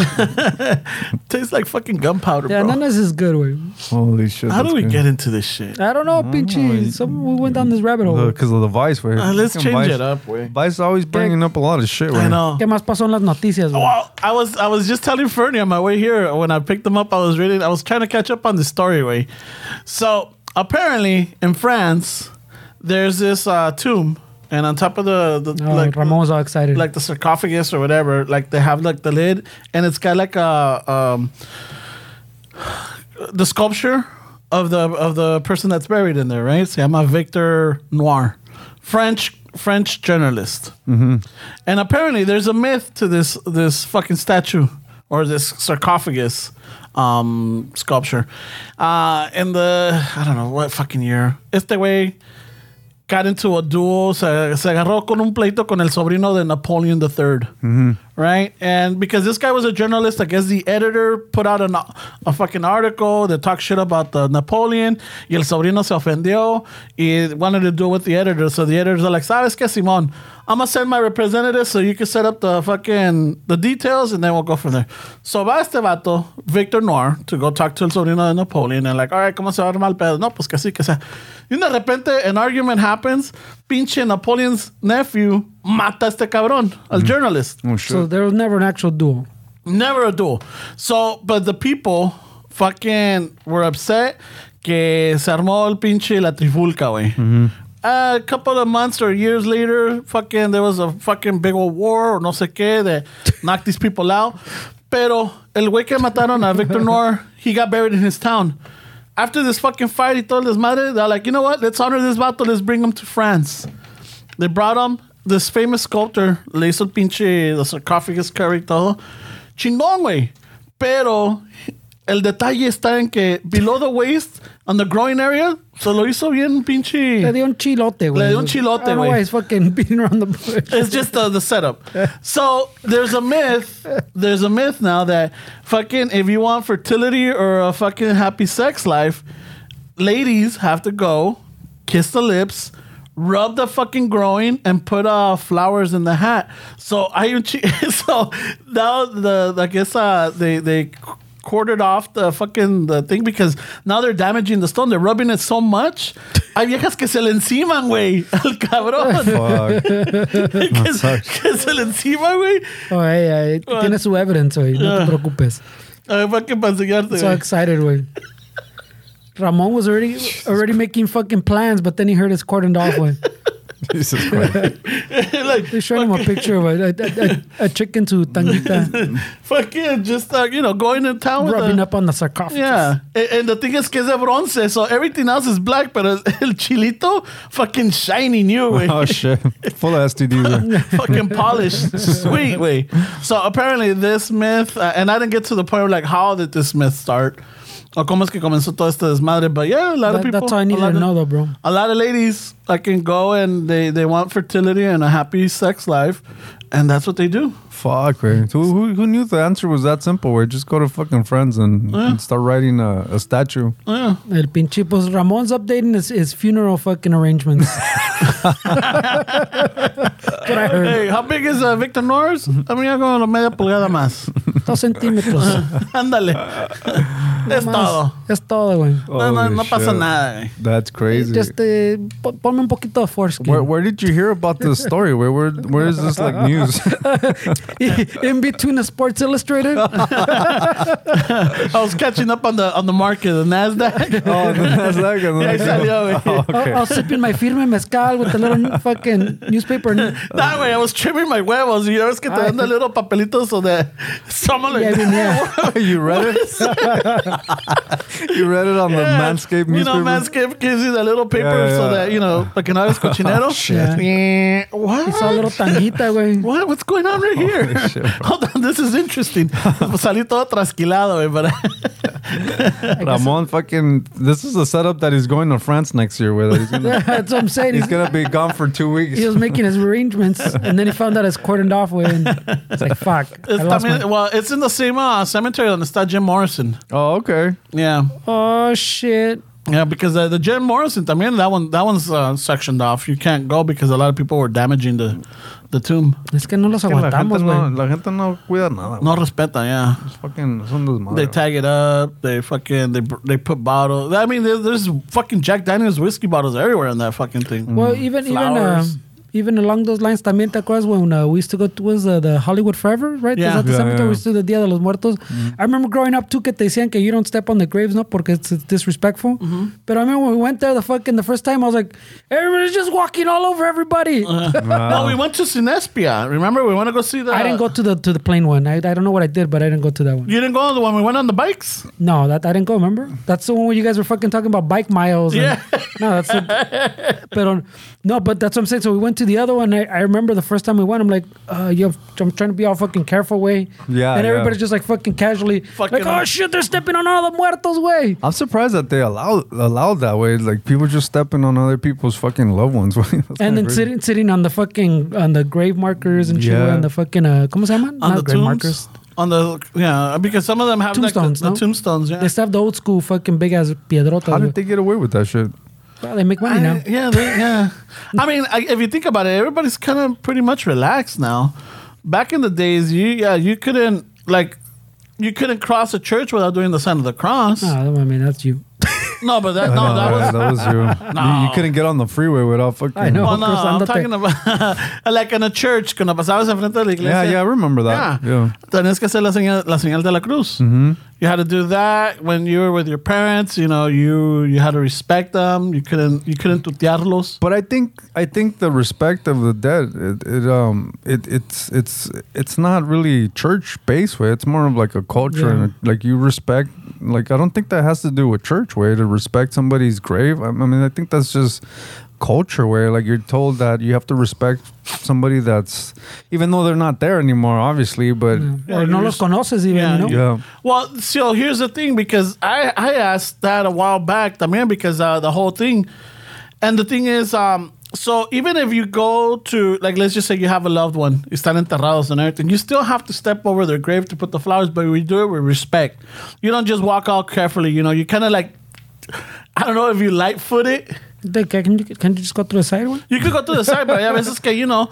Speaker 3: Tastes like fucking gunpowder,
Speaker 2: Yeah,
Speaker 3: bro.
Speaker 2: none of this is good, güey.
Speaker 5: Holy shit.
Speaker 3: How do we
Speaker 5: it?
Speaker 3: get into this shit?
Speaker 2: I don't know, pinche. Some, we went down this rabbit hole.
Speaker 5: Because of the Vice, way.
Speaker 3: Uh, let's
Speaker 5: Fucking
Speaker 3: change
Speaker 5: Vice-
Speaker 3: it up, way.
Speaker 5: Vice is always bringing up a lot of shit,
Speaker 3: I
Speaker 5: güey.
Speaker 3: know.
Speaker 2: ¿Qué más pasó en las noticias, güey?
Speaker 3: Well, I was I was just telling Fernie on my way here when I picked them up. I was reading. I was trying to catch up on the story. Way, so apparently in France, there's this uh, tomb, and on top of the, the
Speaker 2: Oh, Ramon's all excited.
Speaker 3: like the sarcophagus or whatever. Like they have like the lid, and it's got like a um, the sculpture of the of the person that's buried in there, right? See, I'm a Victor Noir, French French journalist, and apparently there's a myth to this this fucking statue or this sarcophagus um sculpture uh in the i don't know what fucking year it's the way got into a duel. Se, se agarró con un pleito con el sobrino de Napoleon III. Right? And because this guy was a journalist, I guess the editor put out an, a fucking article that talked shit about the Napoleon. Y el sobrino se ofendió. He wanted to do with the editor. So the editors are like, ¿sabes qué, Simón? I'm gonna send my representative so you can set up the fucking the details and then we'll go from there. So va este vato, Victor Noir, to go talk to el sobrino de Napoleon and like, all right, ¿cómo se va a armar el pedo? No, pues que sí, que sea. Y de repente an argument happens, pinche Napoleon's nephew mata a este cabrón, al journalist.
Speaker 5: Oh,
Speaker 2: So
Speaker 5: shit.
Speaker 2: there was never an actual duel.
Speaker 3: Never a duel. So, but the people fucking were upset que se armó el pinche la trifulca, güey. a couple of months or years later, fucking there was a fucking big old war or no sé qué that knocked these people out. Pero el güey que mataron a Victor Noir, he got buried in his town. After this fucking fight y todo el desmadre, they're like, you know what? Let's honor this battle. Let's bring him to France. They brought him this famous sculptor, le hizo el pinche the sarcophagus carry y todo. Chingón, güey. Pero el detalle está en que below the waist, on the groin area, se lo hizo bien pinche.
Speaker 2: Le dio un chilote, güey.
Speaker 3: Le dio un chilote,
Speaker 2: I don't know
Speaker 3: güey.
Speaker 2: why he's fucking beating around the bush.
Speaker 3: it's just the, the setup. So there's a myth. There's a myth now that fucking if you want fertility or a fucking happy sex life, ladies have to go kiss the lips, rub the fucking groin, and put uh, flowers in the hat. So I so now the I guess uh, they they quartered off the fucking the thing because now they're damaging the stone. They're rubbing it so much. Hay viejas que se le enciman, güey, al cabrón.
Speaker 5: Fuck.
Speaker 3: que, se- que se le encima, güey.
Speaker 2: Oh, hey, hey, tiene su evidence, güey. No
Speaker 3: Ah.
Speaker 2: te preocupes.
Speaker 3: A ver, para que para enseñarte,
Speaker 2: So
Speaker 3: güey.
Speaker 2: excited, güey. Ramon was already already making fucking plans, but then he heard his cordoned off, güey.
Speaker 5: Jesus Christ.
Speaker 3: like,
Speaker 2: They showed him a picture of a, a, a, a chicken to tanguita
Speaker 3: fucking just, uh, you know, going to town with
Speaker 2: rubbing
Speaker 3: the-
Speaker 2: up on the sarcophagus.
Speaker 3: Yeah. And, and the thing is que es de bronce, so everything else is black, but el, el chilito, fucking shiny new, güey.
Speaker 5: Oh shit. Full of STDs. eh?
Speaker 3: fucking polished. Sweet, way. So apparently this myth, uh, and I didn't get to the point where like how did this myth start? Or cómo es que comenzó todo este desmadre, but yeah, a lot of
Speaker 2: That,
Speaker 3: people.
Speaker 2: that's all I
Speaker 3: a
Speaker 2: needed
Speaker 3: lot
Speaker 2: to
Speaker 3: of-
Speaker 2: know, though, bro.
Speaker 3: a lot of ladies that can go and they, they want fertility and a happy sex life, and that's what they do.
Speaker 5: Fuck, man. Who, who, who knew the answer was that simple? Where just go to fucking friends and, and start writing a, a statue.
Speaker 3: Yeah.
Speaker 2: El pinche, pues Ramon's updating his, his funeral fucking arrangements. That's what I heard.
Speaker 3: Hey, how big is uh, Victor Norris? I mean, I'm going to media pulgada más.
Speaker 2: Dos centímetros.
Speaker 3: Ándale. es todo.
Speaker 2: Es todo, güey.
Speaker 3: No, no,
Speaker 5: Holy
Speaker 3: no pasa
Speaker 5: shit.
Speaker 3: nada. eh.
Speaker 5: That's crazy.
Speaker 2: Just eh, po- ponme un poquito de foreskin.
Speaker 5: where, where did you hear about this story? Where where where is this like news?
Speaker 2: In between the Sports Illustrated.
Speaker 3: I was catching up on the on the market, the Nasdaq.
Speaker 5: oh, the Nasdaq and
Speaker 3: Ahí
Speaker 5: the
Speaker 3: salió, güey.
Speaker 5: Oh, Okay.
Speaker 2: I was sipping my firme mezcal with a little fucking newspaper. and-
Speaker 3: That way, I was trimming my huevos. You know, es que te dan the little papelitos so that someone like
Speaker 2: Yeah, I mean, yeah.
Speaker 5: you read it. you read it on
Speaker 3: Yeah,
Speaker 5: the Manscaped
Speaker 3: You know,
Speaker 5: newspaper.
Speaker 3: Manscaped gives you that little paper
Speaker 5: Yeah,
Speaker 3: so
Speaker 5: yeah. Oh,
Speaker 3: that, you know, like an artist cochinero.
Speaker 2: shit.
Speaker 3: Eh, What?
Speaker 2: It's a little tanguita, güey.
Speaker 3: What? What's going on right here?
Speaker 5: shit, bro.
Speaker 3: Hold on, this is interesting. Salí todo trasquilado, eh, but
Speaker 5: Ramon, fucking, this is the setup that he's going to France next year with. He's gonna,
Speaker 2: That's what I'm saying.
Speaker 5: he's
Speaker 2: He's-
Speaker 5: gonna be gone for two weeks.
Speaker 2: He was making his arrangements, and then he found out it's cordoned off, güey. and It's like, fuck. I
Speaker 3: it's,
Speaker 2: lost
Speaker 3: I mean,
Speaker 2: my-
Speaker 3: well, it's in the same uh, cemetery on the side Jim Morrison.
Speaker 5: Oh, okay.
Speaker 3: Yeah,
Speaker 2: Oh, shit.
Speaker 3: yeah, because uh, the Jim Morrison, I mean, that one, that one's uh, sectioned off. You can't go because a lot of people were damaging the, the tomb.
Speaker 2: Es que no los
Speaker 5: La gente,
Speaker 2: aguantamos,
Speaker 5: no,
Speaker 2: güey.
Speaker 5: la gente no cuida nada.
Speaker 3: No respeta, yeah.
Speaker 5: It's fucking, son desmadre.
Speaker 3: They tag it up. They fucking they br- they put bottles. I mean, there, there's fucking Jack Daniel's whiskey bottles everywhere in that fucking thing.
Speaker 5: Mm.
Speaker 2: Well, even even uh,
Speaker 3: Flowers.
Speaker 2: even along those lines, también te acuerdas when uh, we used to go to was uh, the Hollywood Forever, right?
Speaker 3: Yeah.
Speaker 2: Is that the
Speaker 5: Yeah,
Speaker 2: cemetery
Speaker 5: yeah. Mm.
Speaker 2: we used to the Dia de los Muertos? I remember growing up too, que te decían que you don't step on the graves, no, porque it's, it's disrespectful.
Speaker 5: Mm-hmm.
Speaker 2: But I remember when we went there the fucking the first time, I was like, everybody's just walking all over everybody.
Speaker 5: Uh-huh.
Speaker 3: no, we went to Sinespia. Remember, we want to go see the.
Speaker 2: I didn't go to the to the plain one. I, I don't know what I did, but I didn't go to that one.
Speaker 3: You didn't go on the one we went on the bikes.
Speaker 2: No, that I didn't go. Remember, that's the one where you guys were fucking talking about bike miles. and-
Speaker 3: Yeah.
Speaker 2: no, that's. the- but on, no, but that's what I'm saying. So we went to the other one. I, I remember the first time we went. I'm like, uh, you have, I'm trying to be all fucking careful way.
Speaker 5: Yeah,
Speaker 2: And
Speaker 5: yeah.
Speaker 2: everybody's just like fucking casually,
Speaker 3: Fucking-
Speaker 2: like, oh shit, they're stepping on all the muertos way.
Speaker 5: I'm surprised that they allowed allowed that way. Like people just stepping on other people's fucking loved ones. That's
Speaker 2: And
Speaker 5: kinda
Speaker 2: then
Speaker 5: crazy.
Speaker 2: sitting sitting on the fucking on the grave markers and shit
Speaker 5: Yeah.
Speaker 2: on the fucking uh, ¿cómo se llaman?
Speaker 3: On
Speaker 2: Not
Speaker 3: the
Speaker 2: grave
Speaker 3: tombs.
Speaker 2: markers.
Speaker 3: On the yeah, because some of them have like, the-
Speaker 2: Tombstones,
Speaker 3: the,
Speaker 2: no?
Speaker 3: tombstones. Yeah.
Speaker 2: They still have the old school fucking big ass piedrotas.
Speaker 5: How
Speaker 2: güey.
Speaker 5: did they get away with that shit?
Speaker 2: Well, they make money
Speaker 3: I-
Speaker 2: now.
Speaker 3: yeah, they, yeah. I mean, I, if you think about it, everybody's kind of pretty much relaxed now. Back in the days, you yeah, you couldn't like, you couldn't cross a church without doing the sign of the cross.
Speaker 2: No, Ah, I mean that's you.
Speaker 3: No, but that
Speaker 5: I
Speaker 3: no,
Speaker 5: know,
Speaker 3: that was
Speaker 5: right? that was you. You- you. couldn't get on the freeway without fucking.
Speaker 2: I know.
Speaker 3: Well, Oh, no,
Speaker 2: Cruzándote.
Speaker 3: I'm talking about like in a church, cuando pasabas enfrente de la
Speaker 5: Yeah,
Speaker 3: iglesia.
Speaker 5: yeah, I remember that. Yeah. Mm-hmm.
Speaker 3: Tenías que hacer la señal, la señal de la cruz. You had to do that when you were with your parents. You know, you you had to respect them. You couldn't you couldn't tutearlos.
Speaker 5: But I think I think the respect of the dead it, it um it it's it's it's not really church based way. It's more of like a culture
Speaker 2: Yeah.
Speaker 5: and like you respect like I don't think that has to do with church way to respect somebody's grave. I, I mean I think that's just culture where like you're told that you have to respect somebody that's even though they're not there anymore obviously but
Speaker 3: Yeah,
Speaker 2: or
Speaker 3: you
Speaker 2: no los
Speaker 3: just-
Speaker 2: conoces even, you know?
Speaker 5: Yeah.
Speaker 3: Well, so here's the thing because I, I asked that a while back, también, because uh, the whole thing. And the thing is, um, so even if you go to, like, let's just say you have a loved one, están enterrados and everything, you still have to step over their grave to put the flowers, but we do it with respect. You don't just walk out carefully, you know, you kind of like, I don't know if you light foot it.
Speaker 2: They, can, you, can you just go through the side one?
Speaker 3: You could go to the side, but yeah, veces que, you know,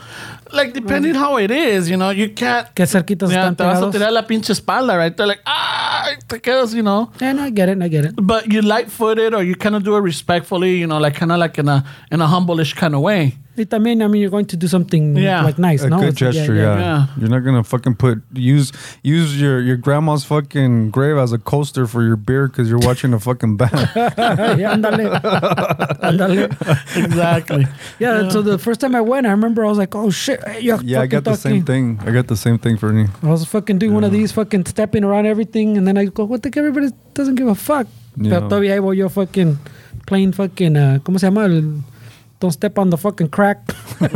Speaker 3: like, depending how it is, you know, you can't.
Speaker 2: Que cerquitas
Speaker 3: Yeah,
Speaker 2: están
Speaker 3: te vas a
Speaker 2: pegados.
Speaker 3: tirar la pinche espalda, right? They're like, ah, te quedas, you know.
Speaker 2: Yeah, Eh, no, I get it, I get it.
Speaker 3: but you light footed or you kind of do it respectfully, you know, like kind of like in a in a humbleish kind of way.
Speaker 2: Y también, I mean, you're going to do something
Speaker 3: Yeah.
Speaker 2: like nice,
Speaker 5: a
Speaker 2: no?
Speaker 5: good
Speaker 2: It's like,
Speaker 5: gesture, yeah,
Speaker 3: yeah.
Speaker 5: You're not gonna fucking put use use your your grandma's fucking grave as a coaster for your beer because you're watching a fucking band.
Speaker 2: yeah. yeah, ándale. Ándale.
Speaker 3: Exactly.
Speaker 2: Yeah, so the first time I went, I remember I was like, oh shit, hey, you're
Speaker 5: Yeah, I
Speaker 2: fucking
Speaker 5: got the same
Speaker 2: talking.
Speaker 5: thing. I got the same thing for me.
Speaker 2: I was fucking doing one of these, fucking stepping around everything, and then I go, what the everybody doesn't give a fuck.
Speaker 5: Yeah.
Speaker 2: Pero todavía ahí voy yo fucking playing fucking, uh, ¿cómo se llama? El- don't step on the fucking crack.
Speaker 3: yeah,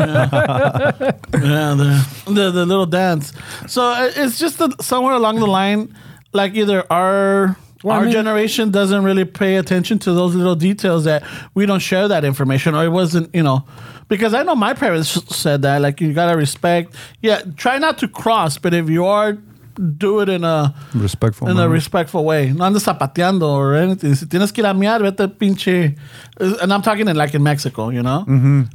Speaker 3: the, the the little dance. So i- it's just that somewhere along the line, like either our
Speaker 2: Well, I
Speaker 3: our
Speaker 2: mean-
Speaker 3: generation doesn't really pay attention to those little details that we don't share that information, or it wasn't, you know. Because I know my parents said that, like you gotta respect. Yeah, try not to cross, but if you are, do it in a
Speaker 5: Respectful.
Speaker 3: In a
Speaker 5: manner.
Speaker 3: respectful way. No andes zapateando or anything. Si tienes que ir a mear, vete al pinche. And I'm talking in like in Mexico, you know?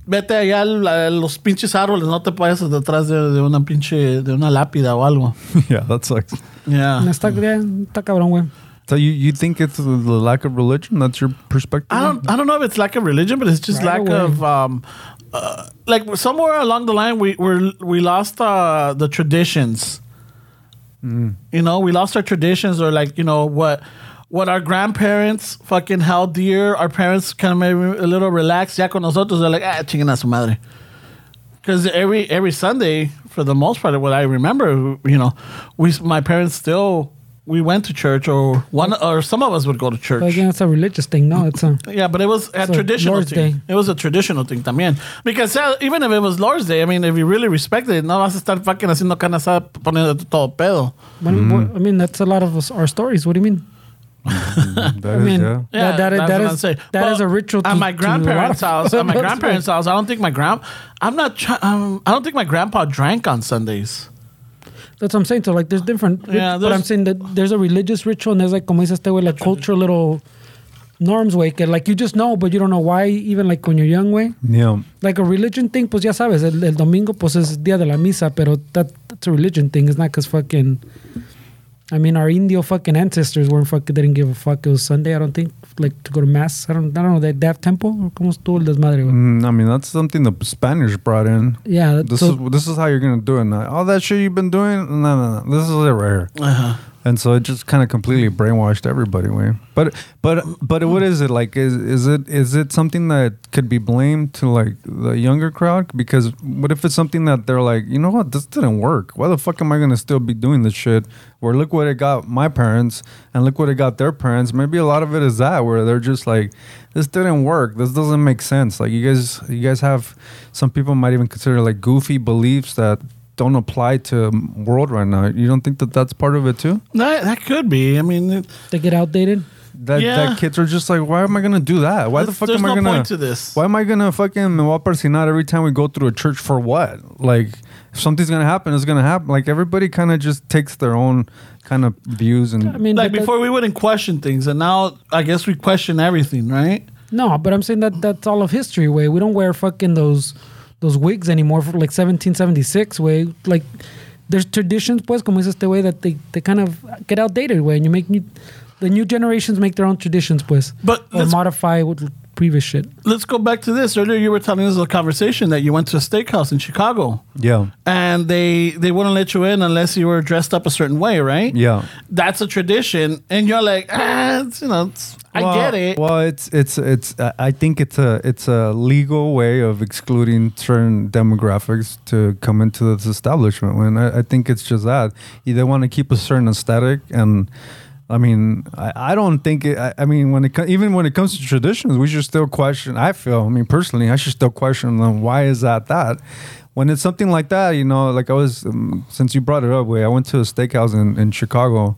Speaker 3: Vete allá al- a los pinches árboles, no te pases detrás de, de una pinche. de una lápida o algo.
Speaker 5: yeah, that sucks.
Speaker 3: Yeah.
Speaker 2: está, yeah, está cabrón, güey.
Speaker 5: So you, you think it's the, the lack of religion? That's your perspective?
Speaker 3: I don't, I don't know if it's lack of religion, but it's just
Speaker 2: Right
Speaker 3: lack
Speaker 2: away.
Speaker 3: of. Um, uh, like somewhere along the line, we we're, we lost uh, the traditions.
Speaker 2: Mm.
Speaker 3: You know, we lost our traditions, or like you know what what our grandparents fucking held dear. Our parents kind of maybe a little relaxed. Ya con nosotros, they're like ah, chinguen a su madre. Because every every Sunday, for the most part, what I remember, you know, we my parents still we went to church, or one or some of us would go to church.
Speaker 2: But again, it's a religious thing, no? It's a,
Speaker 3: Yeah, but it was a
Speaker 2: So,
Speaker 3: traditional
Speaker 2: Lord's
Speaker 3: thing.
Speaker 2: Day.
Speaker 3: It was a traditional thing también. Because uh, even if it was Lord's Day, I mean, if you really respect it, no vas a estar fucking haciendo carne asada poniéndote todo pedo.
Speaker 2: what-
Speaker 5: Mm.
Speaker 2: what- I mean, that's a lot of us, our stories. What do you mean?
Speaker 5: That
Speaker 2: I
Speaker 5: is,
Speaker 2: mean,
Speaker 5: yeah.
Speaker 2: that, that, is-
Speaker 3: that's
Speaker 2: that
Speaker 3: what I'm
Speaker 2: is
Speaker 3: saying.
Speaker 2: that
Speaker 3: But
Speaker 2: is a ritual. To,
Speaker 3: At
Speaker 2: to a
Speaker 3: my
Speaker 2: lot
Speaker 3: grandparents'
Speaker 2: of-
Speaker 3: house, at my
Speaker 2: That's right.
Speaker 3: grandparents' house, I don't think my grand, I'm not, try, um, I don't think my grandpa drank on Sundays.
Speaker 2: That's what I'm saying. So like, there's different. rit-
Speaker 3: Yeah,
Speaker 2: but I'm
Speaker 3: there's-
Speaker 2: saying that there's a religious ritual, and there's like, como dice este güey, like cultural little norms way que like you just know, but you don't know why. Even like when you're young, way
Speaker 5: Yeah.
Speaker 2: like a religion thing. Pues ya sabes, el, el domingo pues es día de la misa, pero that that's a religion thing. It's not cause fucking. I mean, our Indio fucking ancestors weren't fucking didn't give a fuck. It was Sunday, I don't think, like to go to mass. I don't, I don't know. They, they have temple. ¿Cómo estuvo el desmadre? güey?
Speaker 5: Mm, I mean, that's something the Spanish brought in.
Speaker 2: Yeah, that's
Speaker 5: This
Speaker 2: so-
Speaker 5: is this is how you're gonna do it. Now. All that shit you've been doing, no, no, no. This is it right here. And so it just kind of completely brainwashed everybody. Way, but but but what is it like? Is is it is it something that could be blamed to like the younger crowd? Because what if it's something that they're like, you know what, this didn't work. Why the fuck am I gonna still be doing this shit? Where look what it got my parents, and look what it got their parents. Maybe a lot of it is that where they're just like, this didn't work. This doesn't make sense. Like you guys, you guys have some people might even consider like goofy beliefs that don't apply to world right now. You don't think that that's part of it too?
Speaker 3: That, that could be. I mean, it-
Speaker 2: they get outdated.
Speaker 5: That,
Speaker 3: Yeah.
Speaker 5: that kids are just like, why am I gonna do that? Why the
Speaker 3: There's-
Speaker 5: fuck
Speaker 3: there's
Speaker 5: am I
Speaker 3: no
Speaker 5: gonna?
Speaker 3: point to this.
Speaker 5: Why am I gonna fucking me voy a persinar every time we go through a church for what? Like, if something's gonna happen, it's gonna happen. Like everybody kind of just takes their own kind of views and
Speaker 2: I mean, but
Speaker 3: like
Speaker 2: that-
Speaker 3: before we wouldn't question things, and now I guess we question everything, right?
Speaker 2: No, but I'm saying that that's all of history way. We don't wear fucking those those wigs anymore for like 1776 way. Like there's traditions pues como dices este way that they, they kind of get outdated way and you make new the new generations make their own traditions pues
Speaker 3: But
Speaker 2: or
Speaker 3: let's-
Speaker 2: modify with previous shit.
Speaker 3: Let's go back to this. Earlier, you were telling us a conversation that you went to a steakhouse in Chicago.
Speaker 5: Yeah.
Speaker 3: And they they wouldn't let you in unless you were dressed up a certain way, right?
Speaker 5: Yeah.
Speaker 3: That's a tradition, and you're like, ah, it's, you know, it's, I
Speaker 5: Well-
Speaker 3: get it.
Speaker 5: Well, it's it's it's. Uh, I think it's a it's a legal way of excluding certain demographics to come into this establishment. When I, I think it's just that You- they want to keep a certain aesthetic, and I mean, I, I don't think it. I, I mean, when it co- even when it comes to traditions, we should still question. I feel. I mean, personally, I should still question them. Why is that that? When it's something like that, you know, like I was, um, since you brought it up, way I went to a steakhouse in, in Chicago,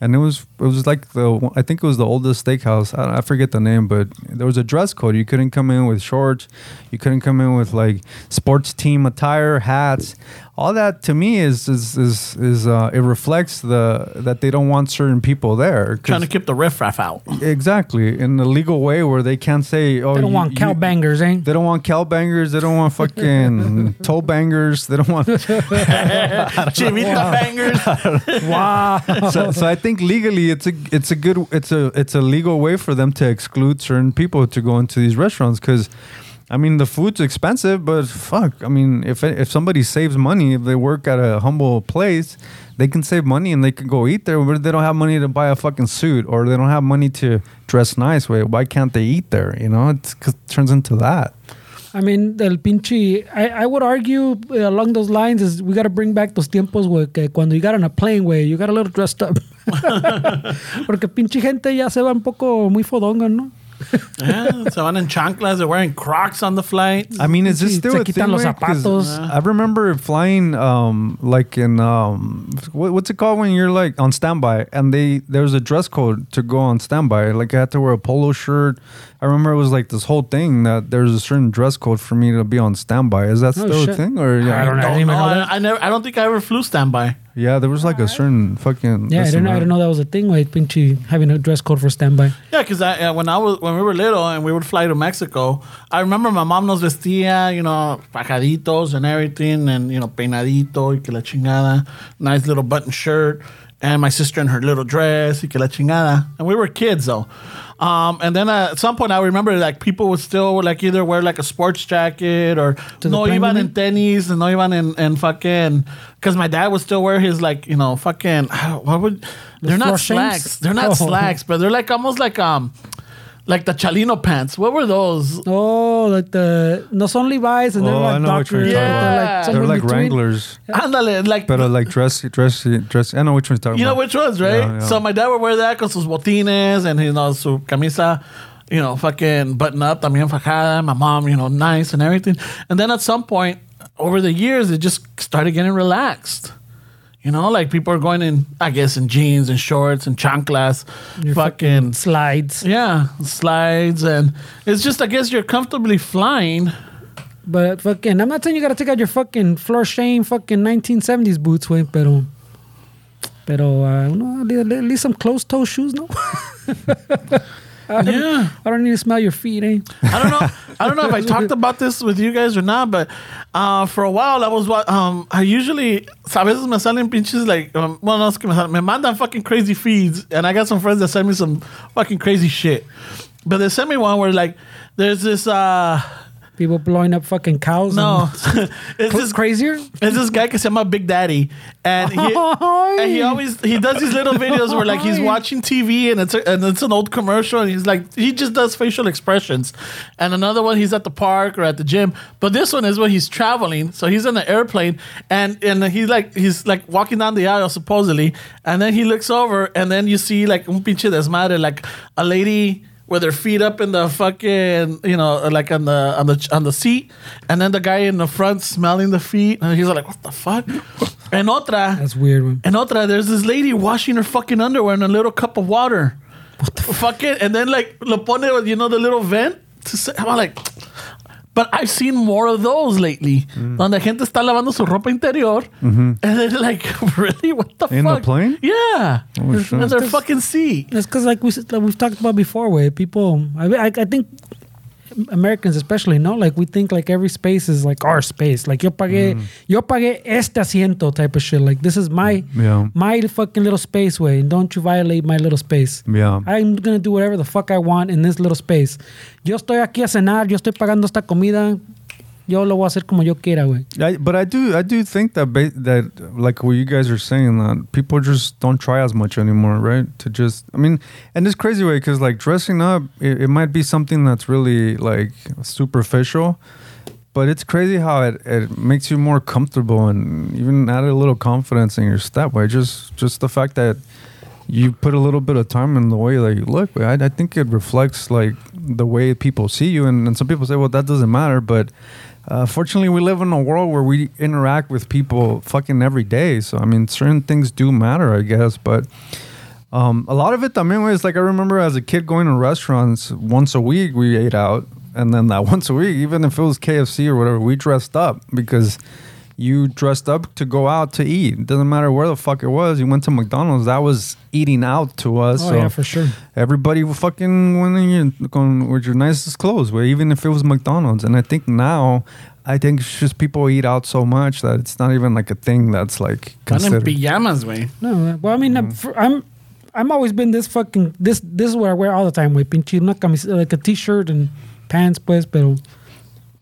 Speaker 5: and it was it was like the I think it was the oldest steakhouse. I, I forget the name, but there was a dress code. You couldn't come in with shorts. You couldn't come in with like sports team attire, hats. All that to me is is is, is uh, it reflects the that they don't want certain people there. 'cause-
Speaker 3: Trying to keep the riffraff out.
Speaker 5: exactly in the legal way where they can't say oh
Speaker 2: They don't
Speaker 5: you-
Speaker 2: want
Speaker 5: you-
Speaker 2: cow bangers, eh?
Speaker 5: They don't want cow bangers. They don't want fucking toe bangers. They don't want
Speaker 3: Chivita bangers.
Speaker 2: wow.
Speaker 5: so, so I think legally it's a it's a good it's a it's a legal way for them to exclude certain people to go into these restaurants because I mean the food's expensive but fuck I mean if if somebody saves money if they work at a humble place they can save money and they can go eat there but they don't have money to buy a fucking suit or they don't have money to dress nice why why can't they eat there you know it's, 'cause it turns into that
Speaker 2: I mean, el pinche. I, I would argue uh, along those lines is we got to bring back those tiempos, güey, que cuando you got on a plane, güey, you got a little dressed up. Porque pinche gente ya se va un poco muy fodonga, ¿no?
Speaker 3: yeah, so on in chanclas, they're wearing Crocs on the flight.
Speaker 5: I mean, is this
Speaker 2: Sí,
Speaker 5: still
Speaker 2: se
Speaker 5: a
Speaker 2: quitan
Speaker 5: thing?
Speaker 2: los
Speaker 5: right? 'Cause
Speaker 2: zapatos.
Speaker 5: I remember flying, um, like in um, what, what's it called when you're like on standby, and they there's a dress code to go on standby. Like I had to wear a polo shirt. I remember it was like this whole thing that there's a certain dress code for me to be on standby. Is that
Speaker 2: Oh,
Speaker 5: still a
Speaker 2: shit.
Speaker 5: thing? Or yeah,
Speaker 2: I don't know.
Speaker 3: Don't
Speaker 2: didn't even
Speaker 3: know.
Speaker 2: know
Speaker 3: I,
Speaker 2: that.
Speaker 3: I never. I don't think I ever flew standby.
Speaker 5: Yeah, there was like a certain fucking.
Speaker 2: Ah. Yeah, I
Speaker 5: this
Speaker 2: didn't,
Speaker 5: and
Speaker 2: I
Speaker 5: that.
Speaker 2: didn't know that was a thing, güey, pinche having a dress code for standby.
Speaker 3: Yeah, because I, uh, when I was when we were little and we would fly to Mexico, I remember my mom nos vestía, you know, pajaditos and everything, and you know, peinadito y que la chingada, nice little button shirt, and my sister in her little dress y que la chingada, and we were kids though. Um, and then uh, at some point, I remember like people would still like either wear like a sports jacket or
Speaker 2: To the
Speaker 3: no
Speaker 2: plane, you
Speaker 3: iban
Speaker 2: mean?
Speaker 3: en tennis and no iban en, en fucking because my dad would still wear his like you know fucking what would they're
Speaker 2: floor
Speaker 3: not
Speaker 2: shanks?
Speaker 3: slacks they're not
Speaker 2: Oh.
Speaker 3: slacks but they're like almost like um like the Chalino pants. What were those?
Speaker 2: Oh, like the. No son Levi's and they're
Speaker 5: Oh, I
Speaker 2: like
Speaker 5: know what you're
Speaker 2: Dockers.
Speaker 5: talking
Speaker 3: about.
Speaker 2: somewhere
Speaker 5: They're
Speaker 2: in
Speaker 5: like
Speaker 2: between.
Speaker 5: Wranglers,
Speaker 3: Ándale, like
Speaker 5: but uh, like dressy, dressy, dressy. I know which one's talking
Speaker 3: you know
Speaker 5: about.
Speaker 3: which ones, right?
Speaker 5: Yeah, yeah.
Speaker 3: So my dad would wear that con sus botines and you know su camisa, you know, fucking button up, también fajada, my mom, you know, nice and everything. And then at some point over the years it just started getting relaxed. You know, like people are going in I guess in jeans and shorts and chanclas,
Speaker 2: Your
Speaker 3: fucking
Speaker 2: Slides.
Speaker 3: yeah, slides and it's just I guess you're comfortably flying.
Speaker 2: But fucking, I'm not saying you gotta take out your fucking floor shame fucking 1970s boots, wey, pero. Pero, uh, no, at least- at least some closed toe shoes, no?
Speaker 3: Yeah.
Speaker 2: I don't need to smell your feet, eh?
Speaker 3: I don't know. I don't know if I talked about this with you guys or not, but uh, for a while I was wa- um I usually a veces me salen pinches like um, well no es que me salen me mandan fucking crazy feeds and I got some friends that send me some fucking crazy shit, but they sent me one where like there's this uh
Speaker 2: People blowing up fucking cows.
Speaker 3: no
Speaker 2: and-
Speaker 3: it's
Speaker 2: Cl-
Speaker 3: this
Speaker 2: crazier?
Speaker 3: It's this guy que se llama Big Daddy, and he, and he always he does these little videos where like he's watching TV and it's a, and it's an old commercial and he's like he just does facial expressions, and another one he's at the park or at the gym, but this one is when he's traveling, so he's in an airplane and and he's like he's like walking down the aisle supposedly, and then he looks over and then you see like un pinche desmadre like a lady with her feet up in the fucking you know like on the on the on the seat and then the guy in the front smelling the feet and he's like what the fuck and otra
Speaker 2: That's weird, wey.
Speaker 3: and otra there's this lady washing her fucking underwear in a little cup of water what the fuck it and then like lo pone with you know the little vent to say, I'm like but I've seen more of those lately donde gente está lavando su ropa interior and then like really what Mm-hmm. the
Speaker 5: In the
Speaker 3: fuck
Speaker 5: plane?
Speaker 3: yeah
Speaker 5: Oh, shit.
Speaker 3: in their fucking seat
Speaker 2: That's because, like, we, s- like we've talked about before, where people, I, I, I think Americans especially, no? Like we think like every space is like our space. Like yo pagué, yo pagué este asiento type of shit. Like this is my
Speaker 5: Yeah.
Speaker 2: my fucking little space way. And don't you violate my little space.
Speaker 5: Yeah.
Speaker 2: I'm gonna do whatever the fuck I want in this little space. Yo estoy aquí a cenar, yo estoy pagando esta comida. Yo lo voy a hacer como yo quiera, güey.
Speaker 5: I, but I do, I do think that ba- that like what you guys are saying that people just don't try as much anymore, right? To just, I mean, and it's crazy way because like dressing up, it, it might be something that's really like superficial, but it's crazy how it, it makes you more comfortable and even added a little confidence in your step. Way just, just the fact that you put a little bit of time in the way that you look. I, I think it reflects like the way people see you, and, and some people say, well, that doesn't matter, but uh, fortunately, we live in a world where we interact with people fucking every day. So I mean, certain things do matter, I guess, but. Um, a lot of it, I mean, was like I remember as a kid going to restaurants once a week. We ate out, and then that once a week, even if it was KFC or whatever, we dressed up because you dressed up to go out to eat. doesn't matter where the fuck it was. You went to McDonald's. That was eating out to us.
Speaker 2: Oh
Speaker 5: so
Speaker 2: yeah, for sure.
Speaker 5: everybody would fucking went in your, going with your nicest clothes, where even if it was McDonald's. And I think now, I think it's just people eat out so much that it's not even like a thing that's like
Speaker 3: Están en
Speaker 5: considered.
Speaker 3: pijamas, güey.
Speaker 2: No, well, I mean,
Speaker 3: Mm-hmm.
Speaker 2: I'm, for, I'm, I'm always been this fucking this. This is what I wear all the time. With pinche una camis- like a t-shirt and pants, pues. Pero,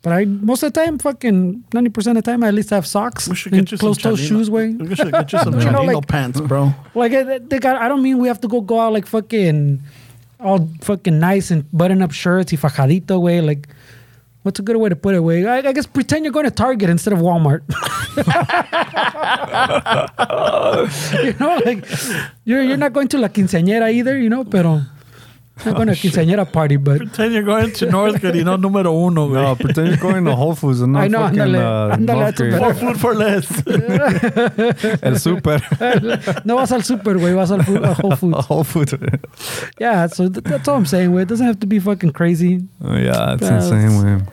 Speaker 2: but I most of the time, fucking ninety percent of the time, I at least have socks
Speaker 3: We should
Speaker 2: and
Speaker 3: get you some
Speaker 2: closed toe
Speaker 3: chalino.
Speaker 2: shoes. Way
Speaker 3: We should get you some
Speaker 2: You know,
Speaker 3: chalino
Speaker 2: like-
Speaker 3: pants, bro.
Speaker 2: like I- they got. I don't mean we have to go go out like fucking all fucking nice and button up shirts y fajadito way like. What's a good way to put it? Way I, I guess pretend you're going to Target instead of Walmart. you know, like you're you're not going to la quinceañera either. You know, pero not going to a quinceañera party, but
Speaker 3: Pretend you're going to North Carolina número uno, güey.
Speaker 5: No, pretend you're going to Whole Foods and not
Speaker 2: I know,
Speaker 5: fucking
Speaker 2: ándale,
Speaker 5: uh,
Speaker 2: ándale,
Speaker 5: North
Speaker 2: that's
Speaker 5: Korea.
Speaker 2: better.
Speaker 3: More food for less.
Speaker 5: El super.
Speaker 2: no vas al super, güey. Vas al food, a Whole Foods.
Speaker 5: Whole Foods.
Speaker 2: Yeah, so th- that's all I'm saying. Way it doesn't have to be fucking crazy.
Speaker 5: Oh, yeah, it's
Speaker 2: That's-
Speaker 5: insane, man.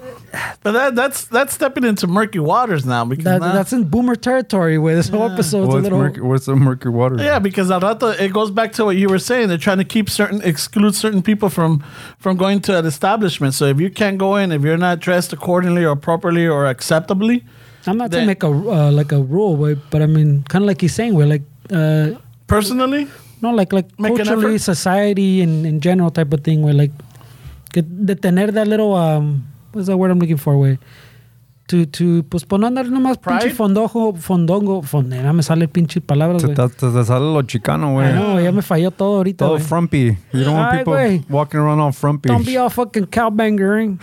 Speaker 3: But that, that's that's stepping into murky waters now because
Speaker 2: That,
Speaker 3: now-
Speaker 2: That's in boomer territory. Way this whole episode's a
Speaker 5: What's,
Speaker 2: little.
Speaker 5: mercury, what's the mercury water?
Speaker 3: yeah, because al rato, it goes back to what you were saying. They're trying to keep certain exclude certain people from from going to an establishment. So if you can't go in, if you're not dressed accordingly or properly or acceptably,
Speaker 2: I'm not to
Speaker 3: that-
Speaker 2: make a uh, like a rule, way, but I mean, kind of like he's saying, we're like, uh,
Speaker 3: personally,
Speaker 2: no, like like
Speaker 3: Make an
Speaker 2: culturally,
Speaker 3: effort?
Speaker 2: society, and in general type of thing, where like, que detener that little um, what's that word I'm looking for, way. To, to, pues por no andar nomás pinche
Speaker 3: Pride?
Speaker 2: fondojo, fondongo, fonde, ya me sale pinche palabras,
Speaker 5: Te,
Speaker 2: güey.
Speaker 5: te, te sale lo chicano,
Speaker 2: I
Speaker 5: güey.
Speaker 2: know, ya me falló todo ahorita,
Speaker 5: Todo
Speaker 2: güey.
Speaker 5: frumpy. You don't want
Speaker 2: Ay,
Speaker 5: people
Speaker 2: güey.
Speaker 5: walking around all frumpy.
Speaker 2: Don't be all fucking cowbangering.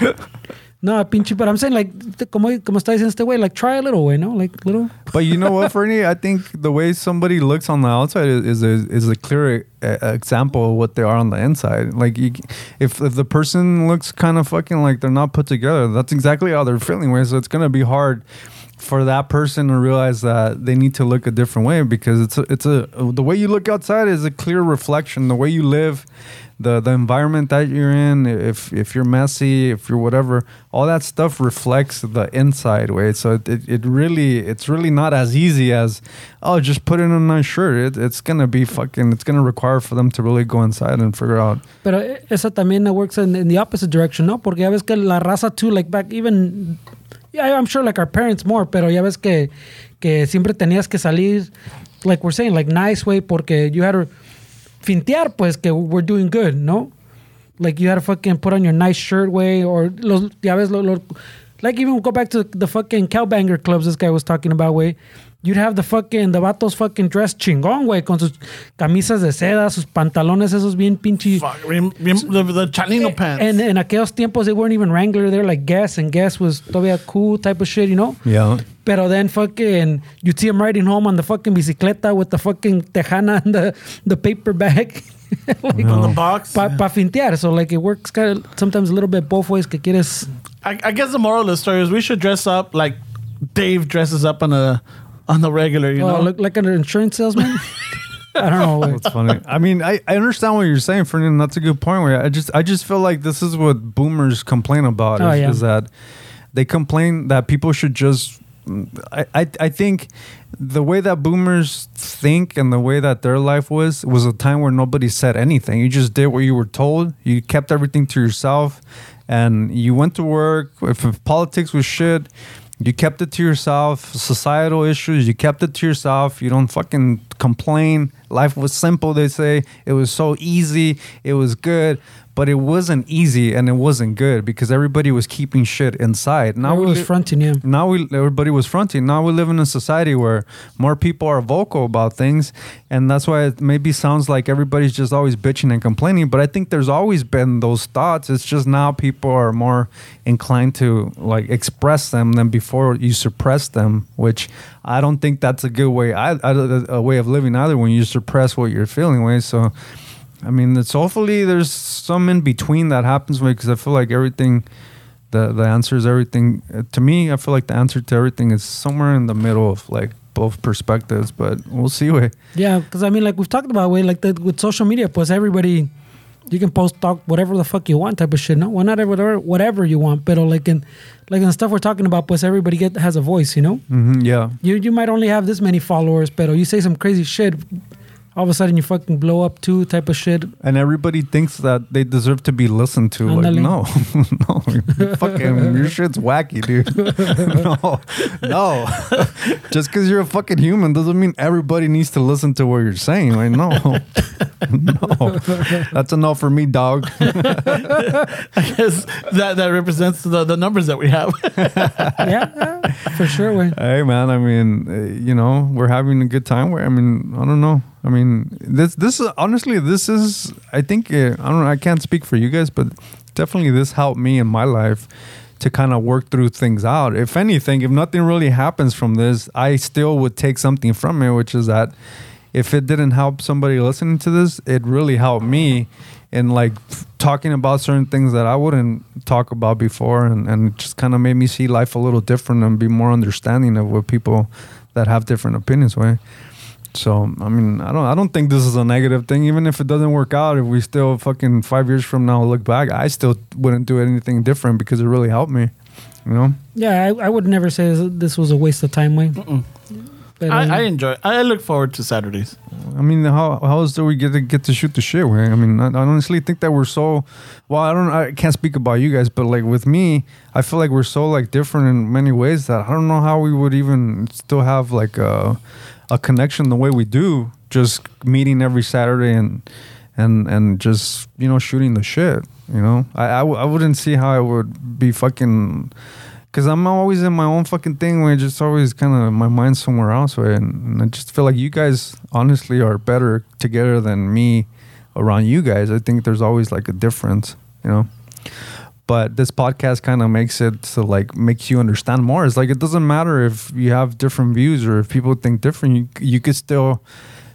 Speaker 2: no, pinche, but I'm saying like, t- como, como está diciendo este güey, like try a little, way, no? Like little.
Speaker 5: but you know what, Fernie? I think the way somebody looks on the outside is is a, is a clear uh, example of what they are on the inside. Like, you, c- if if the person looks kind of fucking like they're not put together, that's exactly how they're feeling. Way, so it's gonna be hard for that person to realize that they need to look a different way because it's a, it's a the way you look outside is a clear reflection. The way you live, the the environment that you're in, if if you're messy, if you're whatever, all that stuff reflects the inside way. So it, it, it really it's really not as easy as oh just put in a nice shirt. It, it's gonna be fucking. It's gonna require for them to really go inside and figure out.
Speaker 2: Pero e, esa también works in, in the opposite direction, ¿no? Porque ya ves que la raza too, like back even, yeah, I'm sure like our parents more, pero ya ves que, que siempre tenías que salir, like we're saying, like nice way, porque you had to fintear, pues, que we're doing good, ¿no? Like you had to fucking put on your nice shirt way, or los, ya ves, lo, lo- like even go back to the fucking cowbanger clubs this guy was talking about, way. You'd have the fucking, the vatos fucking dressed chingón, güey, con sus camisas de seda, sus pantalones esos bien pinche
Speaker 3: fuck, rem- rem- the, the chalino pants.
Speaker 2: Eh, and in aquellos tiempos, they weren't even Wrangler. They're like Guess, and Guess was todavía cool type of shit, you know?
Speaker 5: Yeah.
Speaker 2: Pero then fucking, you'd see him riding home on the fucking bicicleta with the fucking tejana and the, the paper bag. like,
Speaker 3: on the box.
Speaker 2: Pa, pa fintear. So, like, it works kind of sometimes a little bit both ways. Que quieres.
Speaker 3: I, I guess the moral of the story is we should dress up like Dave dresses up on a on the regular. You
Speaker 2: oh,
Speaker 3: know,
Speaker 2: look like an insurance salesman? I don't know. güey.
Speaker 5: That's funny. I mean, I, I understand what you're saying, Fernando. That's a good point. Where I just I just feel like this is what boomers complain about
Speaker 2: Oh,
Speaker 5: is,
Speaker 2: yeah.
Speaker 5: is that they complain that people should just I, I I think the way that boomers think and the way that their life was was a time where nobody said anything. You just did what you were told. You kept everything to yourself, and you went to work. If, if politics was shit, you kept it to yourself. Societal issues, you kept it to yourself. You don't fucking complain. Life was simple. They say it was so easy. It was good. But it wasn't easy and it wasn't good because everybody was keeping shit inside. Now we
Speaker 2: was
Speaker 5: li-
Speaker 2: fronting him.
Speaker 5: now we everybody was fronting. Now we live in a society where more people are vocal about things, and that's why it maybe sounds like everybody's just always bitching and complaining. But I think there's always been those thoughts. It's just now people are more inclined to like express them than before. You suppress them, which I don't think that's a good way. I, I a way of living either when you suppress what you're feeling. Way so. I mean, it's hopefully there's some in between that happens because I feel like everything, the the answer is everything. Uh, To me, I feel like the answer to everything is somewhere in the middle of like both perspectives. But we'll see. Way
Speaker 2: Yeah, because I mean, like we've talked about, way like that with social media, pues everybody, you can post talk whatever the fuck you want type of shit. No, well, not whatever whatever you want, but like in like in the stuff we're talking about, pues everybody get has a voice, you know.
Speaker 5: hmm yeah,
Speaker 2: You you might only have this many followers, but you say some crazy shit, all of a sudden you fucking blow up too type of shit.
Speaker 5: and everybody thinks that they deserve to be listened to. Like
Speaker 2: Ándale.
Speaker 5: no, no, fucking your shit's wacky, dude. no, no. Just because you're a fucking human doesn't mean everybody needs to listen to what you're saying. Like no, no. That's enough for me, dog.
Speaker 3: I guess that, that represents the, the numbers that we have.
Speaker 2: yeah, for sure. Way.
Speaker 5: Hey man, I mean, uh, you know, we're having a good time. Where I mean, I don't know. I mean, this this is honestly this is I think uh, I don't know, I can't speak for you guys, but definitely this helped me in my life to kind of work through things out. If anything, if nothing really happens from this, I still would take something from it, which is that if it didn't help somebody listening to this, it really helped me in like f- talking about certain things that I wouldn't talk about before and, and it just kind of made me see life a little different and be more understanding of what people that have different opinions way. So I mean I don't I don't think this is a negative thing even if it doesn't work out if we still fucking 5 years from now look back I still wouldn't do anything different because it really helped me you know
Speaker 2: Yeah, I, I would never say this- this was a waste of time. Way. But, uh,
Speaker 3: I, I enjoy. I look forward to Saturdays.
Speaker 5: I mean, how how else do we get to get to shoot the shit? Right? I mean, I, I honestly think that we're so. Well, I don't. I can't speak about you guys, but like with me, I feel like we're so like different in many ways that I don't know how we would even still have like a a connection the way we do. Just meeting every Saturday and and and just you know shooting the shit. You know, I I, w- I wouldn't see how I would be fucking. Cause I'm always in my own fucking thing where it's just always kind of my mind's somewhere else, right? And, and I just feel like you guys honestly are better together than me around you guys. I think there's always like a difference, you know. But this podcast kind of makes it to like makes you understand more. It's like it doesn't matter if you have different views or if people think different. You you could still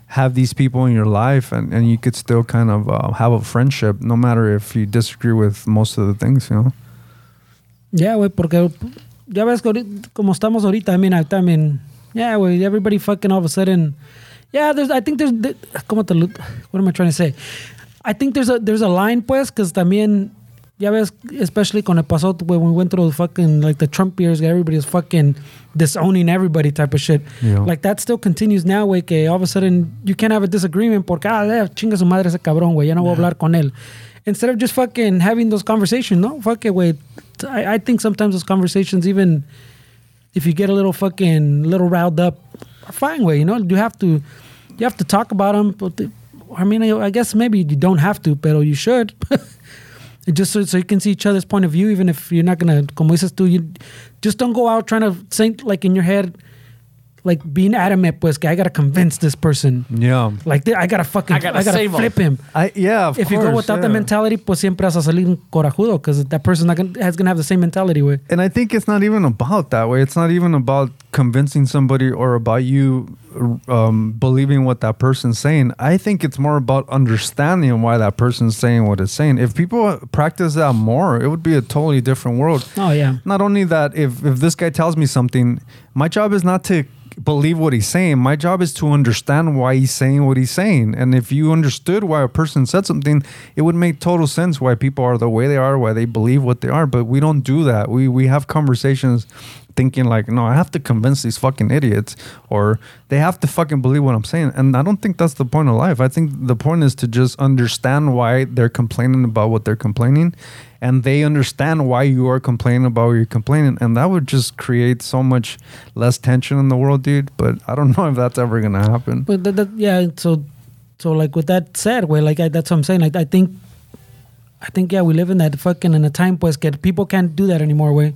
Speaker 5: have these people in your life, and and you could still kind of uh, have a friendship, no matter if you disagree with most of the things, you know.
Speaker 2: Yeah, güey, porque ya ves que ahorita- como estamos ahorita, I mean, I, I mean, yeah, güey, everybody fucking all of a sudden, yeah, there's, I think there's, the- ¿cómo te lo, what am I trying to say? I think there's a, there's a line, pues, because también, ya ves, especially con el pasó, when we went through the fucking, like the Trump years, everybody was fucking disowning everybody type of shit.
Speaker 5: Yeah.
Speaker 2: Like that still continues now, güey, que all of a sudden you can't have a disagreement porque, ah, eh, chinga su madre ese cabrón, güey, ya no voy a hablar con él. Instead of just fucking having those conversations, no? Fuck it, güey. I, I think sometimes those conversations, even if you get a little fucking, little riled up, are fine, way, you know? You have to, you have to talk about them. But the- I mean, I, I guess maybe you don't have to, pero you should. It just so, so you can see each other's point of view, even if you're not gonna, como dices tú, you just don't go out trying to think like in your head, like being adamant, pues, que I gotta convince this person.
Speaker 5: Yeah.
Speaker 2: Like, I gotta fucking, I
Speaker 3: I gotta
Speaker 2: gotta,
Speaker 3: save him.
Speaker 2: flip him.
Speaker 5: I yeah. Of
Speaker 2: if
Speaker 5: course,
Speaker 2: you go without
Speaker 5: yeah.
Speaker 2: that mentality, pues siempre vas a salir un corajudo, because that person not gonna, has gonna have the same mentality, with.
Speaker 5: and I think it's not even about that way. It's not even about convincing somebody or about you um, believing what that person's saying. I think it's more about understanding why that person's saying what it's saying. If people practice that more, it would be a totally different world.
Speaker 2: Oh, yeah.
Speaker 5: Not only that, if if this guy tells me something, my job is not to believe what he's saying. My job is to understand why he's saying what he's saying. And if you understood why a person said something, it would make total sense why people are the way they are, why they believe what they are. But we don't do that. We we have conversations thinking like, no, I have to convince these fucking idiots, or they have to fucking believe what I'm saying. And I don't think that's the point of life. I think the point is to just understand why they're complaining about what they're complaining, and they understand why you are complaining about what you're complaining, and that would just create so much less tension in the world, dude. But I don't know if that's ever gonna happen.
Speaker 2: But that, that, yeah, so so like with that said, way like I, that's what I'm saying. Like I think, I think yeah, we live in that fucking in a time pues que people can't do that anymore. Way.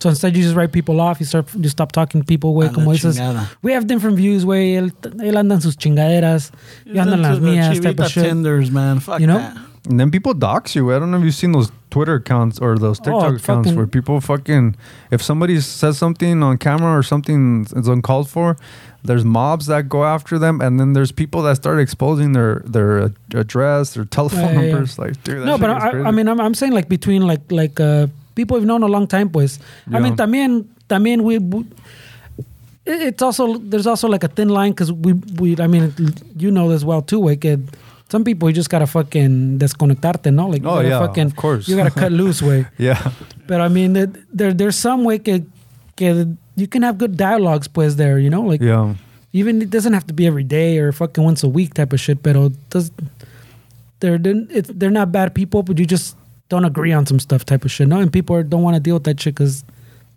Speaker 2: So instead, you just write people off. You start, you stop talking to people. Way,
Speaker 3: A la
Speaker 2: como dices,
Speaker 3: chingada.
Speaker 2: we have different views. Way, él, él anda en sus chingaderas, yo ando en las
Speaker 3: The
Speaker 2: mías, type
Speaker 3: Chivita
Speaker 2: of shit.
Speaker 3: tenders, man. Fuck
Speaker 2: You know?
Speaker 3: that.
Speaker 5: And then people dox you. I don't know if you've seen those Twitter accounts or those TikTok accounts
Speaker 2: Oh, fucking-
Speaker 5: where people fucking, if somebody says something on camera or something is uncalled for, there's mobs that go after them, and then there's people that start exposing their their ad- address, their telephone
Speaker 2: Yeah, yeah, yeah.
Speaker 5: numbers. Like, dude, that
Speaker 2: No,
Speaker 5: shit
Speaker 2: but
Speaker 5: is
Speaker 2: I,
Speaker 5: crazy.
Speaker 2: I mean, I'm, I'm saying like between like like uh, people we've known a long time, pues. I mean,
Speaker 5: Yeah.
Speaker 2: también también we. bu- it- It's also there's also like a thin line because we we I mean you know this well too, Wake. Some people you just gotta fucking desconectarte, no? Like you
Speaker 5: Oh,
Speaker 2: gotta
Speaker 5: yeah,
Speaker 2: fucking
Speaker 5: of course.
Speaker 2: you gotta cut loose, way.
Speaker 5: yeah,
Speaker 2: But I mean, it- there there's some way que, que you can have good dialogues, pues. There, you know, like
Speaker 5: yeah.
Speaker 2: even it doesn't have to be every day or fucking once a week type of shit. But it does they're didn't- it's, they're not bad people, but you just don't agree on some stuff type of shit. No, and people are- don't want to deal with that shit because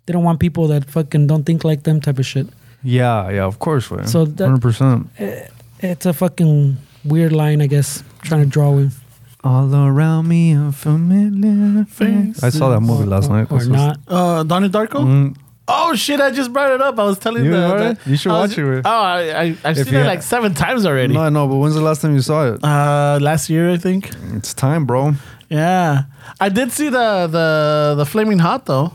Speaker 2: they don't want people that fucking don't think like them type of shit.
Speaker 5: Yeah, yeah, of course. Man.
Speaker 2: So
Speaker 5: So
Speaker 2: that-
Speaker 5: 100%.
Speaker 2: It's a fucking weird line, I guess. Trying to draw with
Speaker 5: All around me are familiar faces. I saw that movie last night.
Speaker 2: or
Speaker 5: This was-
Speaker 2: not.
Speaker 3: Uh, Donnie Darko.
Speaker 5: Mm,
Speaker 3: Oh shit! I just brought it up. I was telling
Speaker 5: You
Speaker 3: the,
Speaker 5: brought
Speaker 3: the-
Speaker 5: it? You should
Speaker 3: I was-
Speaker 5: watch it, man.
Speaker 3: Oh, I, I I've
Speaker 5: If
Speaker 3: seen
Speaker 5: you
Speaker 3: it
Speaker 5: ha-
Speaker 3: like seven times already.
Speaker 5: No, I know, but when's the last time you saw it?
Speaker 3: Uh, last year I think.
Speaker 5: It's time, bro.
Speaker 3: Yeah, I did see the the the flaming hot though.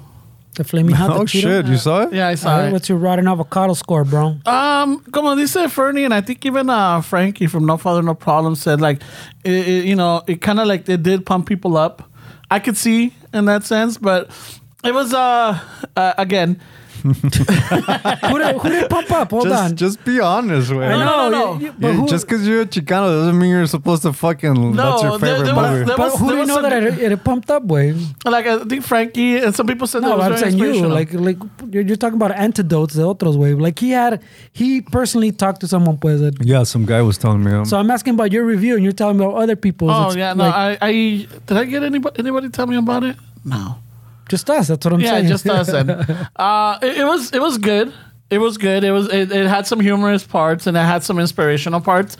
Speaker 2: The flaming hot.
Speaker 5: oh,
Speaker 2: the cheetah?
Speaker 5: shit. You saw it?
Speaker 3: Yeah, I
Speaker 2: All
Speaker 3: saw
Speaker 2: right,
Speaker 3: it.
Speaker 2: what's your rotten avocado score, bro?
Speaker 3: Um, como dice Fernie, and I think even uh, Frankie from No Father No Problem said like, it, it, you know, it kind of like it did pump people up. I could see in that sense, but it was uh, uh again.
Speaker 2: who, did, who did pump up? Hold
Speaker 5: just,
Speaker 2: on.
Speaker 5: just be honest, way.
Speaker 3: I know, no, no.
Speaker 2: you- you- but
Speaker 5: Yeah,
Speaker 2: who-
Speaker 5: just because you're a Chicano doesn't mean you're supposed to fucking. that's your
Speaker 3: No, there-
Speaker 5: favorite
Speaker 3: there was-
Speaker 5: movie.
Speaker 3: there
Speaker 2: but who
Speaker 3: there
Speaker 2: do you know
Speaker 3: some-
Speaker 2: that it, it pumped up, way?
Speaker 3: Like I think Frankie and some people said that
Speaker 2: No,
Speaker 3: was
Speaker 2: I'm
Speaker 3: very
Speaker 2: saying you.
Speaker 3: inspirational.
Speaker 2: Like, like you're, you're talking about antidotes, the otros way. Like he had, he personally talked to someone, pues. that-
Speaker 5: yeah, some guy was telling me. um,
Speaker 2: So I'm asking about your review, and you're telling me about other people's.
Speaker 3: Oh
Speaker 2: It's
Speaker 3: yeah, no,
Speaker 2: like,
Speaker 3: I, I did I get anybody anybody tell me about it? No.
Speaker 2: just us. That's what I'm
Speaker 3: yeah,
Speaker 2: saying.
Speaker 3: just us. And uh, it, it was it was good. It was good. It was it, it had some humorous parts and it had some inspirational parts.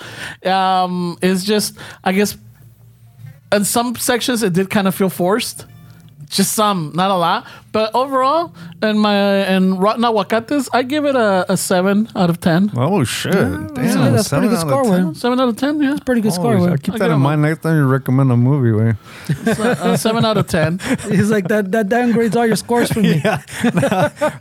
Speaker 3: Um, it's just I guess in some sections it did kind of feel forced. Just some, not a lot, but overall, in my in Rotten Aguacates, I give it a, a seven out of ten.
Speaker 5: oh shit! Damn,
Speaker 2: That's, that's pretty
Speaker 5: seven
Speaker 2: good
Speaker 5: out of
Speaker 2: score,
Speaker 5: 10.
Speaker 2: way.
Speaker 3: Seven out of ten, yeah.
Speaker 2: Pretty good score,
Speaker 5: Always.
Speaker 2: way.
Speaker 5: I keep
Speaker 3: I
Speaker 5: that
Speaker 3: give
Speaker 5: in
Speaker 3: him a-
Speaker 5: mind next time you recommend a movie. Way.
Speaker 3: Uh, seven out of ten.
Speaker 2: He's like that. That downgrades all your scores for me.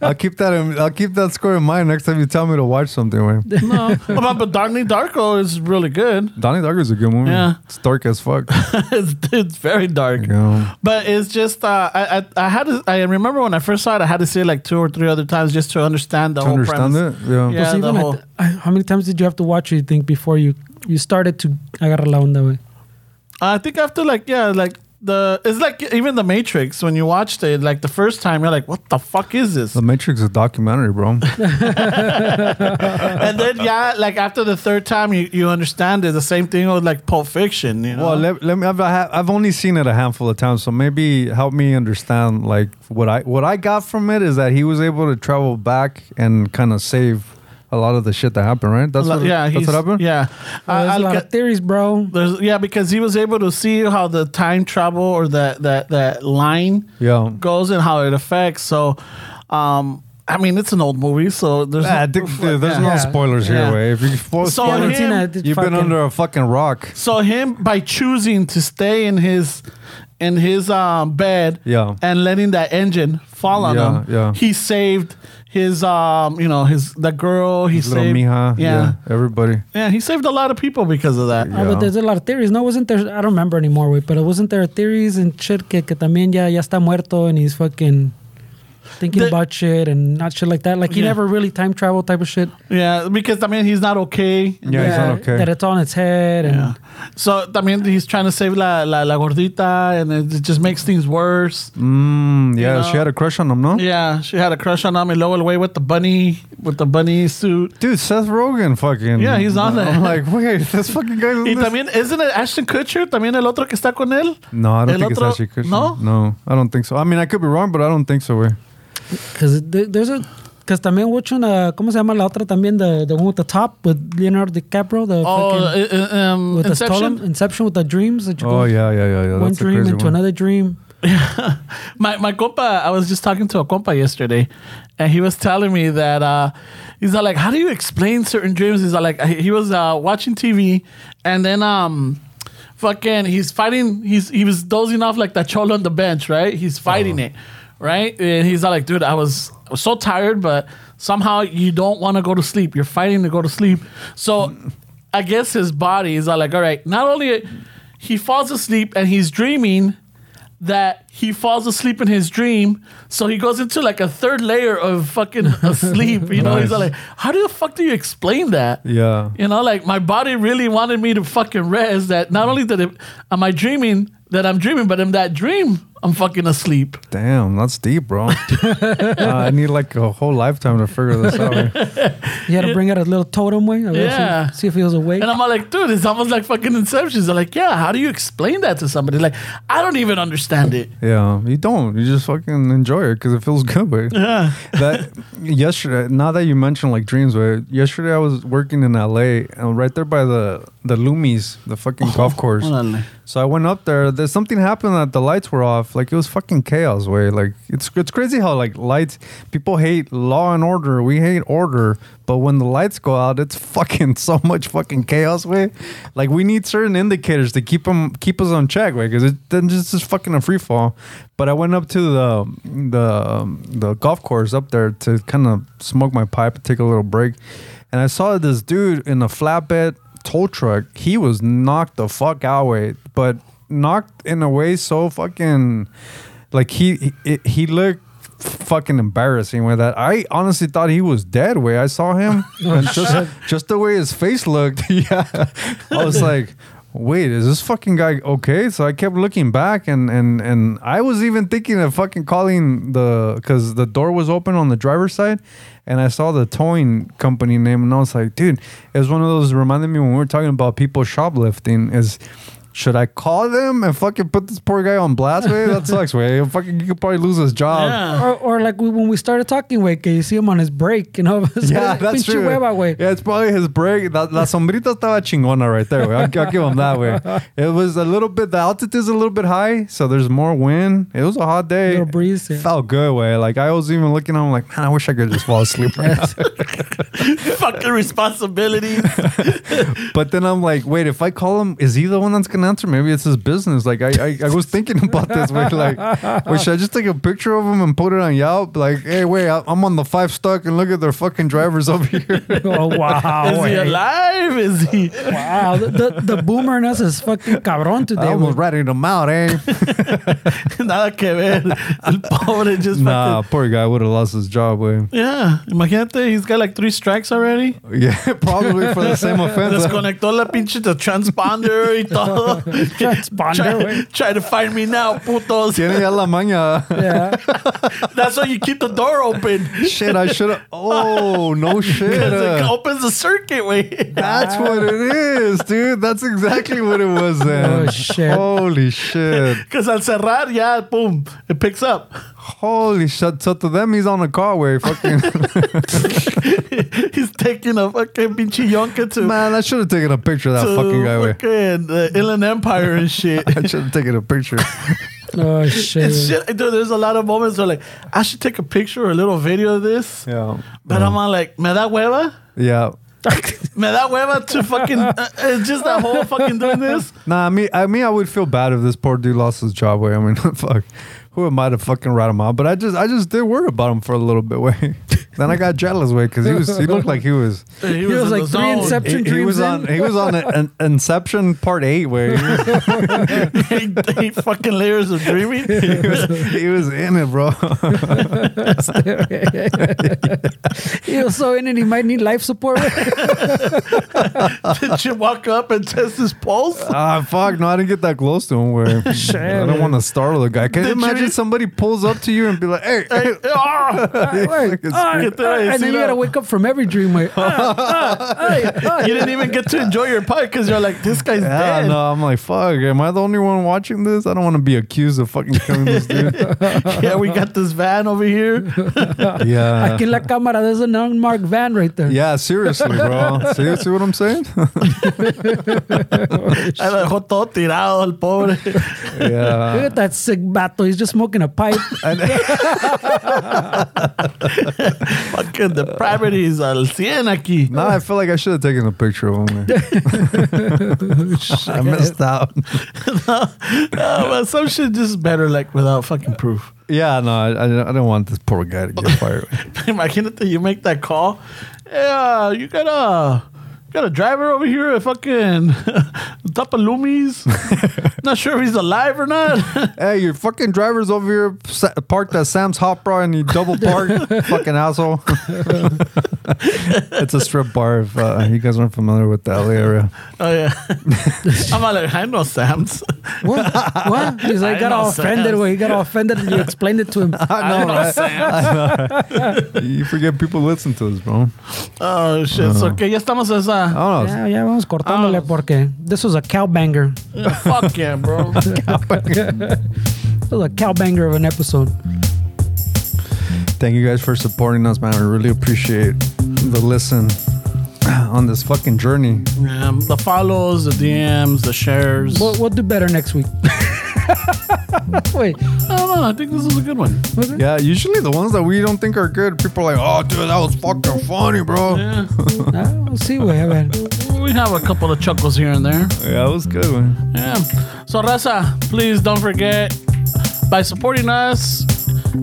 Speaker 5: I'll keep that. In, I'll keep that score in mind next time you tell me to watch something. Way.
Speaker 3: No, but, but Donnie Darko is really good.
Speaker 5: Donnie Darko's a good movie.
Speaker 3: Yeah.
Speaker 5: it's dark as fuck.
Speaker 3: it's, it's very dark.
Speaker 5: Yeah.
Speaker 3: But it's just uh, I, I I had to, I remember when I first saw it, I had to see it like two or three other times just to understand the
Speaker 5: To
Speaker 3: whole
Speaker 5: understand
Speaker 3: premise.
Speaker 5: it, yeah.
Speaker 2: So
Speaker 3: Yeah. the
Speaker 2: even at
Speaker 3: whole-
Speaker 2: the- I- how many times did you have to watch? it, You think before you you started to agarrar la onda, way?
Speaker 3: I think after like yeah, like the it's like even the Matrix when you watched it like the first time you're like, what the fuck is this?
Speaker 5: The Matrix is a documentary, bro.
Speaker 3: and then yeah, like after the third time you, you understand it. The same thing with like Pulp Fiction, you know.
Speaker 5: Well, let, let me. I've, I have, I've only seen it a handful of times, so maybe help me understand. Like what I what I got from it is that he was able to travel back and kind of save a lot of the shit that happened, right? That's what,
Speaker 3: yeah,
Speaker 5: that's
Speaker 3: he's-
Speaker 5: what happened.
Speaker 3: Yeah,
Speaker 2: Well,
Speaker 3: I-
Speaker 2: there's a
Speaker 3: I'll
Speaker 2: lot
Speaker 3: get-
Speaker 2: of theories, bro.
Speaker 3: There's, yeah, because he was able to see how the time travel or that that that line
Speaker 5: Yeah.
Speaker 3: goes and how it affects. So, um, I mean, it's an old movie, so there's
Speaker 5: Ah, dude, dude, there's
Speaker 3: yeah.
Speaker 5: no spoilers
Speaker 3: Yeah.
Speaker 5: here, way. If you spoil,
Speaker 3: So
Speaker 2: I haven't
Speaker 5: spoilers,
Speaker 3: Oh, him-
Speaker 2: seen it. It's
Speaker 5: you've been
Speaker 2: fucking-
Speaker 5: under a fucking rock.
Speaker 3: So him by choosing to stay in his in his um, bed
Speaker 5: Yeah.
Speaker 3: and letting that engine fall on
Speaker 5: Yeah,
Speaker 3: him,
Speaker 5: yeah.
Speaker 3: he saved his um you know his the girl he
Speaker 5: Little
Speaker 3: saved yeah.
Speaker 5: Mija, yeah, everybody.
Speaker 3: yeah he saved a lot of people because of that
Speaker 2: Ah,
Speaker 5: Yeah.
Speaker 2: but there's a lot of theories. No, wasn't there? I don't remember anymore, way. But wasn't there theories and shit que, que también ya, ya está muerto and he's fucking. thinking
Speaker 3: The-
Speaker 2: about shit and not shit like that. Like he
Speaker 3: Yeah.
Speaker 2: never really time travel type of shit.
Speaker 3: Yeah, because I mean he's not okay.
Speaker 5: Yeah, it's not okay.
Speaker 2: That it's on its head and
Speaker 3: Yeah. So I mean he's trying to save la la, la gordita, and it, just makes things worse.
Speaker 5: Mm, yeah,
Speaker 3: You know?
Speaker 5: she had a crush on him, no?
Speaker 3: Yeah, she had a crush on Ami Lowell way with the bunny with the bunny suit.
Speaker 5: Dude, Seth Rogen fucking.
Speaker 3: Yeah, he's on
Speaker 5: I'm
Speaker 3: there.
Speaker 5: like, wait, this fucking guy.
Speaker 3: Y
Speaker 5: this-
Speaker 3: también, ¿isn't it Ashton Kutcher? También el otro que está con él.
Speaker 5: no, I don't
Speaker 3: el
Speaker 5: think
Speaker 3: otro-
Speaker 5: it's actually Christian.
Speaker 3: ¿no?
Speaker 5: No, I don't think so. I mean, I could be wrong, but I don't think so, eh. güey.
Speaker 2: because there's a because también watching uh cómo se llama la otra también the the one with the top with Leonardo DiCaprio the
Speaker 3: Oh,
Speaker 2: fucking,
Speaker 3: uh, uh, um,
Speaker 2: with
Speaker 3: Inception.
Speaker 2: the Stolen, Inception with the dreams that you go
Speaker 5: Oh, yeah, yeah, yeah, yeah.
Speaker 2: one
Speaker 5: That's a
Speaker 2: dream
Speaker 5: crazy
Speaker 2: into
Speaker 5: one.
Speaker 2: another dream.
Speaker 3: My my compa, I was just talking to a compa yesterday, and he was telling me that uh, he's like, how do you explain certain dreams? He's like, he was uh, watching TV, and then um, fucking, he's fighting. He's he was dozing off like that cholo on the bench, right? He's fighting it, right? And he's like, dude, I was I was so tired, but somehow you don't want to go to sleep. You're fighting to go to sleep, so. I guess his body is like, all right. Not only he falls asleep and he's dreaming, that he falls asleep in his dream, so he goes into like a third layer of fucking asleep. You know, he's
Speaker 5: Nice.
Speaker 3: like, how the fuck do you explain that?
Speaker 5: Yeah.
Speaker 3: You know, like my body really wanted me to fucking rest. That not only that it, am I dreaming that I'm dreaming, but in that dream I'm fucking asleep.
Speaker 5: Damn, that's deep, bro. Uh, I need like a whole lifetime to figure this out. eh. güey.
Speaker 2: He had to bring out a little totem way.
Speaker 3: Yeah.
Speaker 2: See, see if he was awake.
Speaker 3: And I'm like, dude, it's almost like fucking Inception. They're like, yeah, how do you explain that to somebody? Like, I don't even understand it.
Speaker 5: Yeah, you don't. You just fucking enjoy it because it feels good, way. Yeah. That yesterday, now that you mentioned like dreams, way. Yesterday I was working in LA and right there by the the Loomis, the fucking golf course.
Speaker 3: órale.
Speaker 5: So I went up there. There's something happened that the lights were off. Like it was fucking chaos, way. Like it's it's crazy how like lights. People hate law and order. We hate order. But when the lights go out, it's fucking so much fucking chaos, way. Like we need certain indicators to keep them keep us on check, way, because it then just is fucking a free fall. But I went up to the the um, the golf course up there to kind of smoke my pipe, take a little break, and I saw this dude in a flatbed tow truck. He was knocked the fuck out, way, but knocked in a way so fucking like he he, he looked fucking embarrassing with that. I honestly thought he was dead. Way I saw him, and just just the way his face looked, yeah, I was like. Wait, is this fucking guy okay? So I kept looking back, and and and I was even thinking of fucking calling the because the door was open on the driver's side, and I saw the towing company name, and I was like, dude, it was one of those. Reminded me when we were talking about people shoplifting is should I call them and fucking put this poor guy on blast? Way that sucks. Way fucking you could probably lose his job.
Speaker 2: or, or like we, when we started talking, way, que you see him on his break, you know?
Speaker 5: Yeah, that's true.
Speaker 2: Hueva, way.
Speaker 5: Yeah, it's probably his break. That la sombrita estaba chingona right there. Way. I'll, I'll give him that way. It was a little bit. The altitude's a little bit high, so there's more wind. It was a hot day.
Speaker 2: Little breeze, yeah.
Speaker 5: Felt good. Way like I was even looking. I'm like, man, I wish I could just fall asleep right now.
Speaker 3: fucking responsibilities.
Speaker 5: But then I'm like, wait, if I call him, is he the one that's gonna answer? Maybe it's his business. Like I, I, I was thinking about this. Wait, like, wait, should I just take a picture of him and put it on Yelp? Like, hey, wait, I- I'm on the five stock and look at their fucking drivers over here.
Speaker 2: Oh, wow.
Speaker 3: Is he
Speaker 2: way.
Speaker 3: alive? Is he?
Speaker 2: Wow. The, the, the boomer in us is fucking cabrón
Speaker 5: I
Speaker 2: today.
Speaker 5: almost
Speaker 2: way.
Speaker 5: ratted him out, eh?
Speaker 3: Nada que ver. El pobre just fucking.
Speaker 5: nah, poor guy would have lost his job, way.
Speaker 3: Yeah, imagínate, he's got like three strikes already.
Speaker 5: Yeah, probably for the same offense.
Speaker 3: Desconectó la pinche the transponder y todo.
Speaker 2: Transponder,
Speaker 3: try,
Speaker 2: way.
Speaker 3: try to find me now, putos.
Speaker 5: Tiene ya la maña.
Speaker 2: Yeah.
Speaker 3: That's why you keep the door open.
Speaker 5: Shit, I should have. Oh, no shit.
Speaker 3: 'Cause it
Speaker 5: uh.
Speaker 2: oh,
Speaker 3: opens the circuit way.
Speaker 5: That's what it is, dude. That's exactly what it was then.
Speaker 2: Oh, shit.
Speaker 5: Holy shit.
Speaker 3: Because al cerrar, yeah, boom, it picks up.
Speaker 5: Holy shit. So to them, he's on a car way. Fucking
Speaker 3: he's taking a fucking pinche yonka to,
Speaker 5: man, I should have taken a picture of that
Speaker 3: to
Speaker 5: fucking guy. Way.
Speaker 3: fucking uh, Inland Empire and shit.
Speaker 5: I should have taken a picture.
Speaker 2: Oh, shit.
Speaker 3: It's
Speaker 2: way.
Speaker 3: shit. Dude, there's a lot of moments where like I should take a picture or a little video of this,
Speaker 5: Yeah.
Speaker 3: but I'm all like, me da hueva,
Speaker 5: Yeah.
Speaker 3: me da hueva to fucking. uh, it's just that whole fucking doing this.
Speaker 5: Nah, I mean, I mean, I would feel bad if this poor dude lost his job. Way. I mean, fuck. Who am I to fucking rat him out? But I just, I just did worry about him for a little bit. Way. Then I got jealous, way, because he was he looked like he was
Speaker 3: He
Speaker 2: was
Speaker 3: in
Speaker 2: like
Speaker 3: the
Speaker 2: three
Speaker 3: zone.
Speaker 2: inception-
Speaker 5: he, he
Speaker 2: dreams
Speaker 5: was
Speaker 2: in?
Speaker 5: on he was on an, an Inception Part Eight, way. He was,
Speaker 3: Eight- eight fucking layers of dreaming.
Speaker 5: he was, he was in it, bro.
Speaker 2: He was so in it, he might need life support.
Speaker 3: Did you walk up and test his pulse?
Speaker 5: Ah, fuck! No, I didn't get that close to him. Where I don't want to startle the guy. Can you
Speaker 3: Did you-
Speaker 5: imagine somebody pulls up to you and be like, "Hey,
Speaker 3: Hey, ah!
Speaker 2: Wait,
Speaker 5: fucking
Speaker 2: ah, ah,
Speaker 3: screw-
Speaker 2: and then you gotta wake up from every dream. Like, ah, ah, ah, ah.
Speaker 3: you didn't even get to enjoy your pie because you're like, this guy's
Speaker 5: Yeah,
Speaker 3: dead.
Speaker 5: no, I'm like, fuck, am I the only one watching this? I don't want to be accused of fucking killing this dude.
Speaker 3: Yeah, we got this van over here.
Speaker 5: yeah.
Speaker 2: Aquí en la cámara, there's an unmarked van right there.
Speaker 5: Yeah, seriously, bro. see, see what I'm saying?
Speaker 3: Ahí lo dejó todo tirado el pobre.
Speaker 2: Look
Speaker 5: yeah.
Speaker 2: at that sick bato. He's just smoking a pipe.
Speaker 3: Fucking depravities al 100 aquí.
Speaker 5: No, I feel like I should have taken a picture of him. man. I missed out.
Speaker 3: No, but some shit just better like without fucking proof.
Speaker 5: Yeah, no, I, I, I don't want this poor guy to get fired.
Speaker 3: Imagínate, you make that call. Yeah, you got a you got a driver over here at fucking top of Lumis. not sure if he's alive or not.
Speaker 5: hey, your fucking driver's over here sa- parked at Sam's Hot Bar and you double parked, fucking asshole. it's a strip bar if uh, you guys aren't familiar with the LA area.
Speaker 3: oh yeah, I'm like I know Sam's.
Speaker 2: What? What? He's like,
Speaker 3: I
Speaker 2: got
Speaker 3: know,
Speaker 2: all
Speaker 3: sir.
Speaker 2: offended. Well, he got all offended and you explained it to him.
Speaker 3: I know, Sam's.
Speaker 5: You forget people listen to this, bro.
Speaker 3: Oh shit. so que ya estamos a esa.
Speaker 5: Oh,
Speaker 2: Ya, ya vamos cortándole
Speaker 3: Vamos.
Speaker 2: porque this was a cow banger.
Speaker 3: Fuck yeah, bro.
Speaker 2: This was a cow banger of an episode.
Speaker 5: Thank you guys for supporting us, man. We really appreciate the listen on this fucking journey.
Speaker 3: Um, the follows, the DMs, the shares.
Speaker 2: We'll, we'll do better next week. Wait,
Speaker 3: I don't know. I think this is a good one.
Speaker 5: Yeah, usually the ones that we don't think are good, people are like, oh, dude, that was fucking funny, bro. Yeah,
Speaker 2: ah, we'll see, güey. A ver.
Speaker 3: We have a couple of chuckles here and there.
Speaker 5: that was good, man.
Speaker 3: Yeah. So, Raza, please don't forget by supporting us,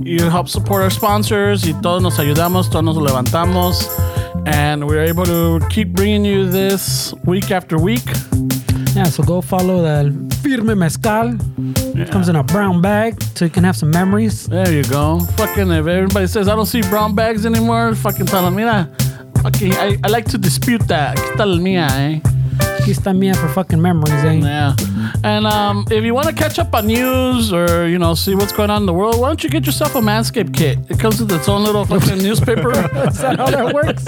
Speaker 3: you help support our sponsors. Y todos nos ayudamos, todos nos levantamos. And we're able to keep bringing you this week after week.
Speaker 2: Yeah, so go follow the Firme Mezcal. It comes in a brown bag so you can have some memories.
Speaker 3: There you go. Fucking, if everybody says, I don't see brown bags anymore, fucking tell them, mira. Fucking, I, I like to dispute that. ¿Qué tal mía, eh?
Speaker 2: Aquí está mía for fucking memories, eh?
Speaker 3: Yeah. And um, if you want to catch up on news or, you know, see what's going on in the world, why don't you get yourself a Manscaped kit? It comes with its own little fucking newspaper.
Speaker 2: Is that how that works?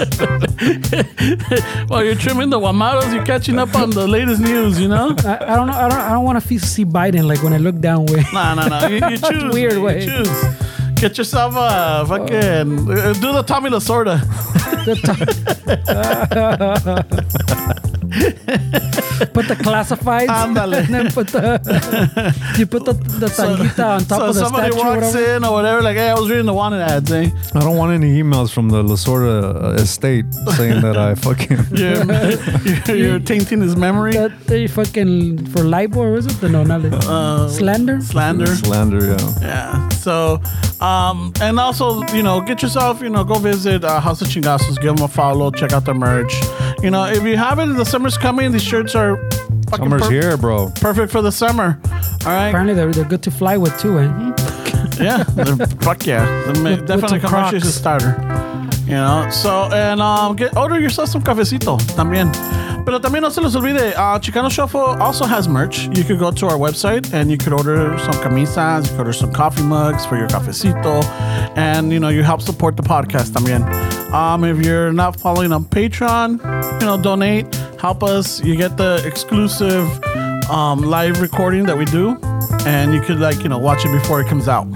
Speaker 3: While you're trimming the Wamados, you're catching up on the latest news, you know?
Speaker 2: I, I don't know. I don't. I don't want to see Biden like when I look down with.
Speaker 3: No, no, no. You, you choose.
Speaker 2: Weird
Speaker 3: you
Speaker 2: way.
Speaker 3: choose. Get yourself a fucking. uh, Do the Tommy Lasorda.
Speaker 2: Put the classifieds.
Speaker 3: Ándale.
Speaker 2: and then put the. You put the, the tanguita on top
Speaker 3: so
Speaker 2: of the
Speaker 3: somebody
Speaker 2: statue. or
Speaker 3: walks
Speaker 2: whatever.
Speaker 3: in or whatever, like, hey, I was reading the wanted ads, eh?
Speaker 5: I don't want any emails from the Lasorda estate saying that I fucking.
Speaker 3: You're, you're, you're tainting his memory.
Speaker 2: That they fucking for libel or is it the no not libel.
Speaker 3: Uh,
Speaker 2: slander?
Speaker 3: Slander.
Speaker 5: Slander, yeah.
Speaker 3: Yeah. So, um, and also, you know, get yourself, you know, go visit uh, House of Chingasos, give them a follow, check out their merch. You know, if you haven't, the summer's coming. These shirts are fucking
Speaker 5: Summer's
Speaker 3: per-
Speaker 5: here, bro.
Speaker 3: perfect for the summer. All right.
Speaker 2: Apparently they're, they're good to fly with too, eh?
Speaker 3: Yeah. They're- fuck yeah. They're ma-
Speaker 2: With- with
Speaker 3: definitely
Speaker 2: some
Speaker 3: commercial is a
Speaker 2: Crocs.
Speaker 3: starter. You know, so, and um, get order yourself some cafecito también. Pero también no se les olvide, uh, Chicano Shuffle also has merch. You could go to our website and you could order some camisas, you could order some coffee mugs for your cafecito, and you know, you help support the podcast también. Um, if you're not following on Patreon, you know, donate, help us. You get the exclusive um, live recording that we do, and you could like, you know, watch it before it comes out.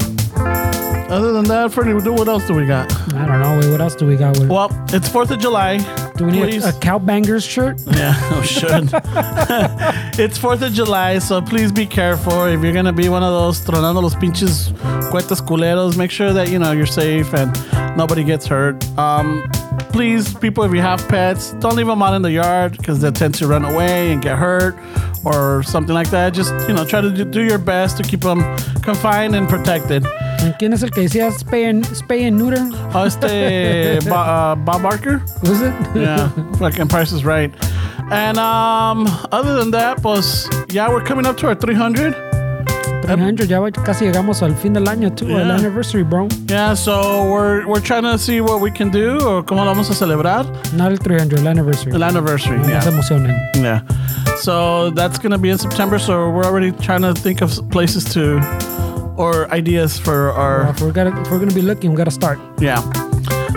Speaker 3: Other than that, Freddie, what else do we got?
Speaker 2: I don't know. Wait, what else do we got? Wait,
Speaker 3: Well, it's Fourth of July.
Speaker 2: do we need
Speaker 3: please-
Speaker 2: a, a cow bangers shirt?
Speaker 3: yeah, oh should. it's Fourth of July, so please be careful. If you're gonna be one of those tronando los pinches cuetas culeros, make sure that you know you're safe and nobody gets hurt. Um, please, people, if you have pets, don't leave them out in the yard because they tend to run away and get hurt or something like that. Just you know, try to do- do your best to keep them confined and protected.
Speaker 2: ¿Quién es el que decía spay and, spay and neuter?
Speaker 3: Oh, este Bo- uh, Bob Barker.
Speaker 2: Was it?
Speaker 3: Yeah, fucking Price is Right. And um, other than that, pues, yeah, we're coming up to our 300.
Speaker 2: 300, ya va- casi llegamos al fin del año, too, al
Speaker 3: Yeah.
Speaker 2: anniversary, bro.
Speaker 3: Yeah, so we're we're trying to see what we can do or cómo lo vamos a celebrar
Speaker 2: No el 300, el anniversary.
Speaker 3: el anniversary.
Speaker 2: No se
Speaker 3: Yeah.
Speaker 2: emocionen.
Speaker 3: yeah. So that's gonna be in September. So we're already trying to think of places to or ideas for our
Speaker 2: If we're, gonna, if we're gonna be looking, we gotta start.
Speaker 3: Yeah.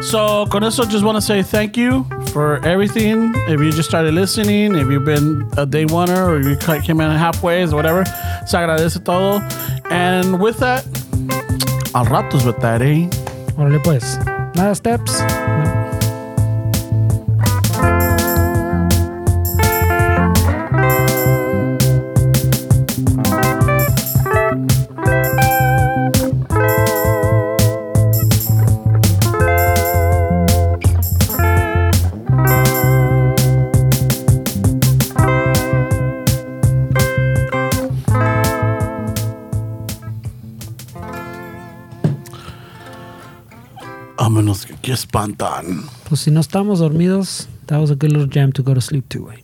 Speaker 3: So, con eso, just want to say thank you for everything. If you just started listening, if you've been a day oneer, or you ca- came in halfway, or whatever, se agradece todo. And with that, al ratos with that, eh?
Speaker 2: Órale, pues. Nada, steps. No.
Speaker 6: Vámonos, que aquí espantan.
Speaker 2: Pues si no estamos dormidos, that was a good little jam to go to sleep to, güey.